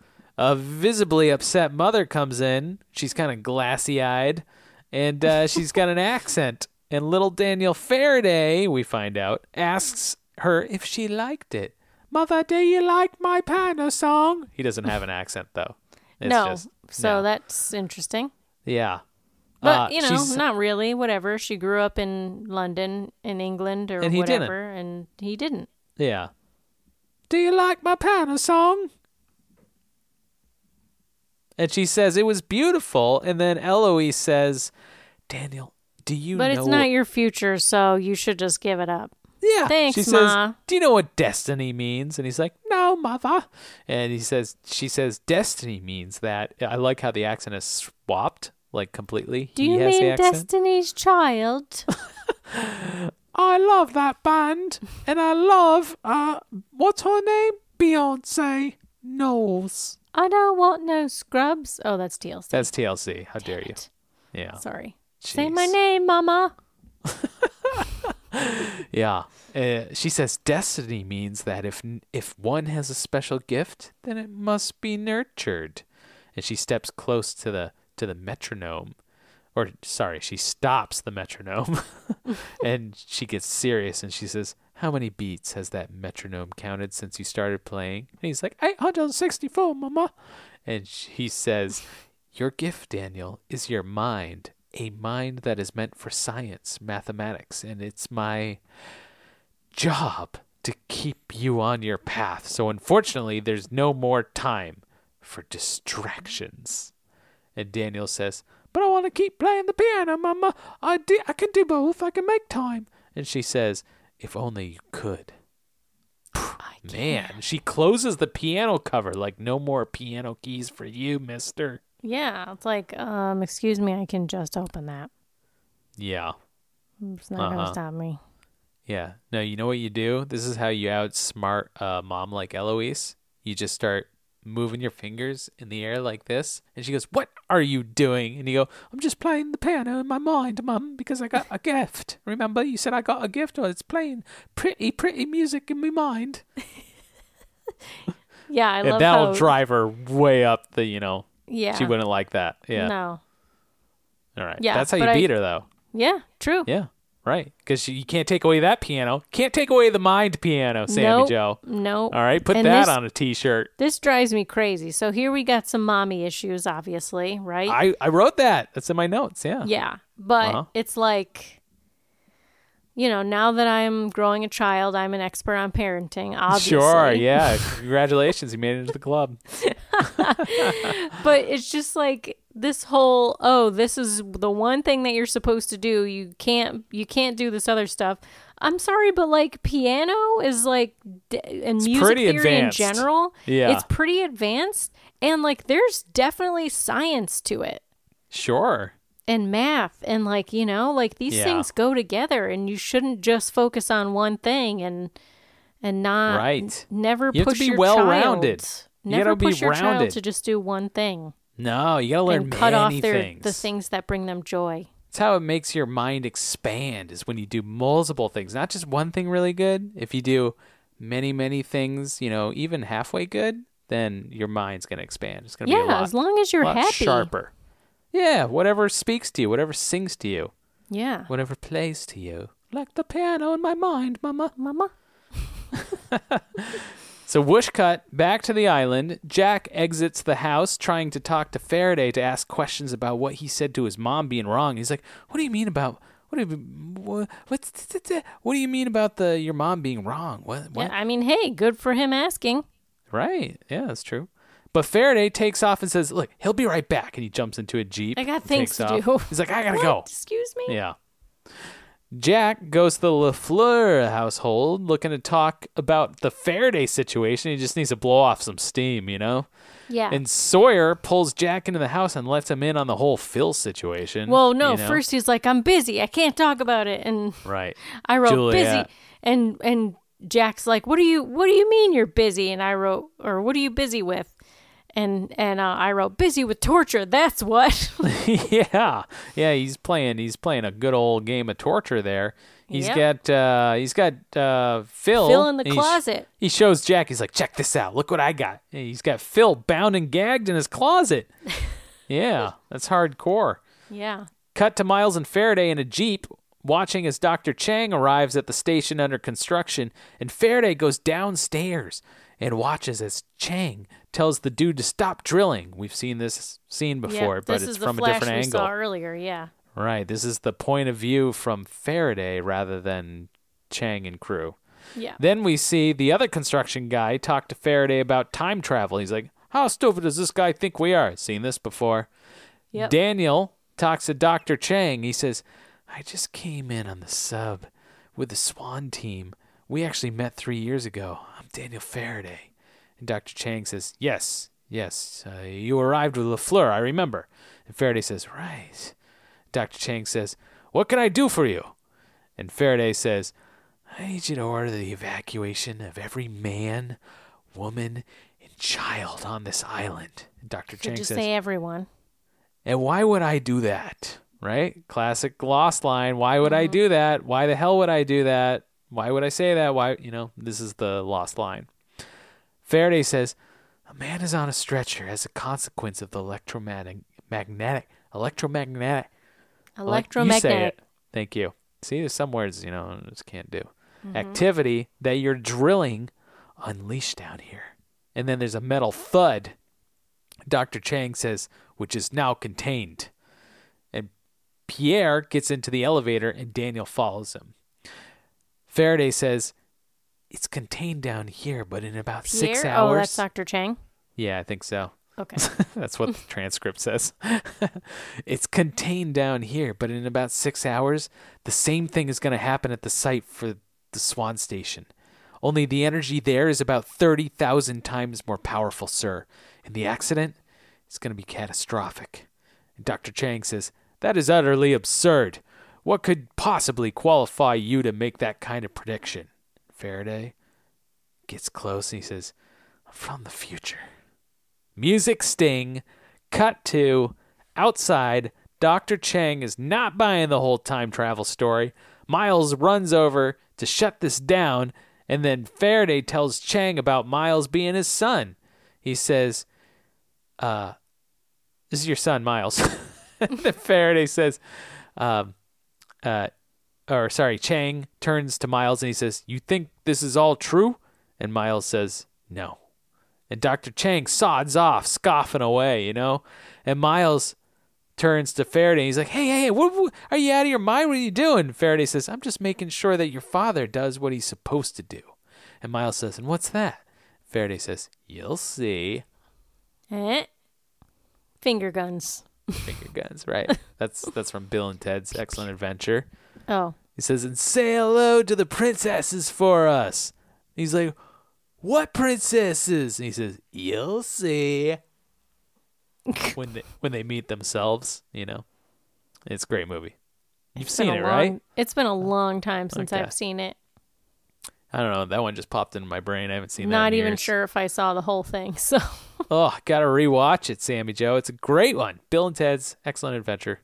[SPEAKER 5] A visibly upset mother comes in. She's kind of glassy eyed, and uh, she's got an accent. And little Daniel Faraday, we find out, asks her if she liked it. Mother, do you like my piano song? He doesn't have an accent though. It's
[SPEAKER 6] no.
[SPEAKER 5] just-
[SPEAKER 6] so
[SPEAKER 5] no.
[SPEAKER 6] that's interesting.
[SPEAKER 5] yeah,
[SPEAKER 6] But
[SPEAKER 5] Uh,
[SPEAKER 6] you know,
[SPEAKER 5] she's-
[SPEAKER 6] not really. Whatever. She grew up in London, in England, or
[SPEAKER 5] And he didn't.
[SPEAKER 6] whatever, and he didn't.
[SPEAKER 5] yeah. Do you like my piano song? And she says it was beautiful. And then Eloise says, Daniel, do you
[SPEAKER 6] But
[SPEAKER 5] know?
[SPEAKER 6] it's not your future, so you should just give it up.
[SPEAKER 5] Yeah.
[SPEAKER 6] Thanks,
[SPEAKER 5] she
[SPEAKER 6] Ma.
[SPEAKER 5] says, "Do you know what destiny means?" And he's like, "No, mother." And he says, "She says destiny means that." I like how the accent is swapped like completely.
[SPEAKER 6] Do
[SPEAKER 5] he
[SPEAKER 6] you
[SPEAKER 5] has the
[SPEAKER 6] mean
[SPEAKER 5] accent.
[SPEAKER 6] Destiny's Child?
[SPEAKER 5] I love that band, and I love uh, what's her name? Beyonce Knowles.
[SPEAKER 6] I don't want no scrubs. Oh, that's TLC.
[SPEAKER 5] That's TLC. How dare you?
[SPEAKER 6] it.
[SPEAKER 5] Yeah.
[SPEAKER 6] Sorry. Say my
[SPEAKER 5] Jeez.
[SPEAKER 6] name, Mama.
[SPEAKER 5] Yeah. Uh, she says destiny means that if if one has a special gift, then it must be nurtured. And she steps close to the to the metronome. Or sorry, she stops the metronome. and she gets serious and she says, "How many beats has that metronome counted since you started playing?" And he's like, "864, mama." And sh- he says, "Your gift, Daniel, is your mind." A mind that is meant for science, mathematics, and it's my job to keep you on your path. So unfortunately, there's no more time for distractions. And Daniel says, "But I want to keep playing the piano, Mama. I do, I can do both. I can make time." And she says, "If only you could." Man, she closes the piano cover like no more piano keys for you, mister.
[SPEAKER 6] Yeah, it's like, um, excuse me, I can just open that.
[SPEAKER 5] Yeah.
[SPEAKER 6] It's not
[SPEAKER 5] Uh-huh.
[SPEAKER 6] gonna stop me.
[SPEAKER 5] Yeah. No, you know what you do? This is how you outsmart a mom like Eloise. You just start moving your fingers in the air like this. And she goes, What are you doing? And you go, I'm just playing the piano in my mind, Mum, because I got a gift. Remember, you said I got a gift, or it's playing pretty, pretty music in my mind.
[SPEAKER 6] Yeah, I love
[SPEAKER 5] and that'll
[SPEAKER 6] how.
[SPEAKER 5] drive her way up the, you know,
[SPEAKER 6] yeah.
[SPEAKER 5] she wouldn't like that. Yeah.
[SPEAKER 6] No.
[SPEAKER 5] All right.
[SPEAKER 6] Yeah,
[SPEAKER 5] That's how you
[SPEAKER 6] but I-
[SPEAKER 5] beat her, though.
[SPEAKER 6] Yeah. True.
[SPEAKER 5] Yeah. Right. Because you can't take away that piano. Can't take away the mind piano, Sammy
[SPEAKER 6] nope.
[SPEAKER 5] Joe.
[SPEAKER 6] Nope.
[SPEAKER 5] All right. Put
[SPEAKER 6] And
[SPEAKER 5] that
[SPEAKER 6] this-
[SPEAKER 5] on a t shirt.
[SPEAKER 6] This drives me crazy. So here we got some mommy issues, obviously, right?
[SPEAKER 5] I, I wrote that. That's in my notes. Yeah.
[SPEAKER 6] Yeah. But
[SPEAKER 5] Uh-huh.
[SPEAKER 6] it's like, you know, now that I'm growing a child, I'm an expert on parenting, obviously.
[SPEAKER 5] Sure. Yeah. Congratulations. You made it into the club.
[SPEAKER 6] But it's just like this whole, oh, this is the one thing that you're supposed to do. You can't, you can't do this other stuff. I'm sorry, but like piano is like, d- and music
[SPEAKER 5] pretty
[SPEAKER 6] theory
[SPEAKER 5] advanced.
[SPEAKER 6] in general,
[SPEAKER 5] Yeah.
[SPEAKER 6] it's pretty advanced. And like, there's definitely science to it.
[SPEAKER 5] Sure.
[SPEAKER 6] and math and like you know like these
[SPEAKER 5] Yeah.
[SPEAKER 6] things go together and you shouldn't just focus on one thing and and not
[SPEAKER 5] Right.
[SPEAKER 6] n- never
[SPEAKER 5] You have to
[SPEAKER 6] push
[SPEAKER 5] be
[SPEAKER 6] your
[SPEAKER 5] well-rounded.
[SPEAKER 6] child,
[SPEAKER 5] You
[SPEAKER 6] never
[SPEAKER 5] gotta be
[SPEAKER 6] push your child
[SPEAKER 5] rounded.
[SPEAKER 6] to just do one thing
[SPEAKER 5] No, you got to learn
[SPEAKER 6] and cut
[SPEAKER 5] many
[SPEAKER 6] off their
[SPEAKER 5] things.
[SPEAKER 6] the things that bring them joy
[SPEAKER 5] It's how it makes your mind expand is when you do multiple things, not just one thing really good. If you do many, many things, you know, even halfway good, then your mind's going to expand. It's going to
[SPEAKER 6] yeah
[SPEAKER 5] be a lot,
[SPEAKER 6] as long as you're
[SPEAKER 5] lot
[SPEAKER 6] happy
[SPEAKER 5] sharper. Yeah, whatever speaks to you, whatever sings to you,
[SPEAKER 6] yeah
[SPEAKER 5] whatever plays to you, like the piano in my mind, mama.
[SPEAKER 6] mama
[SPEAKER 5] So Whoosh cut back to the island. Jack exits the house trying to talk to Faraday to ask questions about what he said to his mom being wrong. He's like, "What do you mean about what? Do you, what what's t- t- t- what do you mean about the your mom being wrong? What what?
[SPEAKER 6] yeah, i mean hey good for him asking
[SPEAKER 5] Right? Yeah, that's true." But Faraday takes off and says, "Look, he'll be right back." And he jumps into a jeep.
[SPEAKER 6] I got
[SPEAKER 5] and
[SPEAKER 6] things
[SPEAKER 5] takes
[SPEAKER 6] to
[SPEAKER 5] off.
[SPEAKER 6] do.
[SPEAKER 5] He's like, "I gotta
[SPEAKER 6] What?
[SPEAKER 5] go."
[SPEAKER 6] excuse me
[SPEAKER 5] Yeah. Jack goes to the LaFleur household looking to talk about the Faraday situation. He just needs to blow off some steam, you know?
[SPEAKER 6] yeah
[SPEAKER 5] And Sawyer pulls Jack into the house and lets him in on the whole Phil situation.
[SPEAKER 6] well no
[SPEAKER 5] you know?
[SPEAKER 6] first he's like i'm busy i can't talk about it and
[SPEAKER 5] Right.
[SPEAKER 6] I wrote
[SPEAKER 5] Juliet.
[SPEAKER 6] busy and and Jack's like, "What do you what do you mean you're busy?" And I wrote or what are you busy with? And and uh, I wrote busy with torture. That's what.
[SPEAKER 5] yeah. Yeah, he's playing he's playing a good old game of torture there. He's
[SPEAKER 6] Yeah.
[SPEAKER 5] got uh he's got uh Phil
[SPEAKER 6] Phil in the
[SPEAKER 5] and he sh-
[SPEAKER 6] closet.
[SPEAKER 5] He shows Jack, he's like, Check this out, look what I got. And he's got Phil bound and gagged in his closet. yeah, that's hardcore.
[SPEAKER 6] yeah.
[SPEAKER 5] Cut to Miles and Faraday in a Jeep, watching as Dr. Chang arrives at the station under construction, and Faraday goes downstairs and watches as Chang tells the dude to stop drilling. We've seen this scene before,
[SPEAKER 6] yeah.
[SPEAKER 5] but
[SPEAKER 6] This
[SPEAKER 5] it's
[SPEAKER 6] is the
[SPEAKER 5] from a
[SPEAKER 6] flash
[SPEAKER 5] different
[SPEAKER 6] we
[SPEAKER 5] angle.
[SPEAKER 6] saw earlier. Yeah.
[SPEAKER 5] Right. This is the point of view from Faraday rather than Chang and crew.
[SPEAKER 6] Yeah.
[SPEAKER 5] Then we see the other construction guy talk to Faraday about time travel. He's like, How stupid does this guy think we are? Seen this before.
[SPEAKER 6] Yep.
[SPEAKER 5] Daniel talks to Dr. Chang. He says, I just came in on the sub with the Swan team. We actually met three years ago. I'm Daniel Faraday. And Dr. Chang says, Yes, yes, uh, you arrived with LaFleur, I remember. And Faraday says, Right. Dr. Chang says, What can I do for you? And Faraday says, I need you to order the evacuation of every man, woman, and child on this island. And Dr.
[SPEAKER 6] Could
[SPEAKER 5] Chang
[SPEAKER 6] just
[SPEAKER 5] says,
[SPEAKER 6] say everyone.
[SPEAKER 5] and why would I do that? Right? Classic lost line. Why would I do that? Why the hell would I do that? Why would I say that? Why, you know, this is the lost line. Faraday says, a man is on a stretcher as a consequence of the electromagnetic, magnetic, electromagnetic, elec- you say
[SPEAKER 6] Electromagnetic.
[SPEAKER 5] it. Thank you. See, there's some words, you know, I just can't do.
[SPEAKER 6] Mm-hmm.
[SPEAKER 5] Activity that you're drilling unleashed down here. And then there's a metal thud. Dr. Chang says, which is now contained. And Pierre gets into the elevator and Daniel follows him. Faraday says, it's contained down here, but in about six
[SPEAKER 6] Pierre?
[SPEAKER 5] hours.
[SPEAKER 6] Oh, that's Dr. Chang.
[SPEAKER 5] yeah, I think so.
[SPEAKER 6] Okay.
[SPEAKER 5] That's what the transcript says. it's contained down here, but in about six hours, the same thing is going to happen at the site for the Swan Station. Only the energy there is about 30,000 times more powerful, sir. And the accident is going to be catastrophic. And Dr. Chang says, That is utterly absurd. What could possibly qualify you to make that kind of prediction? Faraday gets close and he says, I'm from the future. Music sting. Cut to outside. Dr. Chang is not buying the whole time travel story. Miles runs over to shut this down, and then Faraday tells Chang about Miles being his son. He says, uh, This is your son, Miles. then Faraday says, um, uh, or sorry, Chang turns to Miles and he says, You think this is all true? And Miles says, No. And Dr. Chang sods off, scoffing away, you know? And Miles turns to Faraday and he's like, Hey, hey, hey, what, what- are you out of your mind? What are you doing? Faraday says, I'm just making sure that your father does what he's supposed to do. And Miles says, And what's that? Faraday says, You'll see.
[SPEAKER 6] Eh? Finger guns.
[SPEAKER 5] Finger guns, right? That's that's from Bill and Ted's Excellent Adventure.
[SPEAKER 6] Oh.
[SPEAKER 5] He says, and say hello to the princesses for us. He's like, what princesses? And he says, you'll see. when they when they meet themselves, you know, it's a great movie. You've seen
[SPEAKER 6] Been a
[SPEAKER 5] it,
[SPEAKER 6] long-
[SPEAKER 5] right? Oh.
[SPEAKER 6] It's been a long time since
[SPEAKER 5] Okay.
[SPEAKER 6] I've seen it.
[SPEAKER 5] I don't know. That one just popped into my brain. I haven't seen that.
[SPEAKER 6] Not
[SPEAKER 5] in
[SPEAKER 6] even
[SPEAKER 5] years.
[SPEAKER 6] sure if I saw the whole thing. So
[SPEAKER 5] Oh, gotta rewatch it, Sammy Joe. It's a great one. Bill and Ted's Excellent Adventure.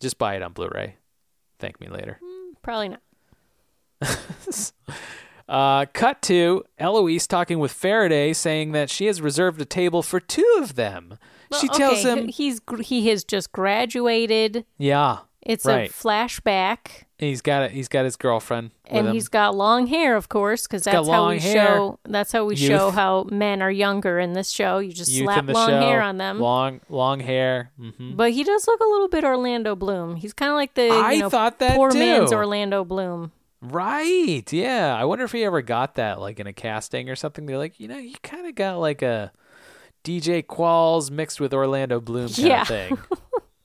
[SPEAKER 5] Just buy it on Blu-ray. Thank me later.
[SPEAKER 6] probably not.
[SPEAKER 5] Uh, cut to Eloise talking with Faraday, saying that she has reserved a table for two of them. she
[SPEAKER 6] Well,
[SPEAKER 5] tells
[SPEAKER 6] okay,
[SPEAKER 5] him,
[SPEAKER 6] he's gr- he has just graduated.
[SPEAKER 5] "Yeah,
[SPEAKER 6] It's
[SPEAKER 5] right."
[SPEAKER 6] a flashback,
[SPEAKER 5] And he's got it. He's got his girlfriend, with
[SPEAKER 6] and
[SPEAKER 5] him.
[SPEAKER 6] he's got long hair, of course, because
[SPEAKER 5] got
[SPEAKER 6] that's how
[SPEAKER 5] long
[SPEAKER 6] we
[SPEAKER 5] hair.
[SPEAKER 6] show. That's how we show
[SPEAKER 5] Youth.
[SPEAKER 6] how men are younger in this show. You just
[SPEAKER 5] Youth in
[SPEAKER 6] slap
[SPEAKER 5] the
[SPEAKER 6] long
[SPEAKER 5] show,
[SPEAKER 6] hair on them.
[SPEAKER 5] Long, long hair. hmm
[SPEAKER 6] But he does look a little bit Orlando Bloom. He's kind of like the you
[SPEAKER 5] I
[SPEAKER 6] know,
[SPEAKER 5] thought that
[SPEAKER 6] poor
[SPEAKER 5] too.
[SPEAKER 6] man's Orlando Bloom.
[SPEAKER 5] Right? Yeah. I wonder if he ever got that, like in a casting or something. They're like, you know, you kind of got like a DJ Qualls mixed with Orlando Bloom kind
[SPEAKER 6] Yeah.
[SPEAKER 5] of thing.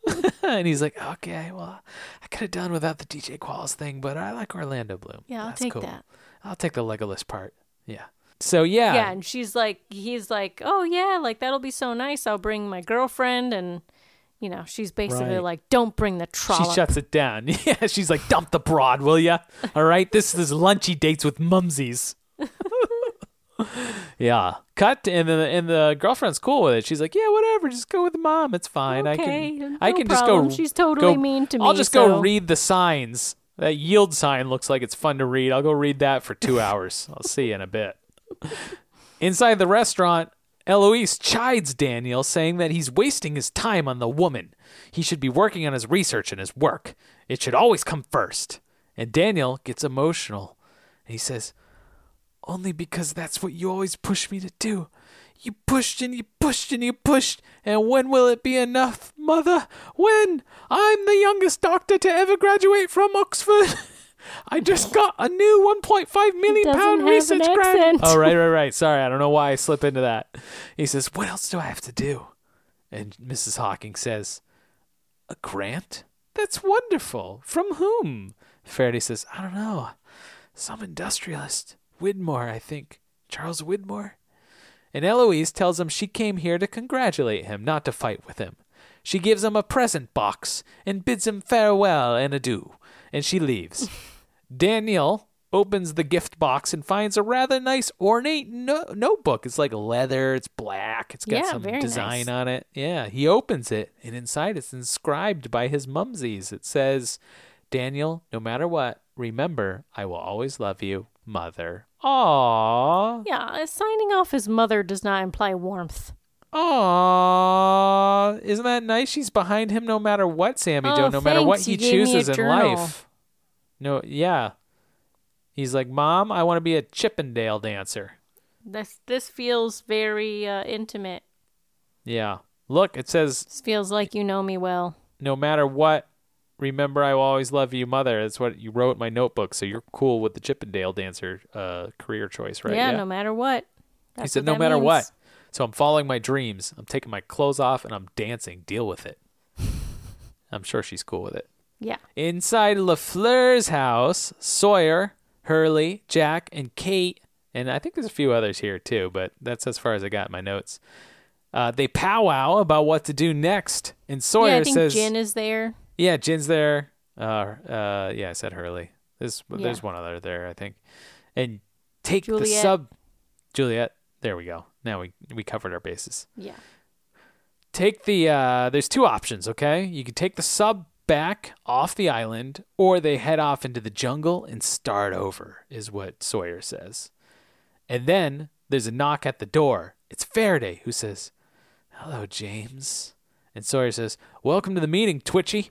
[SPEAKER 5] and he's like, okay, well, I could have done without the DJ Qualls thing, but I like Orlando Bloom.
[SPEAKER 6] Yeah, I'll
[SPEAKER 5] That's
[SPEAKER 6] take
[SPEAKER 5] cool.
[SPEAKER 6] that.
[SPEAKER 5] I'll take the Legolas part. Yeah. So yeah,
[SPEAKER 6] Yeah, and she's like, he's like, oh yeah, like that'll be so nice. I'll bring my girlfriend, and you know, she's basically
[SPEAKER 5] Right.
[SPEAKER 6] like, don't bring the
[SPEAKER 5] she
[SPEAKER 6] trollop.
[SPEAKER 5] shuts it down. Yeah, she's like, dump the broad, will ya? All right, this is lunchy dates with mumsies. yeah, cut, and the and the girlfriend's cool with it. She's like, yeah, whatever, just go with the mom. It's fine. I
[SPEAKER 6] Okay,
[SPEAKER 5] can
[SPEAKER 6] no
[SPEAKER 5] I can
[SPEAKER 6] problem.
[SPEAKER 5] just go.
[SPEAKER 6] She's totally
[SPEAKER 5] go-
[SPEAKER 6] mean to
[SPEAKER 5] I'll
[SPEAKER 6] me,
[SPEAKER 5] just
[SPEAKER 6] so-
[SPEAKER 5] go read the signs. That yield sign looks like it's fun to read. I'll go read that for two hours. I'll see you in a bit. Inside the restaurant, Eloise chides Daniel, saying that he's wasting his time on the woman. He should be working on his research and his work. It should always come first. And Daniel gets emotional. And he says, Only because that's what you always push me to do. You pushed and you pushed and you pushed. And when will it be enough, mother? When? I'm the youngest doctor to ever graduate from Oxford. I just got a new 1.5 million
[SPEAKER 6] doesn't
[SPEAKER 5] pound
[SPEAKER 6] have an
[SPEAKER 5] research grant.
[SPEAKER 6] accent.
[SPEAKER 5] Oh, right, right, right. Sorry, I don't know why I slip into that. He says, What else do I have to do? And Mrs. Hawking says, A grant? That's wonderful. From whom? Faraday says, I don't know. Some industrialist. Widmore, I think. Charles Widmore? And Eloise tells him she came here to congratulate him, not to fight with him. She gives him a present box and bids him farewell and adieu, and she leaves. Daniel opens the gift box and finds a rather nice ornate no- notebook. It's like leather, it's black, it's got
[SPEAKER 6] Yeah,
[SPEAKER 5] some
[SPEAKER 6] very nice.
[SPEAKER 5] design on it. Yeah, he opens it, and inside it's inscribed by his mumsies. It says, Daniel, no matter what, remember, I will always love you, mother. Aww.
[SPEAKER 6] Yeah, uh, signing off his mother does not imply warmth.
[SPEAKER 5] Aww, isn't that nice? She's behind him no matter what, Sammy
[SPEAKER 6] Oh,
[SPEAKER 5] Joe. No matter what
[SPEAKER 6] thanks.
[SPEAKER 5] he
[SPEAKER 6] You gave me a
[SPEAKER 5] chooses in
[SPEAKER 6] journal.
[SPEAKER 5] life. No, yeah. He's like, Mom, I want to be a Chippendale dancer.
[SPEAKER 6] This this feels very uh, intimate.
[SPEAKER 5] Yeah. Look, it says,
[SPEAKER 6] This feels like you know me well.
[SPEAKER 5] no matter what, remember I will always love you, Mother. That's what you wrote in my notebook. So you're cool with the Chippendale dancer uh, career choice, right?
[SPEAKER 6] yeah, no matter what.
[SPEAKER 5] He
[SPEAKER 6] That's
[SPEAKER 5] said,
[SPEAKER 6] what
[SPEAKER 5] no
[SPEAKER 6] that
[SPEAKER 5] matter what.
[SPEAKER 6] means.
[SPEAKER 5] So I'm following my dreams. I'm taking my clothes off and I'm dancing. Deal with it. I'm sure she's cool with it.
[SPEAKER 6] Yeah.
[SPEAKER 5] Inside LaFleur's house, Sawyer, Hurley, Jack, and Kate, and I think there's a few others here too, but that's as far as I got in my notes. Uh, they powwow about what to do next, and Sawyer
[SPEAKER 6] yeah, I think
[SPEAKER 5] says,
[SPEAKER 6] Jin is there.
[SPEAKER 5] "Yeah, Jin's there." Uh, uh, yeah, I said Hurley. There's
[SPEAKER 6] Yeah.
[SPEAKER 5] there's one other there, I think. And take the
[SPEAKER 6] Juliet.
[SPEAKER 5] sub, Juliet. There we go. Now we we covered our bases.
[SPEAKER 6] Yeah.
[SPEAKER 5] Take the uh there's two options, okay? You can take the sub back off the island or they head off into the jungle and start over is what Sawyer says. And then there's a knock at the door. It's Faraday who says, "Hello, James." And Sawyer says, "Welcome to the meeting, Twitchy."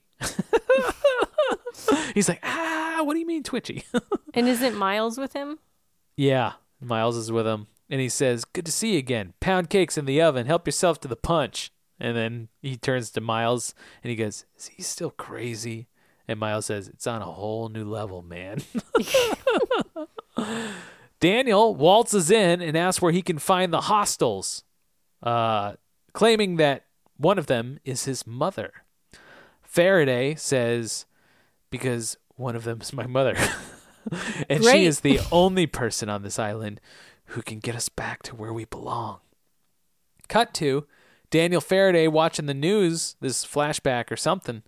[SPEAKER 5] He's like, "Ah, what do you mean, Twitchy?"
[SPEAKER 6] And isn't Miles with him?
[SPEAKER 5] Yeah, Miles is with him, and he says, "Good to see you again. Pound cakes in the oven. Help yourself to the punch." And then he turns to Miles and he goes, "Is he still crazy?" And Miles says, "It's on a whole new level, man." Daniel waltzes in and asks where he can find the hostels, uh, claiming that one of them is his mother. Faraday says, "Because one of them is my mother." and
[SPEAKER 6] Great.
[SPEAKER 5] she is the only person on this island who can get us back to where we belong. Cut to Daniel Faraday watching the news, this flashback or something,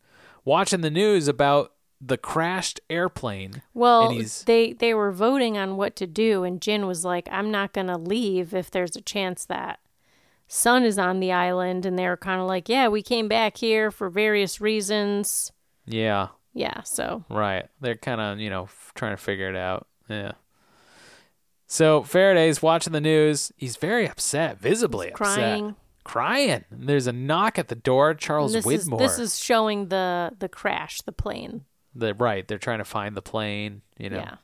[SPEAKER 5] watching the news about the crashed airplane.
[SPEAKER 6] Well,
[SPEAKER 5] and he's,
[SPEAKER 6] they they were voting on what to do, and Jin was like, "I'm not gonna leave if there's a chance that Sun is on the island." And they were kind of like, "Yeah, we came back here for various reasons."
[SPEAKER 5] yeah,
[SPEAKER 6] Yeah, so
[SPEAKER 5] Right. They're kind of, you know, f- trying to figure it out. Yeah. So Faraday's watching the news. He's very upset, visibly upset.
[SPEAKER 6] crying.
[SPEAKER 5] Crying. There's a knock at the door. Charles
[SPEAKER 6] this is
[SPEAKER 5] Widmore.
[SPEAKER 6] this is showing the the crash, the plane.
[SPEAKER 5] the, right. They're trying to find the plane, you know.
[SPEAKER 6] Yeah,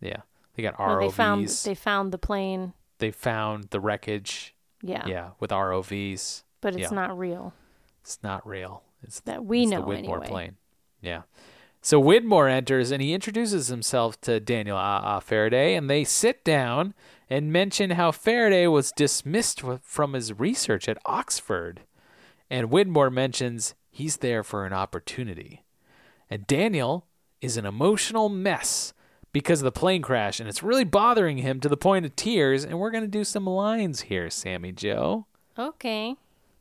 [SPEAKER 5] Yeah. They got
[SPEAKER 6] Well,
[SPEAKER 5] ROVs.
[SPEAKER 6] they found they found the plane.
[SPEAKER 5] They found the wreckage.
[SPEAKER 6] Yeah,
[SPEAKER 5] Yeah, with ROVs.
[SPEAKER 6] but it's
[SPEAKER 5] yeah.
[SPEAKER 6] not real.
[SPEAKER 5] It's not real. It's
[SPEAKER 6] That we
[SPEAKER 5] it's
[SPEAKER 6] know
[SPEAKER 5] the Widmore
[SPEAKER 6] anyway.
[SPEAKER 5] plane. Yeah. So Widmore enters and he introduces himself to Daniel Ah Ah Faraday, and they sit down and mention how Faraday was dismissed w- from his research at Oxford, and Widmore mentions he's there for an opportunity, and Daniel is an emotional mess because of the plane crash, and it's really bothering him to the point of tears. And we're gonna do some lines here, Sammy Joe.
[SPEAKER 6] Okay,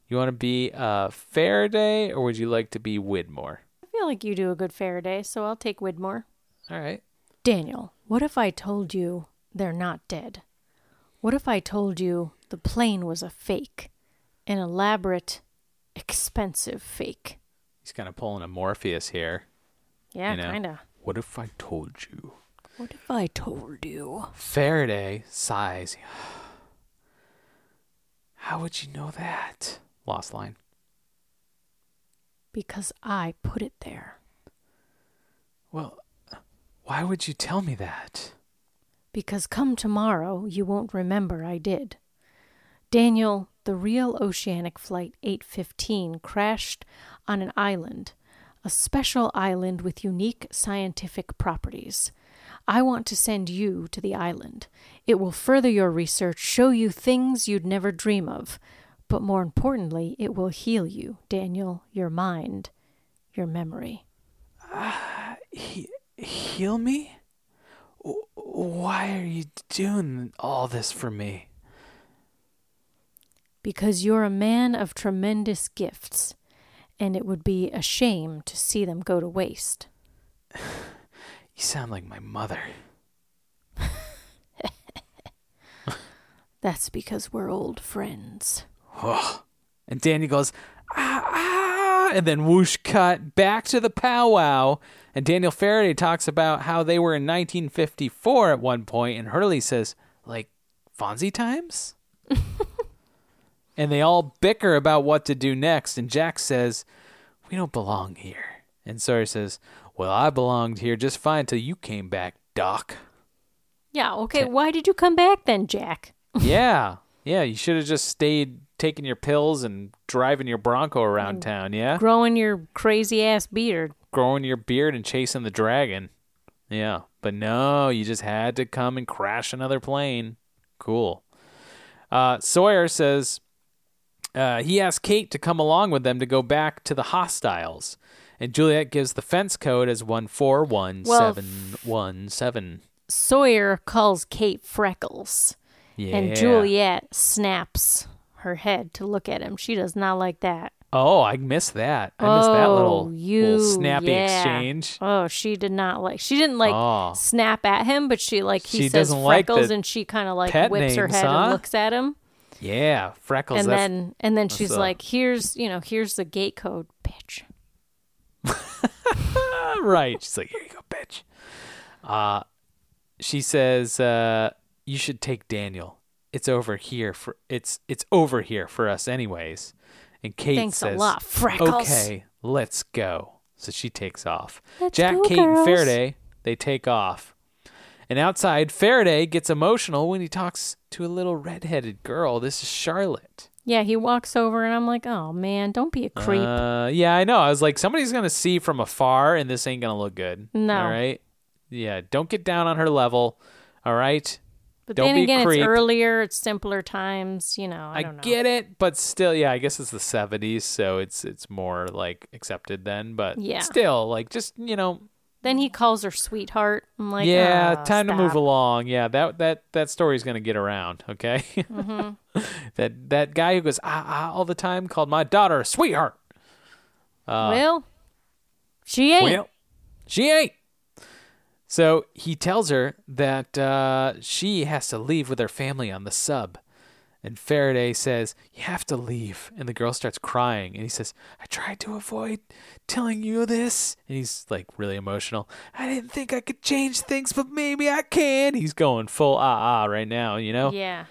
[SPEAKER 5] You want to be uh, Faraday, or would you like to be Widmore?
[SPEAKER 6] I feel like you do a good Faraday, so I'll take Widmore.
[SPEAKER 5] All right.
[SPEAKER 6] Daniel, what if I told you they're not dead? What if I told you the plane was a fake? An elaborate, expensive fake.
[SPEAKER 5] He's kind of pulling a Morpheus here.
[SPEAKER 6] Yeah,
[SPEAKER 5] you know?
[SPEAKER 6] kinda.
[SPEAKER 5] What if I told you?
[SPEAKER 6] What if I told you?
[SPEAKER 5] Faraday sighs. How would you know that? Lost line.
[SPEAKER 6] Because I put it there.
[SPEAKER 5] Well, why would you tell me that?
[SPEAKER 6] Because come tomorrow, you won't remember I did. Daniel, the real Oceanic Flight 815 crashed on an island, a special island with unique scientific properties. I want to send you to the island. It will further your research, show you things you'd never dream of, but more importantly, it will heal you, Daniel, your mind, your memory.
[SPEAKER 5] He- heal me? W- Why are you doing all this for me?
[SPEAKER 6] because you're a man of tremendous gifts, and it would be a shame to see them go to waste.
[SPEAKER 5] You sound like my mother.
[SPEAKER 6] That's because we're old friends.
[SPEAKER 5] Oh. And Danny goes, ah, ah, and then whoosh cut back to the powwow. And Daniel Faraday talks about how they were in 1954 at one point, and Hurley says, like, Fonzie times? and they all bicker about what to do next, and Jack says, we don't belong here. And Sawyer says, well, I belonged here just fine till you came back, Doc.
[SPEAKER 6] Yeah, okay, why did you come back then, Jack?
[SPEAKER 5] yeah, yeah, you should have just stayed taking your pills and driving your Bronco around town, yeah?
[SPEAKER 6] Growing your crazy ass beard.
[SPEAKER 5] growing your beard and chasing the dragon. Yeah. But no, you just had to come and crash another plane. Cool. Uh, Sawyer says uh, he asked Kate to come along with them to go back to the hostiles. And Juliet gives the fence code as 141717.
[SPEAKER 6] Sawyer calls Kate Freckles,
[SPEAKER 5] yeah.
[SPEAKER 6] and Juliet snaps her head to look at him. She does not like that.
[SPEAKER 5] Oh, I missed that. I missed that
[SPEAKER 6] Oh,
[SPEAKER 5] little,
[SPEAKER 6] you,
[SPEAKER 5] little snappy
[SPEAKER 6] yeah.
[SPEAKER 5] exchange.
[SPEAKER 6] Oh, she did not like. She didn't like
[SPEAKER 5] Oh.
[SPEAKER 6] snap at him, but she like he
[SPEAKER 5] She
[SPEAKER 6] says
[SPEAKER 5] doesn't like
[SPEAKER 6] freckles,
[SPEAKER 5] the
[SPEAKER 6] and she kind of like
[SPEAKER 5] pet
[SPEAKER 6] whips her
[SPEAKER 5] names,
[SPEAKER 6] head
[SPEAKER 5] huh?
[SPEAKER 6] and looks at him.
[SPEAKER 5] Yeah, freckles.
[SPEAKER 6] and
[SPEAKER 5] that's-
[SPEAKER 6] then and then she's
[SPEAKER 5] the-
[SPEAKER 6] like, "Here's you know, here's the gate code, bitch."
[SPEAKER 5] "Ah, right. She's like, here you go, bitch. Uh, she says, uh, you should take Daniel. It's over here for it's it's over here for us anyways. And Kate
[SPEAKER 6] Thanks a
[SPEAKER 5] says,
[SPEAKER 6] lot, Freckles.
[SPEAKER 5] okay, let's go. So she takes off.
[SPEAKER 6] Let's
[SPEAKER 5] Jack,
[SPEAKER 6] go,
[SPEAKER 5] Kate,
[SPEAKER 6] girls.
[SPEAKER 5] and Faraday they take off. And outside, Faraday gets emotional when he talks to a little redheaded girl. This is Charlotte.
[SPEAKER 6] Yeah, he walks over, and I'm like, "Oh man, don't be a creep."
[SPEAKER 5] Uh, yeah, I know. I was like, somebody's gonna see from afar, and this ain't gonna look good.
[SPEAKER 6] No.
[SPEAKER 5] All right. Yeah. Don't get down on her level. All right.
[SPEAKER 6] but
[SPEAKER 5] don't
[SPEAKER 6] then
[SPEAKER 5] be a
[SPEAKER 6] again,
[SPEAKER 5] creep.
[SPEAKER 6] it's earlier, it's simpler times. You know, I,
[SPEAKER 5] I,
[SPEAKER 6] don't know.
[SPEAKER 5] get it, but still, yeah. I guess it's the '70s, so it's it's more like accepted then. But
[SPEAKER 6] Yeah.
[SPEAKER 5] still, like, just you know,
[SPEAKER 6] Then he calls her sweetheart. I'm like,
[SPEAKER 5] yeah.
[SPEAKER 6] "Oh,
[SPEAKER 5] time to move
[SPEAKER 6] stop."
[SPEAKER 5] along. Yeah. That that that story's gonna get around. Okay.
[SPEAKER 6] Mm-hmm.
[SPEAKER 5] that that guy who goes ah, ah all the time called my daughter a sweetheart.
[SPEAKER 6] well, she ain't.
[SPEAKER 5] Well, she ain't. So he tells her that uh, she has to leave with her family on the sub. And Faraday says, You have to leave. And the girl starts crying. And he says, I tried to avoid telling you this. And he's like really emotional. I didn't think I could change things, but maybe I can. He's going full ah ah right now, you know?
[SPEAKER 6] yeah.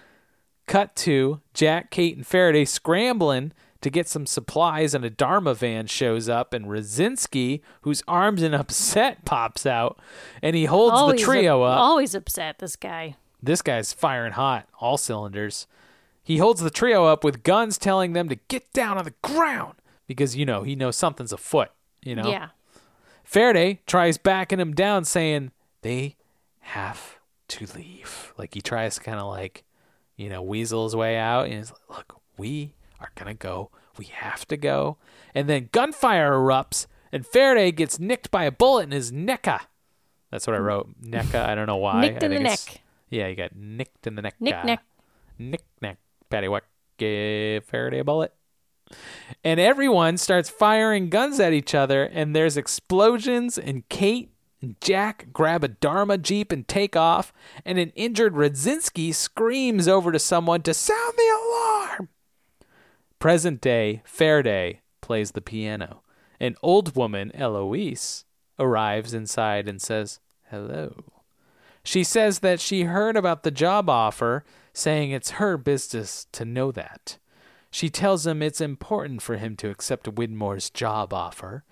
[SPEAKER 5] Cut to Jack, Kate, and Faraday scrambling to get some supplies, and a Dharma van shows up, and Rosinski, who's armed and upset, pops out, and he holds
[SPEAKER 6] Always
[SPEAKER 5] the trio
[SPEAKER 6] up-
[SPEAKER 5] up.
[SPEAKER 6] Always upset. This guy.
[SPEAKER 5] This guy's firing hot, all cylinders. He holds the trio up with guns, telling them to get down on the ground because you know he knows something's afoot. You know,
[SPEAKER 6] Yeah.
[SPEAKER 5] Faraday tries backing him down, saying they have to leave. Like he tries to kind of like, you know, weasel his way out, and he's like, "Look, we are gonna go. We have to go." And then gunfire erupts, and Faraday gets nicked by a bullet in his necka. That's what I wrote. Necka. I don't know why.
[SPEAKER 6] Hmm. Nicked
[SPEAKER 5] I
[SPEAKER 6] in the
[SPEAKER 5] think it's-
[SPEAKER 6] neck.
[SPEAKER 5] Yeah, you got nicked in the neck.
[SPEAKER 6] Nick, neck.
[SPEAKER 5] Nick neck. Paddywhack. Give Faraday a bullet and everyone starts firing guns at each other and there's explosions and kate and jack grab a dharma jeep and take off and an injured radzinski screams over to someone to sound the alarm present day faraday plays the piano an old woman eloise arrives inside and says hello she says that she heard about the job offer, saying it's her business to know that. She tells him it's important for him to accept Widmore's job offer.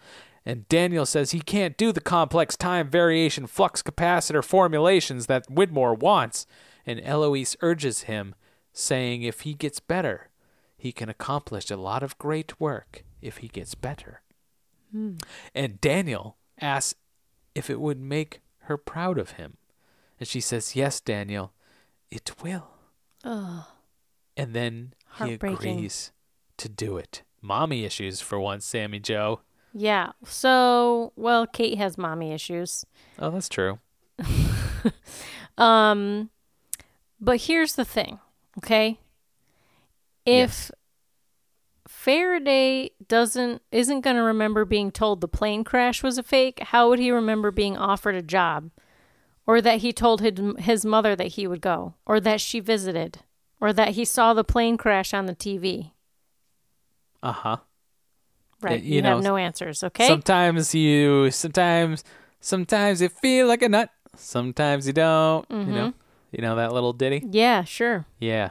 [SPEAKER 5] And Daniel says he can't do the complex time variation flux capacitor formulations that Widmore wants. And Eloise urges him, saying if he gets better, he can accomplish a lot of great work if he gets better. And Daniel asks if it would make her proud of him. And she says, Yes, Daniel, it will. And then he
[SPEAKER 6] Heartbreaking.
[SPEAKER 5] agrees to do it. Mommy issues for once, Sammy Joe.
[SPEAKER 6] Yeah. So, well, Kate has mommy issues.
[SPEAKER 5] Oh, that's true.
[SPEAKER 6] Um, but here's the thing, okay? If Faraday doesn't isn't going to remember being told the plane crash was a fake, how would he remember being offered a job, or that he told his, his mother that he would go, or that she visited, or that he saw the plane crash on the TV?
[SPEAKER 5] Uh huh.
[SPEAKER 6] Right.
[SPEAKER 5] you
[SPEAKER 6] you have
[SPEAKER 5] know,
[SPEAKER 6] no answers, okay?
[SPEAKER 5] Sometimes you, sometimes, sometimes you feel like a nut. Sometimes you don't.
[SPEAKER 6] Mm-hmm.
[SPEAKER 5] You know, you know that little ditty.
[SPEAKER 6] yeah, sure.
[SPEAKER 5] Yeah.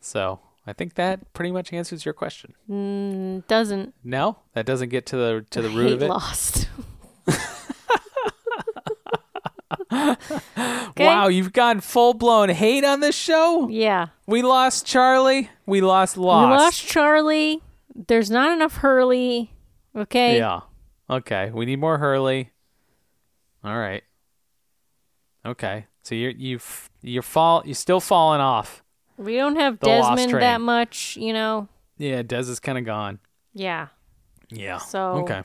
[SPEAKER 5] So I think that pretty much answers your question.
[SPEAKER 6] It doesn't
[SPEAKER 5] No, that doesn't get to the to the root
[SPEAKER 6] hate
[SPEAKER 5] of it.
[SPEAKER 6] lost. Okay?
[SPEAKER 5] Wow, you've gone full blown hate on this show.
[SPEAKER 6] Yeah.
[SPEAKER 5] We lost Charlie. We lost
[SPEAKER 6] We
[SPEAKER 5] lost.
[SPEAKER 6] lost Charlie. There's not enough Hurley. Okay.
[SPEAKER 5] Yeah. Okay. We need more Hurley. All right. Okay. So you're you've you're fall you're still falling off.
[SPEAKER 6] We don't have
[SPEAKER 5] The lost
[SPEAKER 6] Desmond
[SPEAKER 5] train.
[SPEAKER 6] that much, you know.
[SPEAKER 5] Yeah, Des is kind of gone.
[SPEAKER 6] Yeah.
[SPEAKER 5] Yeah.
[SPEAKER 6] So-
[SPEAKER 5] okay.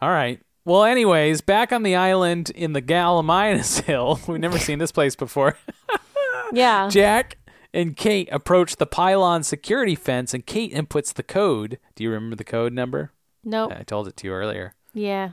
[SPEAKER 5] All right. Well, anyways, back on the island in the Gallimimus Hill. We've never seen this place before.
[SPEAKER 6] Yeah.
[SPEAKER 5] Jack and Kate approach the pylon security fence, and Kate inputs the code. Do you remember the code number?
[SPEAKER 6] nope.
[SPEAKER 5] I told it to you earlier.
[SPEAKER 6] Yeah.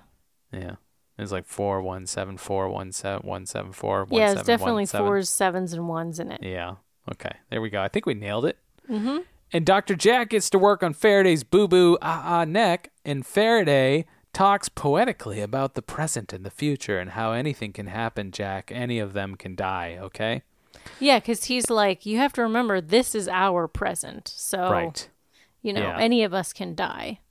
[SPEAKER 5] Yeah. It's like four one seven four one seven one seven four one
[SPEAKER 6] Yeah,
[SPEAKER 5] seven
[SPEAKER 6] it's definitely
[SPEAKER 5] one seven.
[SPEAKER 6] fours, sevens, and ones in it.
[SPEAKER 5] Yeah. Okay. There we go. I think we nailed it.
[SPEAKER 6] Mm-hmm.
[SPEAKER 5] And Dr. Jack gets to work on Faraday's boo boo ah ah neck, and Faraday talks poetically about the present and the future and how anything can happen, Jack. Any of them can die, okay?
[SPEAKER 6] Yeah, because he's like, you have to remember this is our present. So,
[SPEAKER 5] Right.
[SPEAKER 6] you know,
[SPEAKER 5] Yeah.
[SPEAKER 6] any of us can die.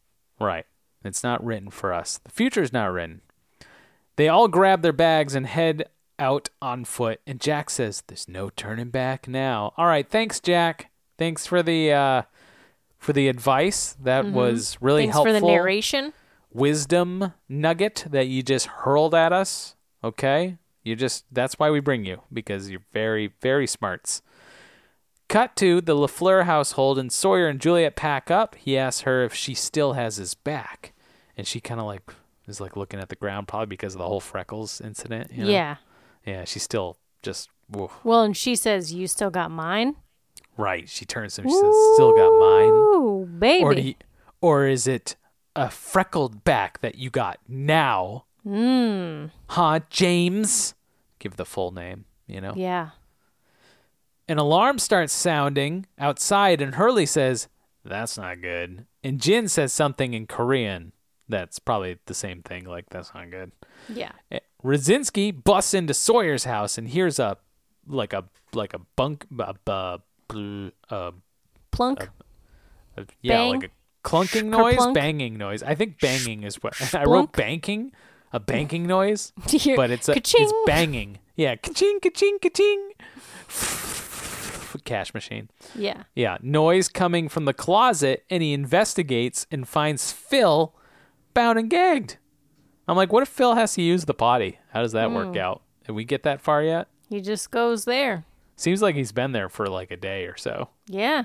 [SPEAKER 5] Right. It's not written for us. The future's not written. They all grab their bags and head out on foot, and Jack says, There's no turning back now. All right, thanks, Jack. Thanks for the uh for the advice. That was really
[SPEAKER 6] Mm-hmm. Thanks
[SPEAKER 5] helpful
[SPEAKER 6] for the narration.
[SPEAKER 5] wisdom nugget that you just hurled at us. Okay? You just that's why we bring you, because you're very, very smarts. Cut to the LaFleur household and Sawyer and Juliet pack up. He asks her if she still has his back. And she kinda like is like looking at the ground, probably because of the whole freckles incident. you know?
[SPEAKER 6] Yeah.
[SPEAKER 5] Yeah, she's still just woof.
[SPEAKER 6] Well, and she says, you still got mine?
[SPEAKER 5] right. She turns to him, she says, Still got mine.
[SPEAKER 6] Ooh, baby.
[SPEAKER 5] Or do you- or is it a freckled back that you got now? Huh, James? Give the full name, you know?
[SPEAKER 6] yeah.
[SPEAKER 5] An alarm starts sounding outside, and Hurley says, That's not good. And Jin says something in Korean that's probably the same thing, like, That's not good.
[SPEAKER 6] Yeah.
[SPEAKER 5] Eh, Rosinski busts into Sawyer's house and hears a, like a, like a bunk, a, a, a
[SPEAKER 6] Plunk.
[SPEAKER 5] Uh, yeah,
[SPEAKER 6] Bang.
[SPEAKER 5] like a clunking noise,
[SPEAKER 6] Kerplunk.
[SPEAKER 5] banging noise. I think banging is what I wrote.
[SPEAKER 6] Splunk.
[SPEAKER 5] Banking, a banking noise,
[SPEAKER 6] You're-
[SPEAKER 5] but it's a, it's
[SPEAKER 6] ka-ching.
[SPEAKER 5] banging. Yeah, ka-ching, ka-ching, ka-ching. Cash machine.
[SPEAKER 6] yeah.
[SPEAKER 5] Yeah, noise coming from the closet, and he investigates and finds Phil bound and gagged. I'm like, what if Phil has to use the potty? How does that
[SPEAKER 6] Hmm.
[SPEAKER 5] work out? Did we get that far yet?
[SPEAKER 6] He just goes there.
[SPEAKER 5] Seems like he's been there for like a day or so.
[SPEAKER 6] Yeah.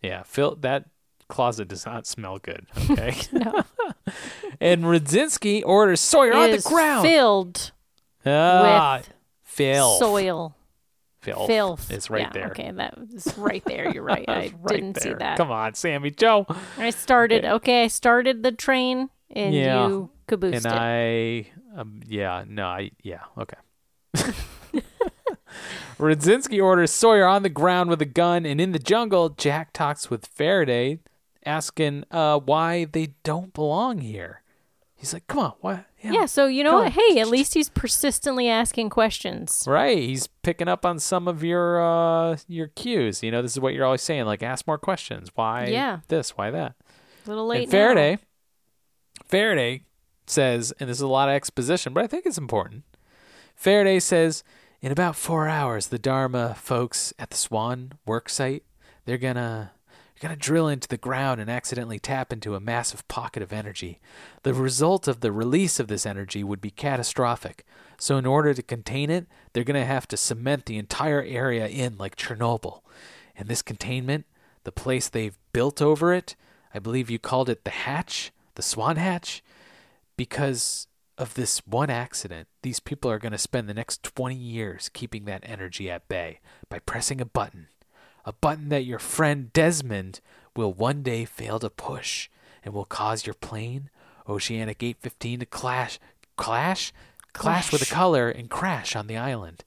[SPEAKER 5] Yeah, Phil, that closet does not smell good. Okay. and Radzinski orders Sawyer on the
[SPEAKER 6] Is
[SPEAKER 5] ground.
[SPEAKER 6] Filled
[SPEAKER 5] Ah,
[SPEAKER 6] with
[SPEAKER 5] filth.
[SPEAKER 6] soil.
[SPEAKER 5] Filth.
[SPEAKER 6] Filth.
[SPEAKER 5] It's right
[SPEAKER 6] Yeah,
[SPEAKER 5] there.
[SPEAKER 6] Okay, that is right there. You're right. I
[SPEAKER 5] It's right
[SPEAKER 6] didn't see
[SPEAKER 5] there.
[SPEAKER 6] that.
[SPEAKER 5] Come on, Sammy Joe.
[SPEAKER 6] I started. Okay, I started the train, and
[SPEAKER 5] Yeah.
[SPEAKER 6] you caboosed
[SPEAKER 5] and
[SPEAKER 6] it.
[SPEAKER 5] I, um, yeah, no, I, yeah, okay. Radzinski orders Sawyer on the ground with a gun, and in the jungle, Jack talks with Faraday, asking uh, why they don't belong here. He's like, "Come on, why?
[SPEAKER 6] yeah. So you know
[SPEAKER 5] Come
[SPEAKER 6] what?
[SPEAKER 5] on.
[SPEAKER 6] Hey, at least he's persistently asking questions.
[SPEAKER 5] Right. He's picking up on some of your uh your cues. You know, this is what you're always saying, like ask more questions. Why
[SPEAKER 6] Yeah.
[SPEAKER 5] this? Why that?
[SPEAKER 6] A little late. now.
[SPEAKER 5] and Faraday Faraday says, and this is a lot of exposition, but I think it's important. Faraday says, in about four hours, the Dharma folks at the Swan work site, they're gonna they're gonna drill into the ground and accidentally tap into a massive pocket of energy. The result of the release of this energy would be catastrophic. So in order to contain it, they're gonna have to cement the entire area in like Chernobyl. And this containment, the place they've built over it, I believe you called it the hatch, the swan hatch because of this one accident, these people are going to spend the next 20 years keeping that energy at bay by pressing a button. A button that your friend Desmond will one day fail to push and will cause your plane, Oceanic 815, to clash, clash, clash with a color and crash on the island.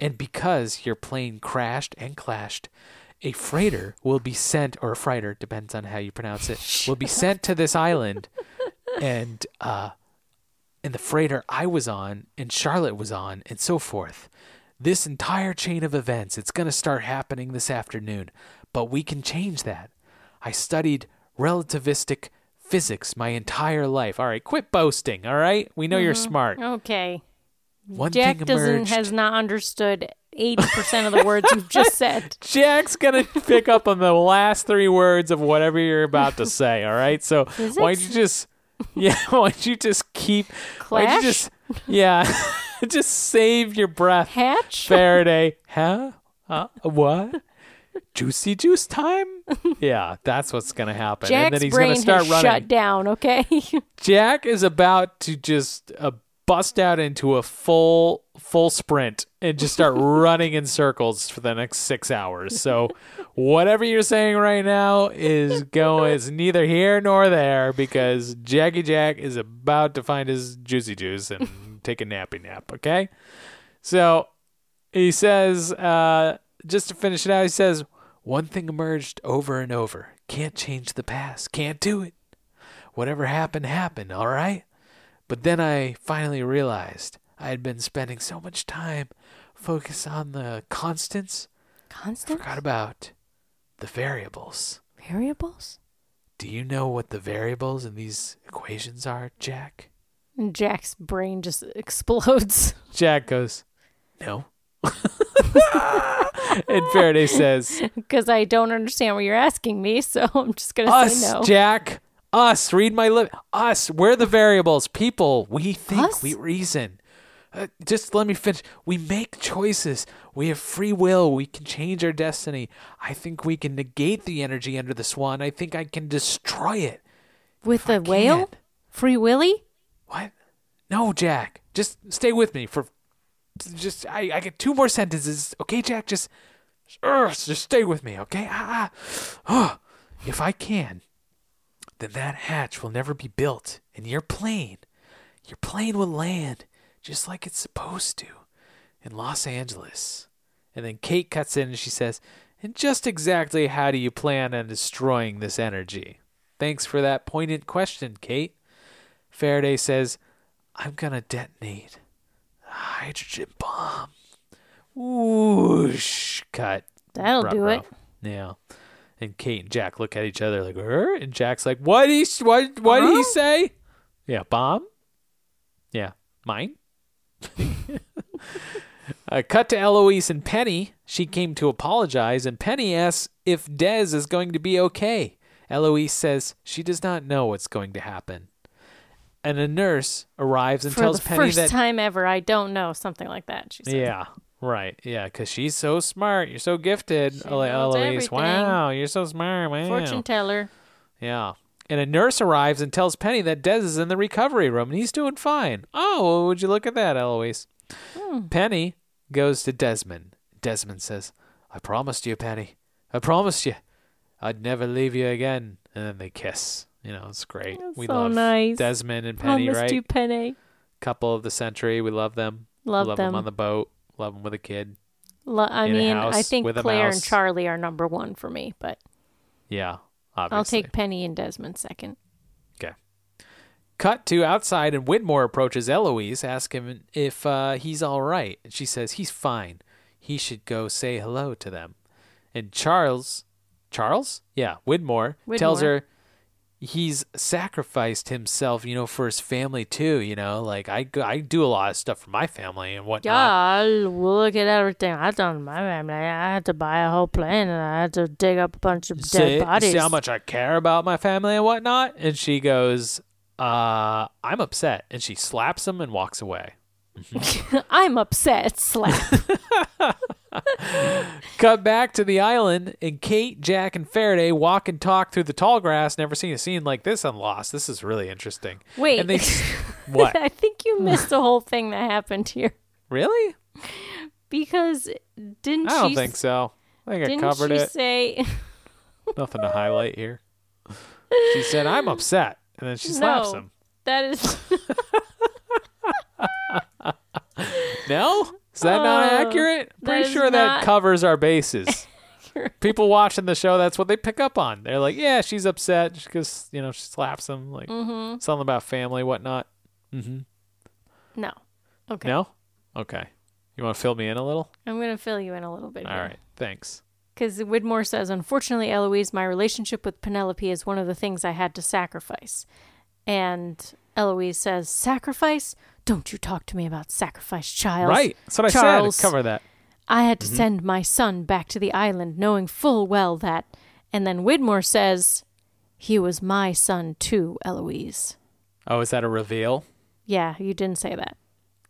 [SPEAKER 5] And because your plane crashed and clashed, a freighter will be sent, or a freighter, depends on how you pronounce it, will be sent to this island. And, uh, and the freighter I was on, and Charlotte was on, and so forth. This entire chain of events, it's going to start happening this afternoon, but we can change that. I studied relativistic physics my entire life. All right, quit boasting, all right? We know you're smart.
[SPEAKER 6] Okay.
[SPEAKER 5] One
[SPEAKER 6] Mm-hmm. Jack
[SPEAKER 5] thing
[SPEAKER 6] doesn't
[SPEAKER 5] emerged.
[SPEAKER 6] has not understood eighty percent of the words you've just said.
[SPEAKER 5] Jack's gonna pick up on the last three words of whatever you're about to say. All right, so why don't you just, yeah, why don't you just keep, why don't you
[SPEAKER 6] Clash?
[SPEAKER 5] just, yeah, just save your breath.
[SPEAKER 6] Hatch.
[SPEAKER 5] Faraday, huh? Huh? What? Juicy juice time? Yeah, that's what's gonna happen, and
[SPEAKER 6] Jack's
[SPEAKER 5] then he's
[SPEAKER 6] brain
[SPEAKER 5] gonna start
[SPEAKER 6] has
[SPEAKER 5] running.
[SPEAKER 6] shut down. Okay.
[SPEAKER 5] Jack is about to just uh, bust out into a full full sprint and just start running in circles for the next six hours. So whatever you're saying right now is going is neither here nor there because Jackie Jack is about to find his juicy juice and take a nappy nap. Okay, so he says uh, just to finish it out. He says. One thing emerged over and over. Can't change the past. Can't do it. Whatever happened, happened, all right? But then I finally realized I had been spending so much time focused on the constants,
[SPEAKER 6] Constant
[SPEAKER 5] forgot about the variables.
[SPEAKER 6] variables?
[SPEAKER 5] Do you know what the variables in these equations are, Jack?
[SPEAKER 6] And Jack's brain just explodes.
[SPEAKER 5] Jack goes, No. and Faraday says,
[SPEAKER 6] Because I don't understand what you're asking me, so I'm just gonna
[SPEAKER 5] Us,
[SPEAKER 6] say no.
[SPEAKER 5] Jack. Us. Read my lip. Us. We're the variables. People. We think.
[SPEAKER 6] Us?
[SPEAKER 5] We reason. Uh, just let me finish. We make choices. We have free will. We can change our destiny. I think we can negate the energy under the swan. I think I can destroy it.
[SPEAKER 6] With
[SPEAKER 5] I
[SPEAKER 6] the whale?
[SPEAKER 5] can't.
[SPEAKER 6] Free Willy?
[SPEAKER 5] What? No, Jack. Just stay with me for just I, I get two more sentences. Okay, Jack, just Ugh, just stay with me, okay? Ah, ah. Oh, if I can, then that hatch will never be built and your plane your plane will land just like it's supposed to in Los Angeles. And then Kate cuts in and she says, And just exactly how do you plan on destroying this energy? Thanks for that poignant question, Kate. Faraday says, I'm going to detonate a hydrogen bomb. Whoosh. Cut.
[SPEAKER 6] That'll do
[SPEAKER 5] Ruh-roh.
[SPEAKER 6] it.
[SPEAKER 5] Yeah. And Kate and Jack look at each other like, "Er?" and Jack's like, what he, what, what did he say? Yeah, bomb? Yeah, mine? uh, cut to Eloise and Penny. She came to apologize, and Penny asks if Dez is going to be okay. Eloise says she does not know what's going to happen. And a nurse arrives and
[SPEAKER 6] For
[SPEAKER 5] tells
[SPEAKER 6] the
[SPEAKER 5] Penny
[SPEAKER 6] first
[SPEAKER 5] that.
[SPEAKER 6] time ever, I don't know. Something like that. She said.
[SPEAKER 5] Yeah, right. Yeah, because she's so smart. You're so gifted, Elo-
[SPEAKER 6] knows
[SPEAKER 5] Eloise.
[SPEAKER 6] everything.
[SPEAKER 5] Wow, you're so smart. Wow.
[SPEAKER 6] Fortune teller.
[SPEAKER 5] Yeah. And a nurse arrives and tells Penny that Dez is in the recovery room and he's doing fine. Oh, well, would you look at that, Eloise?
[SPEAKER 6] Hmm.
[SPEAKER 5] Penny goes to Desmond. Desmond says, I promised you, Penny. I promised you. I'd never leave you again. And then they kiss. You know, it's great. we
[SPEAKER 6] so
[SPEAKER 5] love
[SPEAKER 6] nice.
[SPEAKER 5] Desmond and Penny,
[SPEAKER 6] Promised
[SPEAKER 5] right?
[SPEAKER 6] you, Penny.
[SPEAKER 5] Couple of the century. We love them.
[SPEAKER 6] Love
[SPEAKER 5] love
[SPEAKER 6] them.
[SPEAKER 5] on the boat. Love them with a kid.
[SPEAKER 6] Lo- I
[SPEAKER 5] In a
[SPEAKER 6] mean, I
[SPEAKER 5] house
[SPEAKER 6] think
[SPEAKER 5] with a
[SPEAKER 6] Claire and
[SPEAKER 5] mouse.
[SPEAKER 6] Charlie are number one for me, but
[SPEAKER 5] Yeah, obviously.
[SPEAKER 6] I'll take Penny and Desmond second.
[SPEAKER 5] Okay. Cut to outside, and Whitmore approaches Eloise, asking him if uh, he's all right. And she says he's fine. He should go say hello to them. And Charles, Charles, yeah, Whitmore, tells
[SPEAKER 6] Whitmore.
[SPEAKER 5] her he's sacrificed himself, you know, for his family too. You know, like I, go- I do a lot of stuff for my family and whatnot.
[SPEAKER 6] I look at everything I done in my family. I had to buy a whole plane and I had to dig up a bunch of
[SPEAKER 5] see, see how much I care about my family and whatnot. And she goes, uh, I'm upset. And she slaps him and walks away.
[SPEAKER 6] I'm upset. Slap.
[SPEAKER 5] Cut back to the island, and Kate, Jack, and Faraday walk and talk through the tall grass. Never seen a scene like this on Lost. This is really interesting.
[SPEAKER 6] Wait.
[SPEAKER 5] And they, what?
[SPEAKER 6] I think you missed the whole thing that happened here
[SPEAKER 5] Really?
[SPEAKER 6] because didn't
[SPEAKER 5] I don't
[SPEAKER 6] she?
[SPEAKER 5] think so. I think I
[SPEAKER 6] Didn't
[SPEAKER 5] covered
[SPEAKER 6] she
[SPEAKER 5] it.
[SPEAKER 6] say?
[SPEAKER 5] Nothing to highlight here. She said, "I'm upset," and then she slaps
[SPEAKER 6] no.
[SPEAKER 5] him.
[SPEAKER 6] That is.
[SPEAKER 5] No, is that not
[SPEAKER 6] Uh,
[SPEAKER 5] accurate?
[SPEAKER 6] that
[SPEAKER 5] Pretty
[SPEAKER 6] is
[SPEAKER 5] sure that
[SPEAKER 6] not
[SPEAKER 5] covers our bases. People watching the show, that's what they pick up on. They're like, "Yeah, she's upset because you know she slaps him, like
[SPEAKER 6] Mm-hmm.
[SPEAKER 5] something about family, whatnot."
[SPEAKER 6] No. Okay.
[SPEAKER 5] No? Okay. You want to fill me in a little?
[SPEAKER 6] I'm gonna fill you in a little bit.
[SPEAKER 5] All right. Thanks.
[SPEAKER 6] Because Widmore says, unfortunately, Eloise, my relationship with Penelope is one of the things I had to sacrifice. And Eloise says, sacrifice? Don't you talk to me about sacrifice, child.
[SPEAKER 5] Right. Mm-hmm. That's what I
[SPEAKER 6] Charles,
[SPEAKER 5] said. Cover that.
[SPEAKER 6] I had to send my son back to the island, knowing full well that. And then Widmore says, he was my son too, Eloise.
[SPEAKER 5] Oh, is that a reveal?
[SPEAKER 6] Yeah, you didn't say that.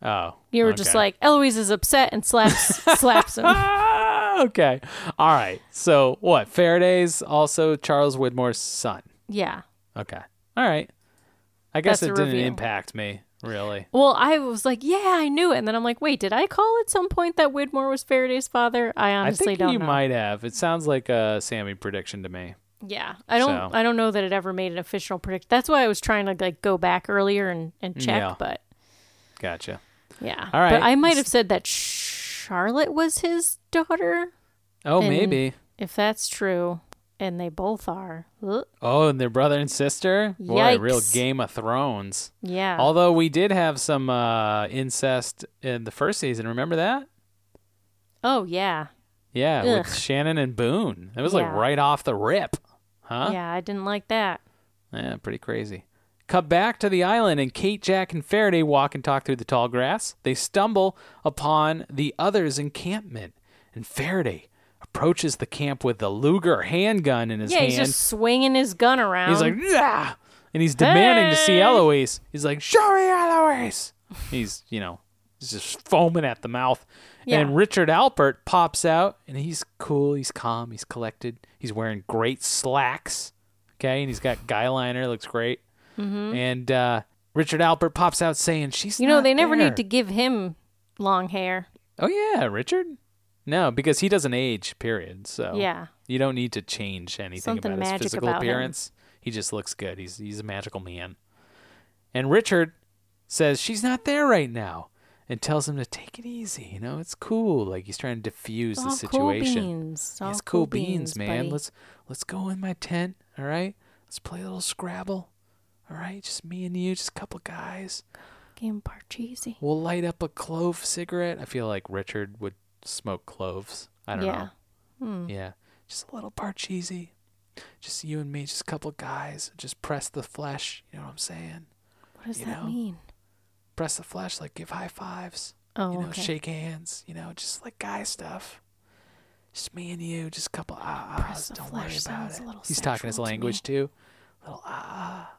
[SPEAKER 5] Oh.
[SPEAKER 6] You were just
[SPEAKER 5] okay.
[SPEAKER 6] like, Eloise is upset and slaps slaps him.
[SPEAKER 5] ah, okay. All right. So what? Faraday's also Charles Widmore's son.
[SPEAKER 6] Yeah.
[SPEAKER 5] Okay. All right. I guess
[SPEAKER 6] That's
[SPEAKER 5] it
[SPEAKER 6] a
[SPEAKER 5] didn't
[SPEAKER 6] reveal.
[SPEAKER 5] impact me, really.
[SPEAKER 6] Well, I was like, yeah, I knew it. And then I'm like, wait, did I call at some point that Widmore was Faraday's father? I honestly
[SPEAKER 5] I think
[SPEAKER 6] don't
[SPEAKER 5] you
[SPEAKER 6] know.
[SPEAKER 5] might have. It sounds like a Sammy prediction to me.
[SPEAKER 6] Yeah. I don't
[SPEAKER 5] So.
[SPEAKER 6] I don't know that it ever made an official predict. That's why I was trying to like go back earlier and, and check,
[SPEAKER 5] yeah.
[SPEAKER 6] but
[SPEAKER 5] Gotcha.
[SPEAKER 6] yeah.
[SPEAKER 5] All right.
[SPEAKER 6] But I might have said that Charlotte was his daughter.
[SPEAKER 5] Oh,
[SPEAKER 6] And
[SPEAKER 5] maybe.
[SPEAKER 6] If that's true, and they both are. Ugh.
[SPEAKER 5] Oh, and their brother and sister? Boy, real
[SPEAKER 6] Yikes.
[SPEAKER 5] Game of Thrones.
[SPEAKER 6] Yeah.
[SPEAKER 5] Although we did have some uh, incest in the first season. Remember that?
[SPEAKER 6] oh yeah.
[SPEAKER 5] Yeah,
[SPEAKER 6] Ugh.
[SPEAKER 5] with Shannon and Boone. That was
[SPEAKER 6] Yeah.
[SPEAKER 5] like right off the rip. Huh?
[SPEAKER 6] Yeah, I didn't like that.
[SPEAKER 5] Yeah, pretty crazy. Cut back to the island, and Kate, Jack, and Faraday walk and talk through the tall grass. They stumble upon the others' encampment, and Faraday approaches the camp with the Luger handgun in his
[SPEAKER 6] yeah,
[SPEAKER 5] hand.
[SPEAKER 6] he's just swinging his gun around.
[SPEAKER 5] He's like, yeah, and he's demanding to see
[SPEAKER 6] Um, Hey!
[SPEAKER 5] Eloise. He's like, show me Eloise. He's, you know, he's just foaming at the mouth.
[SPEAKER 6] Yeah.
[SPEAKER 5] And Richard Alpert pops out, and he's cool, he's calm, he's collected. He's wearing great slacks, okay, and he's got guy liner, looks great. And uh, Richard Alpert pops out saying, "She's
[SPEAKER 6] Mm-hmm. you know,
[SPEAKER 5] not
[SPEAKER 6] they never
[SPEAKER 5] there."
[SPEAKER 6] need to give him long hair.
[SPEAKER 5] Oh yeah, Richard. No, because he doesn't age. Period. So
[SPEAKER 6] Yeah.
[SPEAKER 5] you don't need to change anything
[SPEAKER 6] Something
[SPEAKER 5] about his
[SPEAKER 6] magic
[SPEAKER 5] physical
[SPEAKER 6] about him.
[SPEAKER 5] appearance. He just looks good. He's he's a magical man. And Richard says she's not there right now, and tells him to take it easy. You know, it's cool. Like he's trying to diffuse
[SPEAKER 6] It's
[SPEAKER 5] the
[SPEAKER 6] all
[SPEAKER 5] situation.
[SPEAKER 6] cool beans. It's all
[SPEAKER 5] It's cool beans, man.
[SPEAKER 6] buddy.
[SPEAKER 5] Let's let's go in my tent. All right. Let's play a little Scrabble. All right, just me and you, just a couple guys.
[SPEAKER 6] Give him Parcheesi.
[SPEAKER 5] We'll light up a clove cigarette. I feel like Richard would smoke cloves. I don't
[SPEAKER 6] Yeah. Hmm.
[SPEAKER 5] know. Yeah. Just a little parcheesi. Just you and me, just a couple guys. Just press the flesh. You know what I'm saying?
[SPEAKER 6] What does
[SPEAKER 5] you
[SPEAKER 6] that
[SPEAKER 5] know,
[SPEAKER 6] mean?
[SPEAKER 5] Press the flesh, like give high fives.
[SPEAKER 6] Oh,
[SPEAKER 5] you know,
[SPEAKER 6] okay.
[SPEAKER 5] shake hands. You know, just like guy stuff. Just me and you, just a couple ah
[SPEAKER 6] Press
[SPEAKER 5] ahs.
[SPEAKER 6] the
[SPEAKER 5] Don't worry
[SPEAKER 6] flesh
[SPEAKER 5] about
[SPEAKER 6] sounds
[SPEAKER 5] it.
[SPEAKER 6] a little
[SPEAKER 5] He's talking his
[SPEAKER 6] sexual to
[SPEAKER 5] language
[SPEAKER 6] me.
[SPEAKER 5] too. Little ah, ah.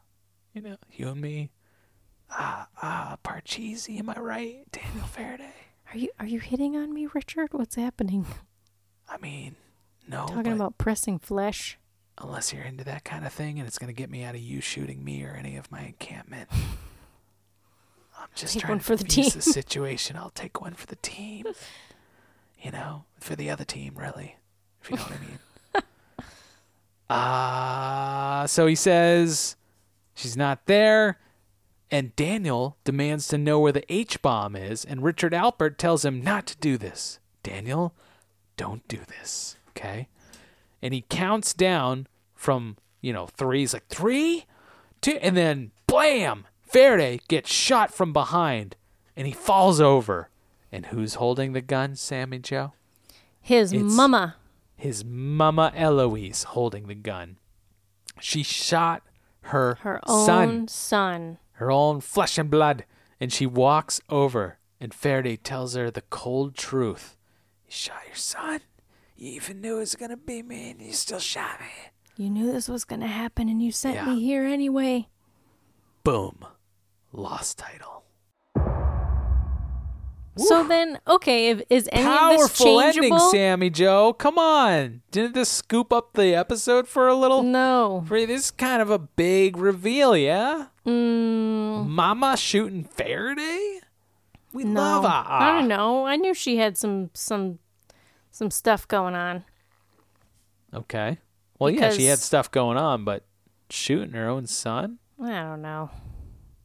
[SPEAKER 5] you know, you and me. Ah ah, parcheesi. Am I right, Daniel Faraday?
[SPEAKER 6] Are you are you hitting on me, Richard? What's happening?
[SPEAKER 5] I mean, no,
[SPEAKER 6] Talking
[SPEAKER 5] but
[SPEAKER 6] about pressing flesh.
[SPEAKER 5] unless you're into that kind of thing and it's going to get me out of you shooting me or any of my encampment. I'm just
[SPEAKER 6] Take
[SPEAKER 5] trying
[SPEAKER 6] one
[SPEAKER 5] to
[SPEAKER 6] for the
[SPEAKER 5] defuse
[SPEAKER 6] team.
[SPEAKER 5] this situation. I'll take one for the team. You know, for the other team, really, if you know what I mean. Uh, so he says she's not there. And Daniel demands to know where the H bomb is. And Richard Alpert tells him not to do this. Daniel, don't do this. Okay and he counts down from you know three. He's like three, two, and then blam! Faraday gets shot from behind, and he falls over. And who's holding the gun, Sammy Joe?
[SPEAKER 6] His
[SPEAKER 5] It's-
[SPEAKER 6] mama.
[SPEAKER 5] His mama Eloise holding the gun. She shot her,
[SPEAKER 6] Her
[SPEAKER 5] son
[SPEAKER 6] own son.
[SPEAKER 5] her own flesh and blood, and she walks over, and Faraday tells her the cold truth. You shot your son? You even knew it was gonna be me, and you still shot me.
[SPEAKER 6] You knew this was gonna happen and you sent
[SPEAKER 5] Yeah.
[SPEAKER 6] me here anyway.
[SPEAKER 5] Boom. Lost title.
[SPEAKER 6] So then, okay, if, is any of this
[SPEAKER 5] Powerful
[SPEAKER 6] changeable?
[SPEAKER 5] ending, Sammy Joe. Come on. Didn't this scoop up the episode for a
[SPEAKER 6] Mm.
[SPEAKER 5] little?
[SPEAKER 6] No.
[SPEAKER 5] For this is kind of a big reveal, yeah?
[SPEAKER 6] Mm,
[SPEAKER 5] Mama shooting Faraday? We
[SPEAKER 6] no.
[SPEAKER 5] love Ah Ah.
[SPEAKER 6] I don't know. I knew she had some some some stuff going on.
[SPEAKER 5] Okay. Well, yeah, she had
[SPEAKER 6] Because-
[SPEAKER 5] stuff going on, but shooting her own son?
[SPEAKER 6] I don't know.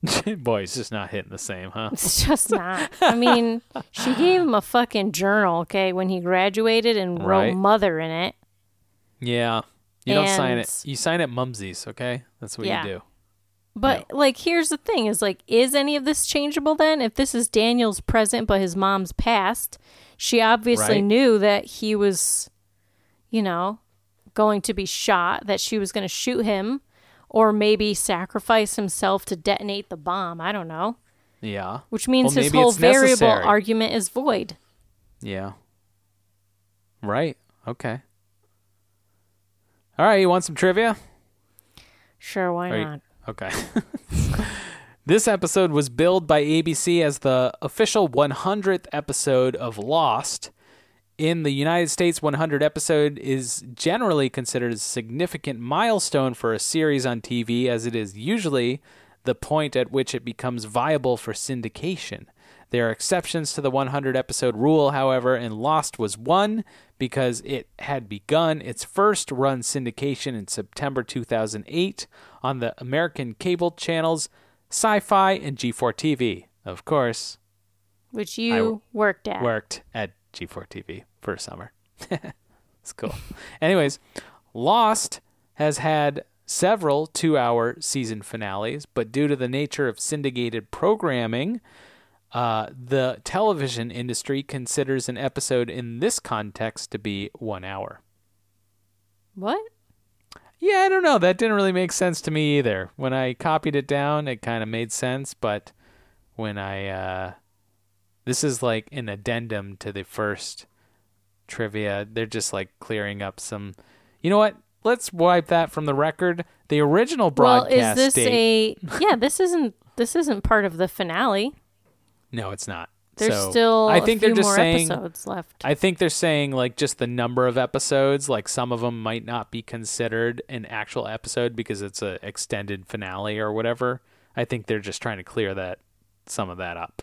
[SPEAKER 5] Boy, it's just not hitting the same, huh?
[SPEAKER 6] It's just not. I mean, she gave him a fucking journal, okay, when he graduated and
[SPEAKER 5] Right.
[SPEAKER 6] wrote mother in it.
[SPEAKER 5] Yeah. You don't sign it.
[SPEAKER 6] And-
[SPEAKER 5] You sign at Mumsy's, okay? That's what
[SPEAKER 6] Yeah.
[SPEAKER 5] you do.
[SPEAKER 6] But like here's the thing is like is any of this changeable then? If this is Daniel's present but his mom's past, she obviously
[SPEAKER 5] Right.
[SPEAKER 6] knew that he was you know going to be shot, that she was going to shoot him or maybe sacrifice himself to detonate the bomb, I don't know,
[SPEAKER 5] Yeah.
[SPEAKER 6] which means
[SPEAKER 5] Well,
[SPEAKER 6] his
[SPEAKER 5] maybe
[SPEAKER 6] whole
[SPEAKER 5] it's
[SPEAKER 6] variable
[SPEAKER 5] necessary.
[SPEAKER 6] argument is void.
[SPEAKER 5] Yeah. Right. Okay. All right. You want some trivia?
[SPEAKER 6] Sure, why
[SPEAKER 5] Are you-
[SPEAKER 6] not?
[SPEAKER 5] Okay. this episode was billed by ABC as the official 100th episode of Lost. In the United States, 100 episode is generally considered a significant milestone for a series on TV, as it is usually the point at which it becomes viable for syndication. There are exceptions to the 100 episode rule, however, and Lost was one because it had begun its first run syndication in September 2008 on the American cable channels Sci Fi and G4 TV. Of course,
[SPEAKER 6] Which
[SPEAKER 5] w-
[SPEAKER 6] you worked at.
[SPEAKER 5] worked at G4 TV for a summer. It's cool. Anyways, Lost has had several two hour season finales, but due to the nature of syndicated programming, uh, the television industry considers an episode in this context to be one hour.
[SPEAKER 6] What?
[SPEAKER 5] Yeah, I don't know. That didn't really make sense to me either. When I copied it down, it kind of made sense, but when I uh this is like an addendum to the first trivia. They're just like clearing up some You know what? Let's wipe that from the record. The original
[SPEAKER 6] Well,
[SPEAKER 5] broadcast
[SPEAKER 6] is this
[SPEAKER 5] date.
[SPEAKER 6] a Yeah, this isn't this isn't part of the finale.
[SPEAKER 5] No, it's not.
[SPEAKER 6] There's
[SPEAKER 5] So,
[SPEAKER 6] still
[SPEAKER 5] I think
[SPEAKER 6] a few
[SPEAKER 5] they're just
[SPEAKER 6] more
[SPEAKER 5] saying
[SPEAKER 6] episodes left.
[SPEAKER 5] I think they're saying like just the number of episodes, like some of them might not be considered an actual episode because it's a extended finale or whatever. I think they're just trying to clear that some of that up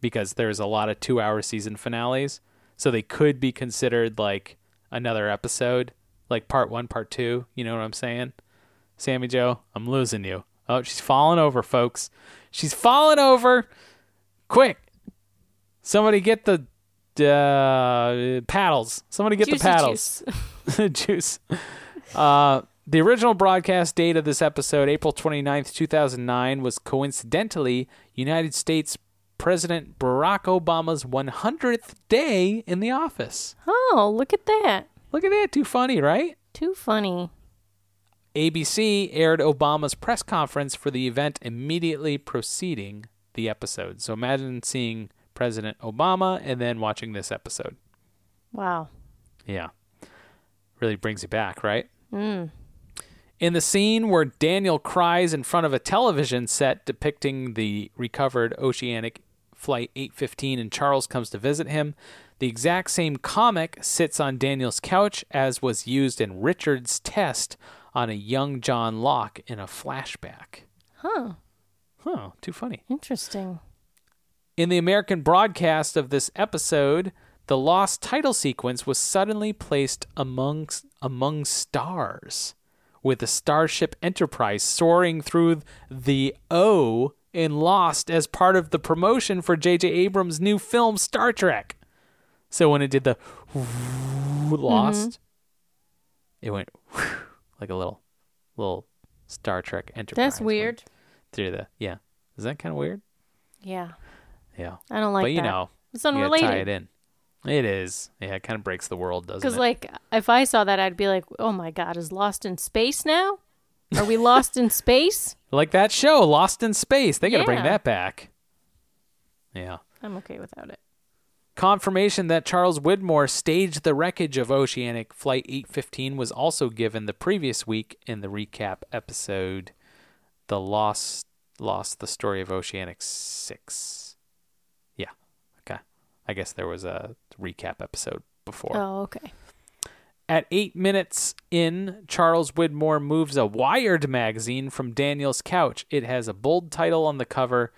[SPEAKER 5] because there's a lot of 2-hour season finales, so they could be considered like another episode, like part 1, part 2, you know what I'm saying? Sammy Joe, I'm losing you. Oh, she's falling over, folks. She's falling over. Quick. Somebody get the uh, paddles. Somebody get
[SPEAKER 6] Juicy
[SPEAKER 5] the paddles.
[SPEAKER 6] juice.
[SPEAKER 5] Juice. Uh, the original broadcast date of this episode, April 29th, 2009, was coincidentally United States President Barack Obama's 100th day in the office.
[SPEAKER 6] Oh, look at that.
[SPEAKER 5] Look at that. Too funny, right?
[SPEAKER 6] Too funny.
[SPEAKER 5] ABC aired Obama's press conference for the event immediately preceding the episode. So imagine seeing President Obama and then watching this episode.
[SPEAKER 6] Wow.
[SPEAKER 5] Yeah. Really brings you back, right? In the scene where Daniel cries in front of a television set depicting the recovered Oceanic Flight 815 and Charles comes to visit him, the exact same comic sits on Daniel's couch as was used in Richard's test on a young John Locke in a flashback.
[SPEAKER 6] Huh.
[SPEAKER 5] Huh, too funny.
[SPEAKER 6] Interesting.
[SPEAKER 5] In the American broadcast of this episode, the lost title sequence was suddenly placed amongst among stars, with the Starship Enterprise soaring through the O in Lost as part of the promotion for J.J. Abrams' new film Star Trek. So when it did the Lost,
[SPEAKER 6] Mm-hmm.
[SPEAKER 5] it went like a little little Star Trek Enterprise.
[SPEAKER 6] That's
[SPEAKER 5] went
[SPEAKER 6] weird.
[SPEAKER 5] Through the yeah, is that kind of weird?
[SPEAKER 6] Yeah.
[SPEAKER 5] Yeah
[SPEAKER 6] I don't like
[SPEAKER 5] but you
[SPEAKER 6] that.
[SPEAKER 5] know,
[SPEAKER 6] It's
[SPEAKER 5] you gotta tie it
[SPEAKER 6] unrelated.
[SPEAKER 5] in. It is. Yeah, it kind of breaks the world, doesn't
[SPEAKER 6] Because
[SPEAKER 5] it?
[SPEAKER 6] like if I saw that I'd be like, Oh my god, is Lost in Space now? Are we lost in space?
[SPEAKER 5] Like that show, Lost in Space. They got to bring
[SPEAKER 6] Yeah.
[SPEAKER 5] that back. Yeah.
[SPEAKER 6] I'm okay without it.
[SPEAKER 5] Confirmation that Charles Widmore staged the wreckage of Oceanic Flight 815 was also given the previous week in the recap episode, "The Lost Lost: The Story of Oceanic 6. Yeah. Okay. I guess there was a recap episode before.
[SPEAKER 6] Oh, okay.
[SPEAKER 5] At eight minutes in, Charles Widmore moves a Wired magazine from Daniel's couch. It has a bold title on the cover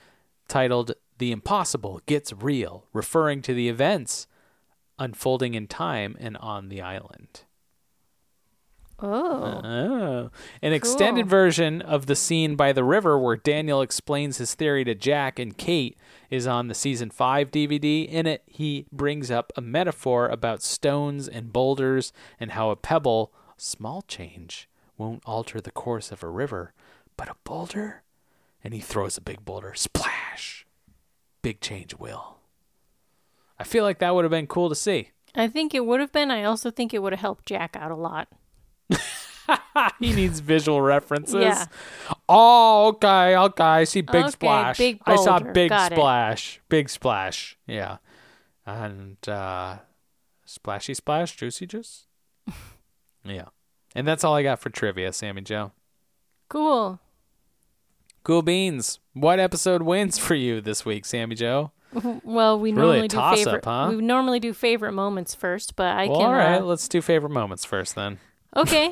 [SPEAKER 5] titled The Impossible Gets Real, referring to the events unfolding in time and on the island.
[SPEAKER 6] Oh.
[SPEAKER 5] Oh. An extended version of the scene by the river where Daniel explains his theory to Jack and Kate is on the season 5 DVD. In it, he brings up a metaphor about stones and boulders and how a pebble, small change, won't alter the course of a river, but a boulder? And he throws a big boulder. Splash! Big change will. I feel like that would have been cool to see.
[SPEAKER 6] I think it would have been. I also think it would have helped Jack out a lot.
[SPEAKER 5] he needs visual references.
[SPEAKER 6] Yeah.
[SPEAKER 5] Oh, okay, okay. I see big
[SPEAKER 6] Okay,
[SPEAKER 5] splash.
[SPEAKER 6] big
[SPEAKER 5] I saw
[SPEAKER 6] boulder.
[SPEAKER 5] big
[SPEAKER 6] Got it.
[SPEAKER 5] splash. Big splash. Yeah. And uh splashy splash, juicy juice. yeah. And that's all I got for trivia, Sammy Joe.
[SPEAKER 6] Cool.
[SPEAKER 5] Cool beans. What episode wins for you this week, Sammy Joe?
[SPEAKER 6] Well, we
[SPEAKER 5] Really a
[SPEAKER 6] normally do
[SPEAKER 5] toss-up,
[SPEAKER 6] favorite.
[SPEAKER 5] huh?
[SPEAKER 6] We normally do favorite moments first, but I
[SPEAKER 5] well,
[SPEAKER 6] can.
[SPEAKER 5] all right.
[SPEAKER 6] uh,
[SPEAKER 5] Let's do favorite moments first then.
[SPEAKER 6] okay.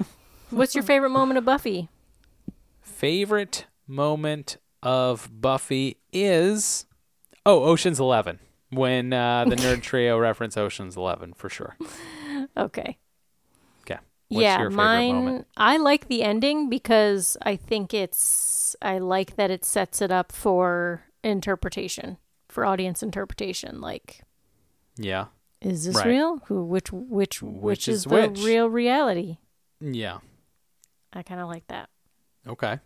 [SPEAKER 6] What's your favorite moment of Buffy?
[SPEAKER 5] Favorite moment of Buffy is oh, Ocean's 11. When uh, the nerd trio reference Ocean's 11 for sure.
[SPEAKER 6] Okay.
[SPEAKER 5] Okay.
[SPEAKER 6] yeah, mine. I like the ending because I think it's. I like that it sets it up for interpretation, for audience interpretation. Like
[SPEAKER 5] Yeah.
[SPEAKER 6] Is this
[SPEAKER 5] Right.
[SPEAKER 6] real? Who? Which? Which? Which,
[SPEAKER 5] is
[SPEAKER 6] is, the
[SPEAKER 5] which?
[SPEAKER 6] real reality?
[SPEAKER 5] Yeah.
[SPEAKER 6] I kind of like that.
[SPEAKER 5] Okay.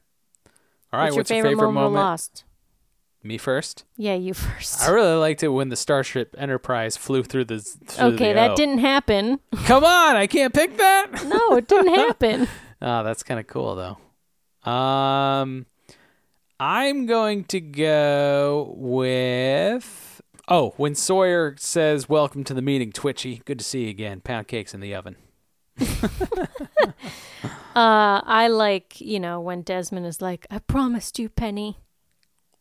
[SPEAKER 5] All right.
[SPEAKER 6] what's, your favorite, moment, we lost?
[SPEAKER 5] Me first.
[SPEAKER 6] Yeah, you first.
[SPEAKER 5] I really liked it when the Starship Enterprise flew through the. Through
[SPEAKER 6] okay,
[SPEAKER 5] the
[SPEAKER 6] that
[SPEAKER 5] O.
[SPEAKER 6] didn't happen.
[SPEAKER 5] Come on, I can't pick that.
[SPEAKER 6] No, it didn't happen.
[SPEAKER 5] Oh, that's kind of cool though. Um, I'm going to go with oh, when Sawyer says "Welcome to the meeting, Twitchy. Good to see you again. Pound cakes in the oven."
[SPEAKER 6] Uh, I like you know when Desmond is like, "I promised you, Penny."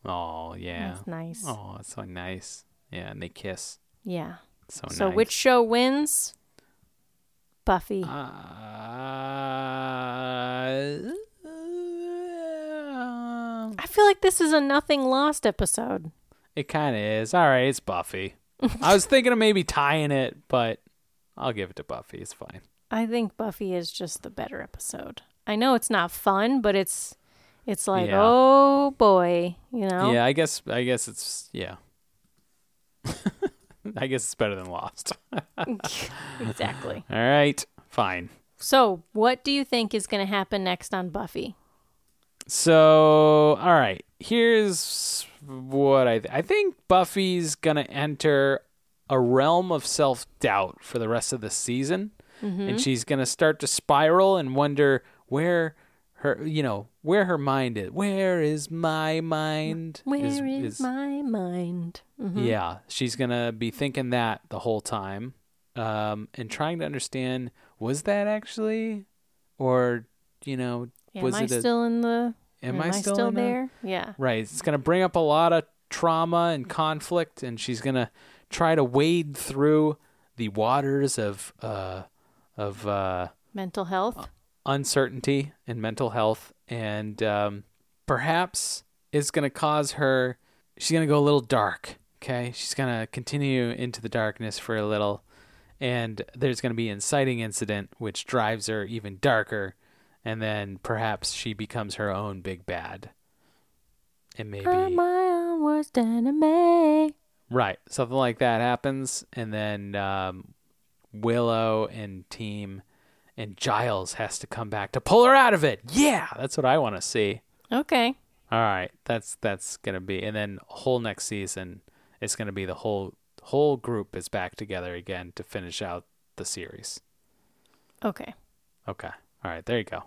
[SPEAKER 5] Oh yeah.
[SPEAKER 6] That's nice.
[SPEAKER 5] Oh, it's so nice. Yeah, and they kiss.
[SPEAKER 6] Yeah.
[SPEAKER 5] So,
[SPEAKER 6] So
[SPEAKER 5] Oh, nice.
[SPEAKER 6] which show wins? Buffy.
[SPEAKER 5] Uh,
[SPEAKER 6] I feel like this is a nothing lost episode.
[SPEAKER 5] it kind of is. All right, it's Buffy. I was thinking of maybe tying it, but I'll give it to Buffy. It's fine.
[SPEAKER 6] I think Buffy is just the better episode. I know it's not fun, but it's it's like,
[SPEAKER 5] Yeah.
[SPEAKER 6] oh boy, you know.
[SPEAKER 5] Yeah, I guess. I guess it's yeah. I guess it's better than Lost.
[SPEAKER 6] Exactly.
[SPEAKER 5] All right, fine.
[SPEAKER 6] So, what do you think is going to happen next on Buffy?
[SPEAKER 5] So, all right. Here's what I th- I think Buffy's gonna enter a realm of self doubt for the rest of the season,
[SPEAKER 6] Mm-hmm.
[SPEAKER 5] and she's gonna start to spiral and wonder where her you know where her mind is. Where is my mind?
[SPEAKER 6] Where is, my mind? Mm.
[SPEAKER 5] Yeah, she's gonna be thinking that the whole time, um, and trying to understand was that actually, or you know,
[SPEAKER 6] Am
[SPEAKER 5] was
[SPEAKER 6] I
[SPEAKER 5] it a,
[SPEAKER 6] still in the?
[SPEAKER 5] am, I still, in a-
[SPEAKER 6] there? Yeah.
[SPEAKER 5] right, it's gonna bring up a lot of trauma and conflict, and she's gonna try to wade through the waters of uh, of uh,
[SPEAKER 6] Mental health.
[SPEAKER 5] uncertainty and mental health, and um, perhaps it's going to cause her. She's going to go a little dark. Okay, she's going to continue into the darkness for a little, and there's going to be an inciting incident which drives her even darker, and then perhaps she becomes her own big bad. And maybe
[SPEAKER 6] I'm my own worst enemy.
[SPEAKER 5] Right. Something like that happens, and then um, Willow and team and Giles has to come back to pull her out of it. Yeah, that's what I want to see.
[SPEAKER 6] Okay.
[SPEAKER 5] All right, that's that's gonna be, and then whole next season, it's gonna be the whole whole group is back together again to finish out the series.
[SPEAKER 6] Okay.
[SPEAKER 5] Okay. All right, there you go.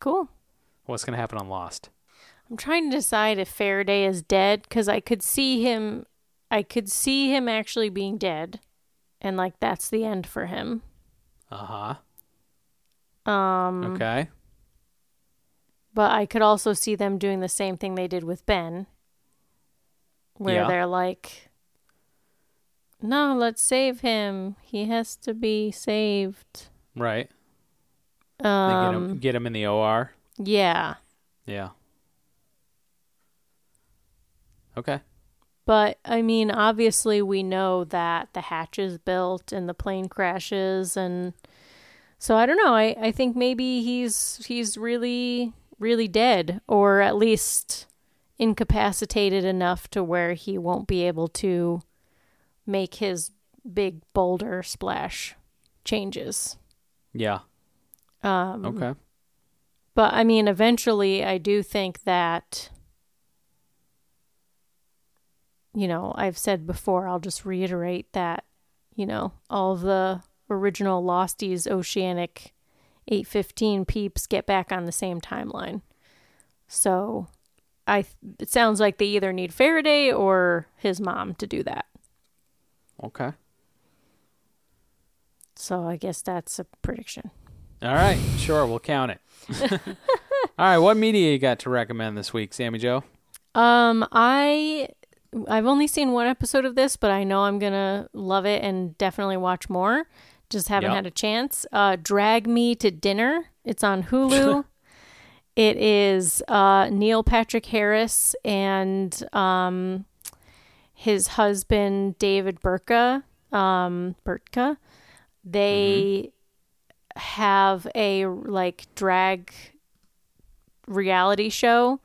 [SPEAKER 6] Cool.
[SPEAKER 5] What's gonna happen on Lost?
[SPEAKER 6] I'm trying to decide if Faraday is dead because I could see him. I could see him actually being dead, and like that's the end for him.
[SPEAKER 5] Uh huh.
[SPEAKER 6] Um,
[SPEAKER 5] Mm-hmm. Okay.
[SPEAKER 6] but I could also see them doing the same thing they did with Ben, where
[SPEAKER 5] Yeah.
[SPEAKER 6] they're like, "No, let's save him. He has to be saved."
[SPEAKER 5] Right. They
[SPEAKER 6] Um,
[SPEAKER 5] get him get him in the OR.
[SPEAKER 6] yeah,
[SPEAKER 5] Yeah. Okay.
[SPEAKER 6] But I mean, obviously, we know that the hatch is built and the plane crashes, and so I don't know. I, I think maybe he's he's really really dead, or at least incapacitated enough to where he won't be able to make his big boulder splash changes.
[SPEAKER 5] Yeah.
[SPEAKER 6] Um,
[SPEAKER 5] Okay.
[SPEAKER 6] But I mean, eventually, I do think that, you know, I've said before, I'll just reiterate that, you know, all of the original Losties Oceanic 815 peeps get back on the same timeline. So I it sounds like they either need Faraday or his mom to do that.
[SPEAKER 5] Okay.
[SPEAKER 6] So I guess that's a prediction.
[SPEAKER 5] All right. Sure. We'll count it. All right. What media you got to recommend this week, Sammy Joe?
[SPEAKER 6] Um, I I've only seen one episode of this, but I know I'm gonna love it and definitely watch more. Just haven't
[SPEAKER 5] Yep.
[SPEAKER 6] had a chance. Uh, Drag Me to Dinner. It's on Hulu. it is uh, Neil Patrick Harris and um, his husband David Burka. Um, Burtka. They have a like drag reality show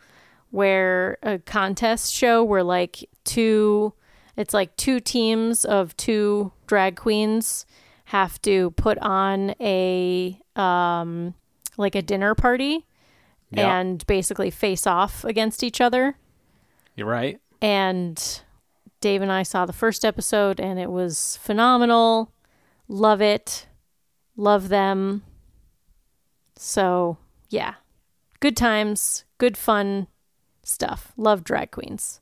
[SPEAKER 6] where a contest show where like two It's like two teams of two drag queens have to put on a um like a dinner party
[SPEAKER 5] Yeah.
[SPEAKER 6] and basically face off against each other.
[SPEAKER 5] You're right.
[SPEAKER 6] And Dave and I saw the first episode and it was phenomenal. Love it. Love them. So, yeah. Good times, good fun stuff. Love drag queens.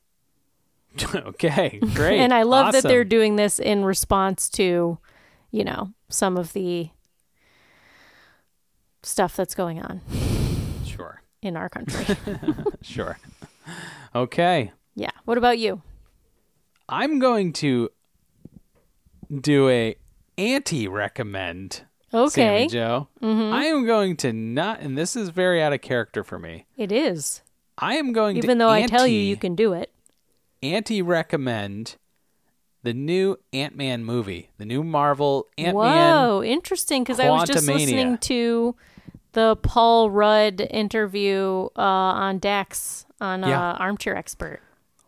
[SPEAKER 5] okay, great.
[SPEAKER 6] And I love that they're
[SPEAKER 5] Awesome.
[SPEAKER 6] doing this in response to, you know, some of the stuff that's going on
[SPEAKER 5] sure,
[SPEAKER 6] in our country.
[SPEAKER 5] sure. Okay,
[SPEAKER 6] yeah. What about you?
[SPEAKER 5] I'm going to do a anti recommend.
[SPEAKER 6] Okay. Mm-hmm.
[SPEAKER 5] Sammy Joe. I am going to not, and this is very out of character for me.
[SPEAKER 6] It is.
[SPEAKER 5] I am going to
[SPEAKER 6] Even though I tell you
[SPEAKER 5] anti-
[SPEAKER 6] you can do it.
[SPEAKER 5] anti recommend the new Ant Man movie, the new Marvel Ant Man.
[SPEAKER 6] Whoa, interesting. Because I was just
[SPEAKER 5] Quantumania.
[SPEAKER 6] listening to the Paul Rudd interview uh, on Dax on uh,
[SPEAKER 5] Yeah.
[SPEAKER 6] Armchair Expert.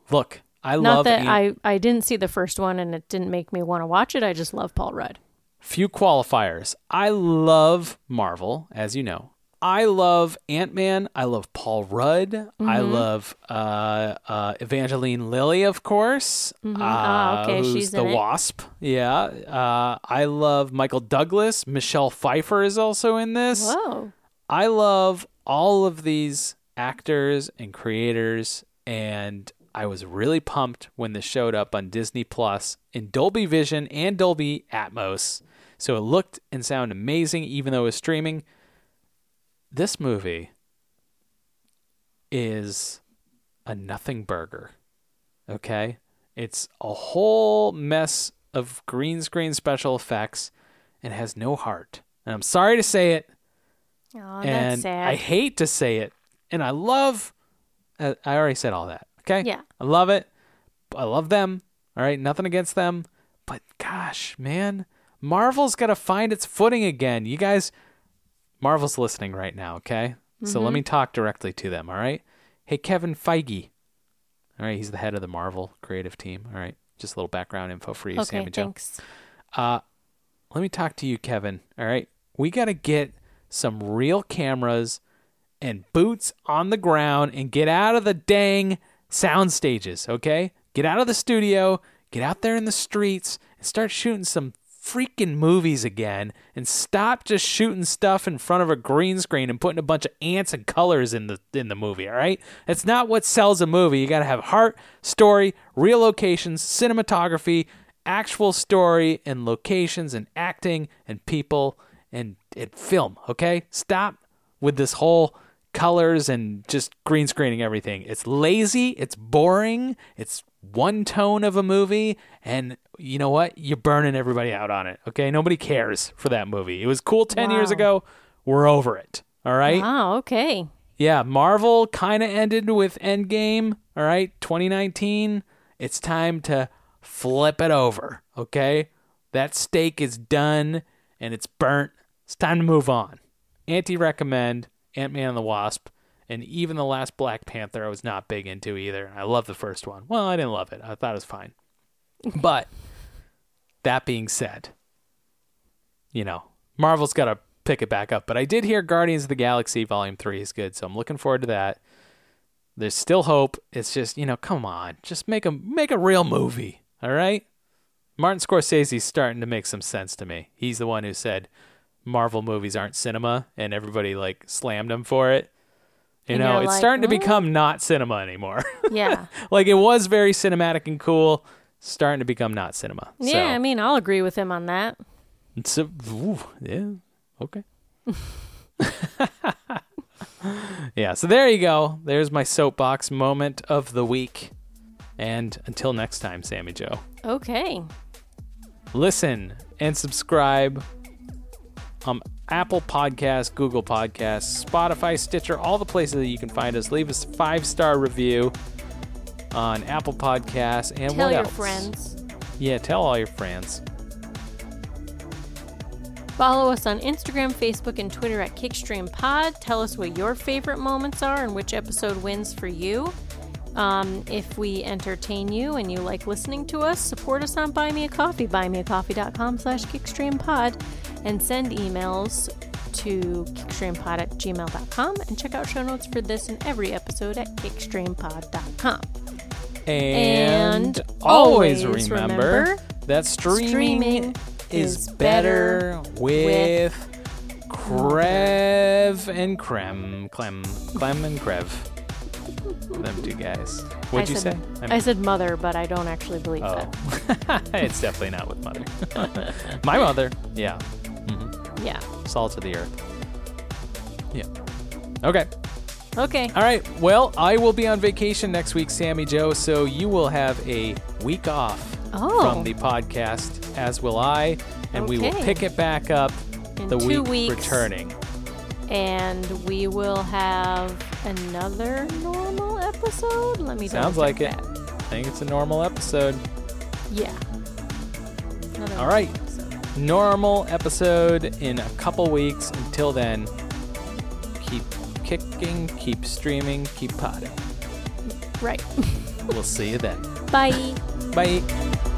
[SPEAKER 5] Look, I
[SPEAKER 6] Not
[SPEAKER 5] love
[SPEAKER 6] that
[SPEAKER 5] Ant-
[SPEAKER 6] I, I didn't see the first one and it didn't make me want to watch it. I just love Paul Rudd.
[SPEAKER 5] few qualifiers. I love Marvel, as you know. I love Ant Man. I love Paul Rudd. I
[SPEAKER 6] Mm-hmm.
[SPEAKER 5] love uh, uh, Evangeline Lilly, of course.
[SPEAKER 6] Ah,
[SPEAKER 5] uh,
[SPEAKER 6] okay,
[SPEAKER 5] who's
[SPEAKER 6] she's
[SPEAKER 5] the
[SPEAKER 6] in it.
[SPEAKER 5] Wasp. Yeah. Uh, I love Michael Douglas. Michelle Pfeiffer is also in this.
[SPEAKER 6] Whoa.
[SPEAKER 5] I love all of these actors and creators and I was really pumped when this showed up on Disney Plus in Dolby Vision and Dolby Atmos. So it looked and sounded amazing even though it was streaming. This movie is a nothing burger. Okay? It's a whole mess of green screen special effects and has no heart. And I'm sorry to say it,
[SPEAKER 6] Oh,
[SPEAKER 5] and
[SPEAKER 6] that's sad.
[SPEAKER 5] I hate to say it, and I love. I I already said all that. Okay.
[SPEAKER 6] Yeah.
[SPEAKER 5] I love it. I love them. All right. Nothing against them, but gosh, man, Marvel's got to find its footing again. You guys, Marvel's listening right now. Okay. So
[SPEAKER 6] Mm-hmm.
[SPEAKER 5] let me talk directly to them. All right. Hey, Kevin Feige. All right. He's the head of the Marvel creative team. All right. Just a little background info for you,
[SPEAKER 6] okay,
[SPEAKER 5] Sammy Joe
[SPEAKER 6] thanks.
[SPEAKER 5] let me talk to you, Kevin. All right. We got to get some real cameras and boots on the ground and get out of the dang sound stages, okay? Get out of the studio, get out there in the streets and start shooting some freaking movies again and stop just shooting stuff in front of a green screen and putting a bunch of ants and colors in the in the movie, all right? That's not what sells a movie. You got to have heart, story, real locations, cinematography, actual story and locations and acting and people and, and film, okay? Stop with this whole colors and just green screening everything. It's lazy, it's boring, it's one tone of a movie, and you know what? You're burning everybody out on it, okay? Nobody cares for that movie. It was cool 10 years
[SPEAKER 6] Wow.
[SPEAKER 5] ago. We're over it, all right?
[SPEAKER 6] Wow, Ah, okay.
[SPEAKER 5] Yeah, Marvel kind of ended with Endgame, all right, 2019. It's time to flip it over, okay? That steak is done and it's burnt. It's time to move on. Anti recommend Ant Man and the Wasp, and even the last Black Panther, I was not big into either. I love the first one. Well, I didn't love it, I thought it was fine. But that being said, you know, Marvel's got to pick it back up. But I did hear Guardians of the Galaxy Volume 3 is good, so I'm looking forward to that. There's still hope. It's just, you know, come on. Just make a make a real movie, all right? Martin Scorsese's starting to make some sense to me. He's the one who said Marvel movies aren't cinema and everybody like slammed him for it. You
[SPEAKER 6] And
[SPEAKER 5] know,
[SPEAKER 6] you're
[SPEAKER 5] it's
[SPEAKER 6] like,
[SPEAKER 5] starting to
[SPEAKER 6] "What?"
[SPEAKER 5] become not cinema anymore.
[SPEAKER 6] Yeah.
[SPEAKER 5] like it was very cinematic and cool, starting to become not cinema. So-
[SPEAKER 6] Yeah, I mean, I'll agree with him on that.
[SPEAKER 5] it's a, ooh, yeah. Okay. yeah. So there you go. There's my soapbox moment of the week. And until next time, Sammy Joe,
[SPEAKER 6] Okay.
[SPEAKER 5] listen and subscribe. Um, Apple Podcasts, Google Podcasts, Spotify, Stitcher, all the places that you can find us. Leave us a five star review on Apple Podcasts and
[SPEAKER 6] Tell
[SPEAKER 5] what
[SPEAKER 6] your
[SPEAKER 5] else?
[SPEAKER 6] friends.
[SPEAKER 5] Yeah, tell all your friends.
[SPEAKER 6] Follow us on Instagram, Facebook, and Twitter at Kickstream Pod. Tell us what your favorite moments are and which episode wins for you. Um, if we entertain you and you like listening to us, support us on Buy Me a Coffee, buymeacoffee.com slash kickstreampod, and send emails to kickstreampod at gmail.com and check out show notes for this and every episode at kickstreampod.com.
[SPEAKER 5] And,
[SPEAKER 6] And
[SPEAKER 5] always,
[SPEAKER 6] always
[SPEAKER 5] remember,
[SPEAKER 6] remember,
[SPEAKER 5] that streaming,
[SPEAKER 6] streaming
[SPEAKER 5] is
[SPEAKER 6] is
[SPEAKER 5] better
[SPEAKER 6] better
[SPEAKER 5] with Crev and Creme. Clem. Clem and Crev. Them two guys. What'd
[SPEAKER 6] I
[SPEAKER 5] you
[SPEAKER 6] said,
[SPEAKER 5] say? I'm-
[SPEAKER 6] I said mother, but I don't actually believe that.
[SPEAKER 5] Oh. it's definitely not with mother. My mother. Yeah.
[SPEAKER 6] Yeah.
[SPEAKER 5] Salt of the earth. Yeah. Okay.
[SPEAKER 6] Okay.
[SPEAKER 5] All right. Well, I will be on vacation next week, Sammy Joe, so you will have a week off
[SPEAKER 6] Oh.
[SPEAKER 5] from the podcast, as will I, and we will
[SPEAKER 6] Okay.
[SPEAKER 5] pick it back up
[SPEAKER 6] In
[SPEAKER 5] the
[SPEAKER 6] two
[SPEAKER 5] week
[SPEAKER 6] weeks.
[SPEAKER 5] returning.
[SPEAKER 6] and we will have another normal episode. Let me
[SPEAKER 5] Sounds
[SPEAKER 6] double
[SPEAKER 5] like
[SPEAKER 6] check
[SPEAKER 5] it.
[SPEAKER 6] that.
[SPEAKER 5] I think it's a normal episode.
[SPEAKER 6] Yeah. Another
[SPEAKER 5] All right.
[SPEAKER 6] normal episode.
[SPEAKER 5] Normal episode in a couple weeks. Until then, keep kicking, keep streaming, keep potting.
[SPEAKER 6] Right.
[SPEAKER 5] We'll see you then.
[SPEAKER 6] Bye.
[SPEAKER 5] Bye.